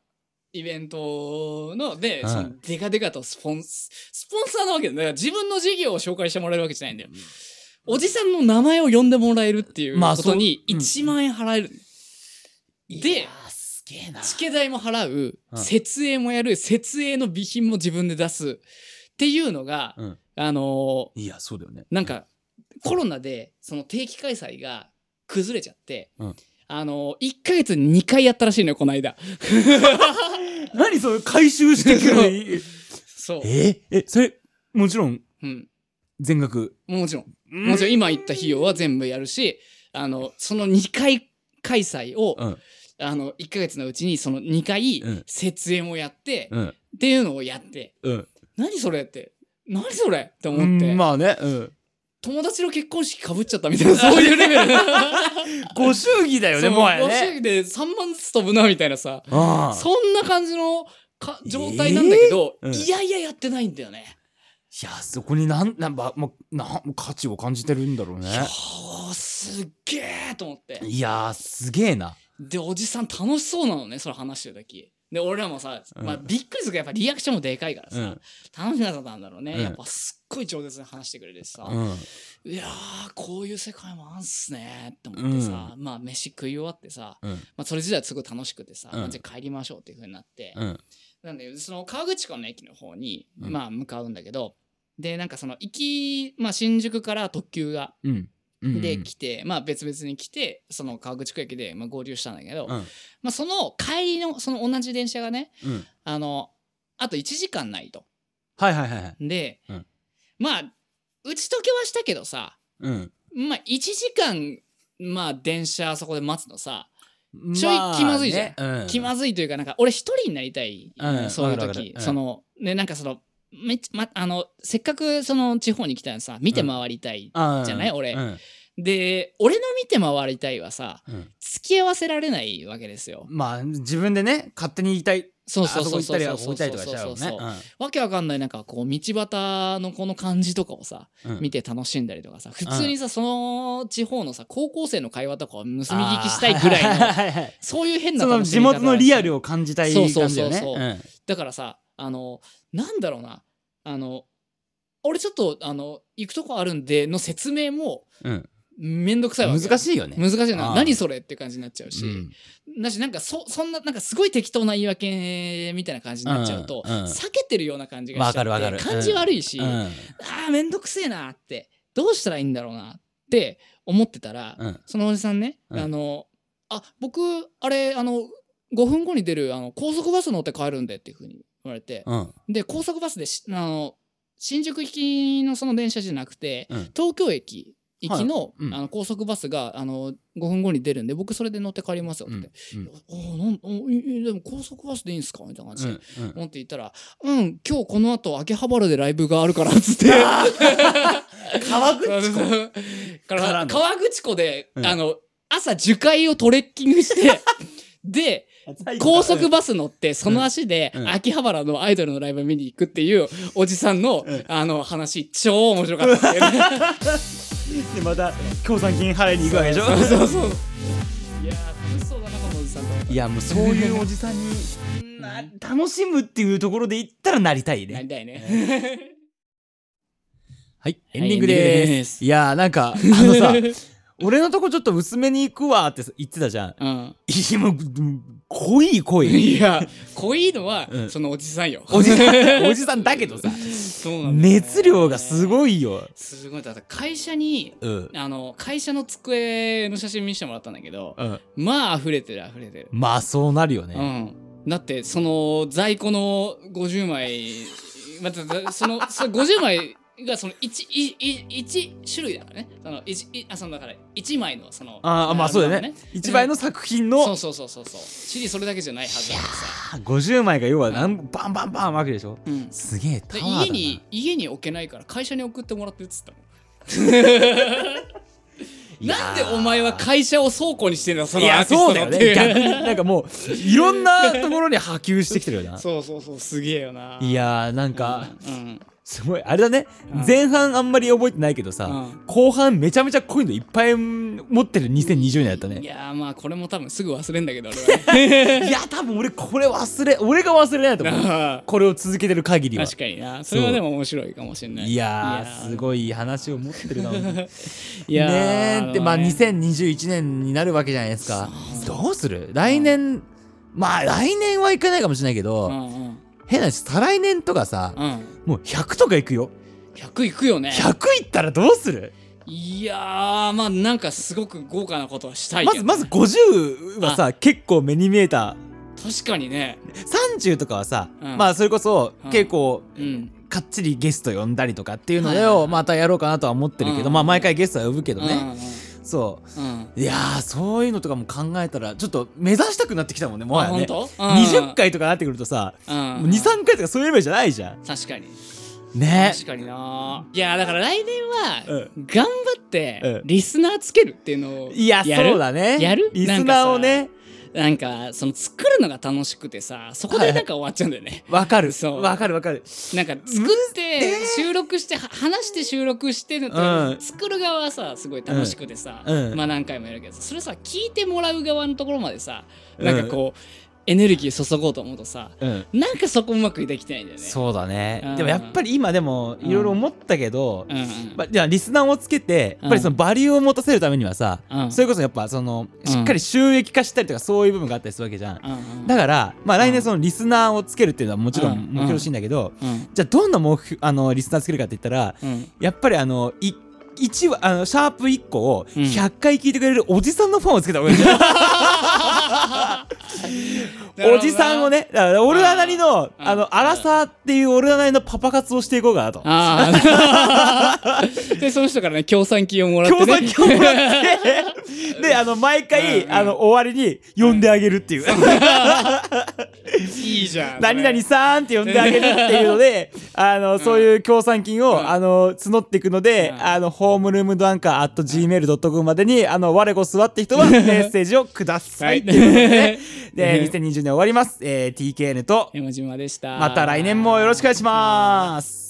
Speaker 2: イベントの、で、
Speaker 1: うん
Speaker 2: その、デカデカとスポンス、スポンサーなわけだよだから自分の事業を紹介してもらえるわけじゃないんだよ。おじさんの名前を呼んでもらえるっていう
Speaker 1: まあ
Speaker 2: こ
Speaker 1: そう
Speaker 2: とに
Speaker 1: うん
Speaker 2: 1万円払える。
Speaker 1: い
Speaker 2: で
Speaker 1: や、ーすげえな
Speaker 2: チケ代も払
Speaker 1: う
Speaker 2: う、
Speaker 1: ん
Speaker 2: 設営もやる、設営の備品も自分で出すっていうのが、
Speaker 1: うん
Speaker 2: あの
Speaker 1: いやそうだよね
Speaker 2: ーなんか、コロナで、その定期開催が崩れちゃって、
Speaker 1: うん
Speaker 2: あのー、1ヶ月に2回やったらしいのよ、この間。 (laughs)
Speaker 1: 何それ回収してくる
Speaker 2: (laughs) そう。
Speaker 1: ええそれもちろん
Speaker 2: うん。
Speaker 1: 全額
Speaker 2: もちろん。もちろん今言った費用は全部やるし、あの、その2回開催を、
Speaker 1: うん
Speaker 2: あの、1ヶ月のうちにその2回
Speaker 1: うん
Speaker 2: 設営もやって、
Speaker 1: うん
Speaker 2: っていうのをやって、
Speaker 1: うん
Speaker 2: 何それって、何それって
Speaker 1: う
Speaker 2: 思って、
Speaker 1: んまあねうん
Speaker 2: 友達の結婚式かぶっちゃったみたいな、そういうレ
Speaker 1: (laughs)
Speaker 2: ベル。
Speaker 1: ご祝儀だよね
Speaker 2: そう
Speaker 1: もはや
Speaker 2: ご祝
Speaker 1: ね
Speaker 2: 儀で3万ずつ飛ぶな、みたいなさ。
Speaker 1: ああ
Speaker 2: そんな感じのか状態なんだけど、
Speaker 1: えーうん
Speaker 2: いやいややってないんだよね。
Speaker 1: いやそこになんなんばもうなん価値を感じてるんだろうね
Speaker 2: いやーすっげえと思って
Speaker 1: いやーすげえな
Speaker 2: でおじさん楽しそうなのねそれ話してる時で俺らもさ、
Speaker 1: うん
Speaker 2: まあ、びっくりするけどやっぱリアクションもでかいからさ、
Speaker 1: うん
Speaker 2: 楽しみなさったんだろうね、
Speaker 1: うん
Speaker 2: やっぱすっごい饒舌に話してくれてさ、
Speaker 1: うん
Speaker 2: いやーこういう世界もあんすねって思ってさ、まあ飯食い終わってさ、
Speaker 1: うん
Speaker 2: まあ、それ自体はすごい楽しくてさ、
Speaker 1: うん
Speaker 2: まあじゃあ帰りましょうっていうふうになって、
Speaker 1: うん
Speaker 2: なんでその川口湖の駅の方に、
Speaker 1: うん
Speaker 2: まあ向かうんだけどでなんかその行き、まあ、新宿から特急が
Speaker 1: うんうん
Speaker 2: で来て、まあ別々に来てその川口湖駅でまあ合流したんだけ
Speaker 1: う
Speaker 2: ど、
Speaker 1: ん
Speaker 2: まあ、その帰りのその同じ電車がね
Speaker 1: うん
Speaker 2: あのあと1時間ないと。
Speaker 1: はいはいはいはい
Speaker 2: で、
Speaker 1: うん
Speaker 2: まあ打ち解けはしたけどさ
Speaker 1: うん
Speaker 2: まあ1時間まあ電車あそこで待つのさちょい
Speaker 1: あ
Speaker 2: 気まずいじゃん
Speaker 1: ねうん
Speaker 2: 気まずいというかなんか俺一人になりたい、
Speaker 1: うん
Speaker 2: そういう
Speaker 1: わかるわか
Speaker 2: 時
Speaker 1: る、うん
Speaker 2: そのねなんかそのめっちゃ、ま、あのせっかくその地方に来たらさ見て回りたい、
Speaker 1: あー
Speaker 2: じゃない俺
Speaker 1: うん
Speaker 2: で俺の見て回りたいはさ
Speaker 1: うん
Speaker 2: 付き合わせられないわけですよ。
Speaker 1: まあ自分でね勝手に言いたい
Speaker 2: そうそうそうそ
Speaker 1: あそこ行
Speaker 2: う
Speaker 1: ったりはここ行ったりとかしちゃう
Speaker 2: そ
Speaker 1: も
Speaker 2: うんそう
Speaker 1: ね
Speaker 2: そうわけわかんないなんかこう道端のこの感じとかをさ
Speaker 1: うんうん
Speaker 2: 見て楽しんだりとかさ普通にさその地方のさ高校生の会話とかを盗み聞きしたいぐらいの
Speaker 1: いの
Speaker 2: そういう変な
Speaker 1: その
Speaker 2: 楽し
Speaker 1: 地
Speaker 2: み方
Speaker 1: 元のリアルを感じたい
Speaker 2: そ
Speaker 1: 感
Speaker 2: うそう
Speaker 1: じだ
Speaker 2: そ
Speaker 1: よ
Speaker 2: うそう
Speaker 1: ね
Speaker 2: だからさあのなんだろうなあの俺ちょっとあの行くとこあるんでの説明も
Speaker 1: うんうん
Speaker 2: めんどくさいわけ
Speaker 1: 難しいよね
Speaker 2: 難しいな
Speaker 1: あー
Speaker 2: 何それって感じになっちゃうし、
Speaker 1: うん
Speaker 2: だしなんかそそんななんかすごい適当な言い訳みたいな感じになっちゃうと、
Speaker 1: うんうん
Speaker 2: 避けてるような感じがし
Speaker 1: わ
Speaker 2: ちゃ
Speaker 1: かる
Speaker 2: っ
Speaker 1: わか
Speaker 2: て
Speaker 1: る
Speaker 2: 感じ悪いし、
Speaker 1: う
Speaker 2: あ
Speaker 1: ん
Speaker 2: あめんどくせえなってどうしたらいいんだろうなって思ってたら、
Speaker 1: うん
Speaker 2: そのおじさんね、
Speaker 1: うん
Speaker 2: あのあ僕あれあの5分後に出るあの高速バス乗って帰るんでっていうふうに言われて、
Speaker 1: うん
Speaker 2: で高速バスでしあの新宿行きのその電車じゃなくて、
Speaker 1: うん
Speaker 2: 東京駅行きの,、
Speaker 1: うん
Speaker 2: あの高速バスがあの5分後に出るんで僕それで乗って帰りますよって言って。
Speaker 1: うん
Speaker 2: おーなんおいいでも高速バスでいいんすかみたいな感じ
Speaker 1: う
Speaker 2: で、
Speaker 1: んうん
Speaker 2: 思って言ったら「うん今日この後秋葉原でライブがあるから」っ
Speaker 1: (laughs)
Speaker 2: つって
Speaker 1: 川口
Speaker 2: から
Speaker 1: からの
Speaker 2: 川口湖で、
Speaker 1: うん
Speaker 2: あの朝樹海をトレッキングして
Speaker 1: (laughs)
Speaker 2: で高速バス乗ってその足で
Speaker 1: うん
Speaker 2: 秋葉原のアイドルのライブ見に行くっていうおじさんの、
Speaker 1: うん
Speaker 2: あの話超面白かったっていう
Speaker 1: (laughs)
Speaker 2: ね
Speaker 1: でまた協賛金払いに行くわけでしょ
Speaker 2: そうそうそういやー楽しそうだなこのおじさんと思った
Speaker 1: いやもうそういうおじさんにな楽しむっていうところで言ったらなりたい
Speaker 2: なり
Speaker 1: ね
Speaker 2: たいね。
Speaker 1: はいエ
Speaker 2: は
Speaker 1: ン
Speaker 2: い
Speaker 1: ディングで
Speaker 2: エンディングですす
Speaker 1: いやーなん (laughs) かあの
Speaker 2: (laughs)
Speaker 1: さ
Speaker 2: う
Speaker 1: 俺のとこちょっと薄めに行くわって言ってたじゃん
Speaker 2: ん
Speaker 1: いやもううん濃い濃い
Speaker 2: いや、濃いのは、
Speaker 1: うん
Speaker 2: そのおじさんよ。
Speaker 1: おじさ
Speaker 2: (laughs)
Speaker 1: んおじさんだけどさ
Speaker 2: そうなんだよね
Speaker 1: 熱量がすごいよ
Speaker 2: すごい。だって会社に、
Speaker 1: うん
Speaker 2: あの、会社の机の写真見せてもらったんだけど、
Speaker 1: うん
Speaker 2: まあ、溢れてる、溢れてる。
Speaker 1: まあそうなるよ
Speaker 2: う
Speaker 1: ね
Speaker 2: ん。だって、その、在庫の50枚、また、だその、その50枚が、その1、いい一種類だからね。その、一いあ、その、だから、1枚の、その、
Speaker 1: あーまあそうだよね
Speaker 2: ルバム
Speaker 1: 一枚の作品
Speaker 2: そう
Speaker 1: の
Speaker 2: そうそうそうそう。CD それだけじゃないはずだからさ。
Speaker 1: 50枚が要はなんバンバンバンわけでしょ
Speaker 2: うん。
Speaker 1: すげえタ
Speaker 2: で
Speaker 1: ワーだな
Speaker 2: 家に家に置けないから会社に送ってもらってっつったの
Speaker 1: いやー
Speaker 2: なんでお前は会社を倉庫にしてんだそ
Speaker 1: い
Speaker 2: のア
Speaker 1: や
Speaker 2: ーティス
Speaker 1: そう
Speaker 2: ト
Speaker 1: だ
Speaker 2: の
Speaker 1: よ
Speaker 2: ってい
Speaker 1: ね
Speaker 2: う
Speaker 1: 逆になんかもういろんなところに波及してきてるよな
Speaker 2: (laughs) そうそうそうすげえよない
Speaker 1: やーなんか
Speaker 2: うん
Speaker 1: すごいあれだね
Speaker 2: うん
Speaker 1: 前半あんまり覚えてないけど
Speaker 2: う
Speaker 1: さ
Speaker 2: ん
Speaker 1: 後半めちゃめちゃ濃いのいっぱい持ってる2020年だった
Speaker 2: い
Speaker 1: ね
Speaker 2: やーまあこれも多分すぐ忘れんだけど俺
Speaker 1: いや多分俺これ忘れ俺が忘れないと思う (laughs)
Speaker 2: は
Speaker 1: これを続けてる限りは
Speaker 2: (laughs) 確かになそれはでも面白いかもしれない
Speaker 1: いや
Speaker 2: いや
Speaker 1: ー
Speaker 2: ー
Speaker 1: すごい話を持って
Speaker 2: (laughs)
Speaker 1: るなね
Speaker 2: いやー
Speaker 1: ーでまあ
Speaker 2: ね
Speaker 1: 2021年になるわけじゃないですか
Speaker 2: そう
Speaker 1: どうする来年まあ来年はいかないかもしれないけ
Speaker 2: う
Speaker 1: ど
Speaker 2: んうん
Speaker 1: 変な話再来年とかさ
Speaker 2: うん
Speaker 1: もう100とかいくよ
Speaker 2: 100いくよね
Speaker 1: 100いったらどうする
Speaker 2: いやーまあなんかすごく豪華なことはしたい
Speaker 1: ま
Speaker 2: け
Speaker 1: ず
Speaker 2: ど
Speaker 1: まず50はさ結構目に見えた
Speaker 2: 確かにね
Speaker 1: 30とかはさ
Speaker 2: うん
Speaker 1: まあそれこそ
Speaker 2: うん
Speaker 1: 結構
Speaker 2: うん
Speaker 1: かっちりゲスト呼んだりとかっていうの
Speaker 2: はいはいは
Speaker 1: を
Speaker 2: い
Speaker 1: またやろうかなとは思ってるけ
Speaker 2: う
Speaker 1: ど
Speaker 2: ん
Speaker 1: まあ毎回ゲストは呼ぶけど
Speaker 2: うんう
Speaker 1: ね
Speaker 2: ん
Speaker 1: そう
Speaker 2: うん
Speaker 1: いやーそういうのとかも考えたらちょっと目指したくなってきたもんねもは
Speaker 2: あ
Speaker 1: や
Speaker 2: 本
Speaker 1: ね
Speaker 2: 当
Speaker 1: 20、回とかなってくるとさ、
Speaker 2: うん
Speaker 1: もう23回とかそういうレベルじゃないじゃん
Speaker 2: 確かに
Speaker 1: ね
Speaker 2: 確かにないやだから来年は
Speaker 1: う
Speaker 2: 頑張って
Speaker 1: うん
Speaker 2: リスナーつけるっていうのを
Speaker 1: いや
Speaker 2: やる
Speaker 1: そうだね
Speaker 2: やる
Speaker 1: リスナーをね
Speaker 2: なんかその作るのが楽しくてさそこでなんか終わっちゃうんだ
Speaker 1: (laughs)
Speaker 2: よね。
Speaker 1: わかる
Speaker 2: そう
Speaker 1: わかるわかる
Speaker 2: なんか作って収録しては話して収録してる
Speaker 1: う
Speaker 2: と
Speaker 1: ん
Speaker 2: 作る側はさすごい楽しくてさ、
Speaker 1: うん
Speaker 2: まあ何回もやるけどさそれさ聞いてもらう側のところまでさなんかこう、エネルギー注ごうと思うとさ
Speaker 1: うん
Speaker 2: なんかそこうまくできてないんだよね。
Speaker 1: そうだね、
Speaker 2: うん
Speaker 1: でもやっぱり今でもいろいろ思ったけど、
Speaker 2: うんうん
Speaker 1: まあじゃあリスナーをつけてやっぱりそのバリューを持たせるためにはさ、
Speaker 2: うん
Speaker 1: それこそやっぱその
Speaker 2: うん
Speaker 1: しっかり収益化したりとかそういう部分があったりするわけじゃん、
Speaker 2: うんうん
Speaker 1: だからまあ来年そのリスナーをつけるっていうのはもちろ
Speaker 2: うん
Speaker 1: ん目標らしいんだけど、
Speaker 2: うん
Speaker 1: じゃあどんな目標あのリスナーつけるかって言ったら
Speaker 2: うん
Speaker 1: やっぱりあのい一話あのシャープ1個を
Speaker 2: うん
Speaker 1: 100回聞いてくれるおじさんのファンをつけた方がいい
Speaker 2: (laughs)
Speaker 1: んじゃないおじさんを。ねだからオルナナリのあ
Speaker 2: うん
Speaker 1: のアラサーっていうオルナナリのパパ活をしていこうかなと。
Speaker 2: ああ。
Speaker 1: (laughs)
Speaker 2: で、その人からね、協賛金をもらって、ね。
Speaker 1: 協賛金をもら
Speaker 2: (laughs)
Speaker 1: ってであの毎回、
Speaker 2: うんうん
Speaker 1: あの終わりに呼んであげるっていう、
Speaker 2: (laughs) いいじゃん。
Speaker 1: 何々
Speaker 2: そ
Speaker 1: さんって呼んであげるっていうのであの、 (laughs) そういう協賛金を、
Speaker 2: ん
Speaker 1: あの募っていくので、
Speaker 2: うん
Speaker 1: あのホームルームドアンカー at gmail.com までにあの我こそはって人はメッセージをくださいっていうことで,、ね、で2020年終わります、えー TKN と
Speaker 2: れ。山島でした。
Speaker 1: また来年もよろしくお願いします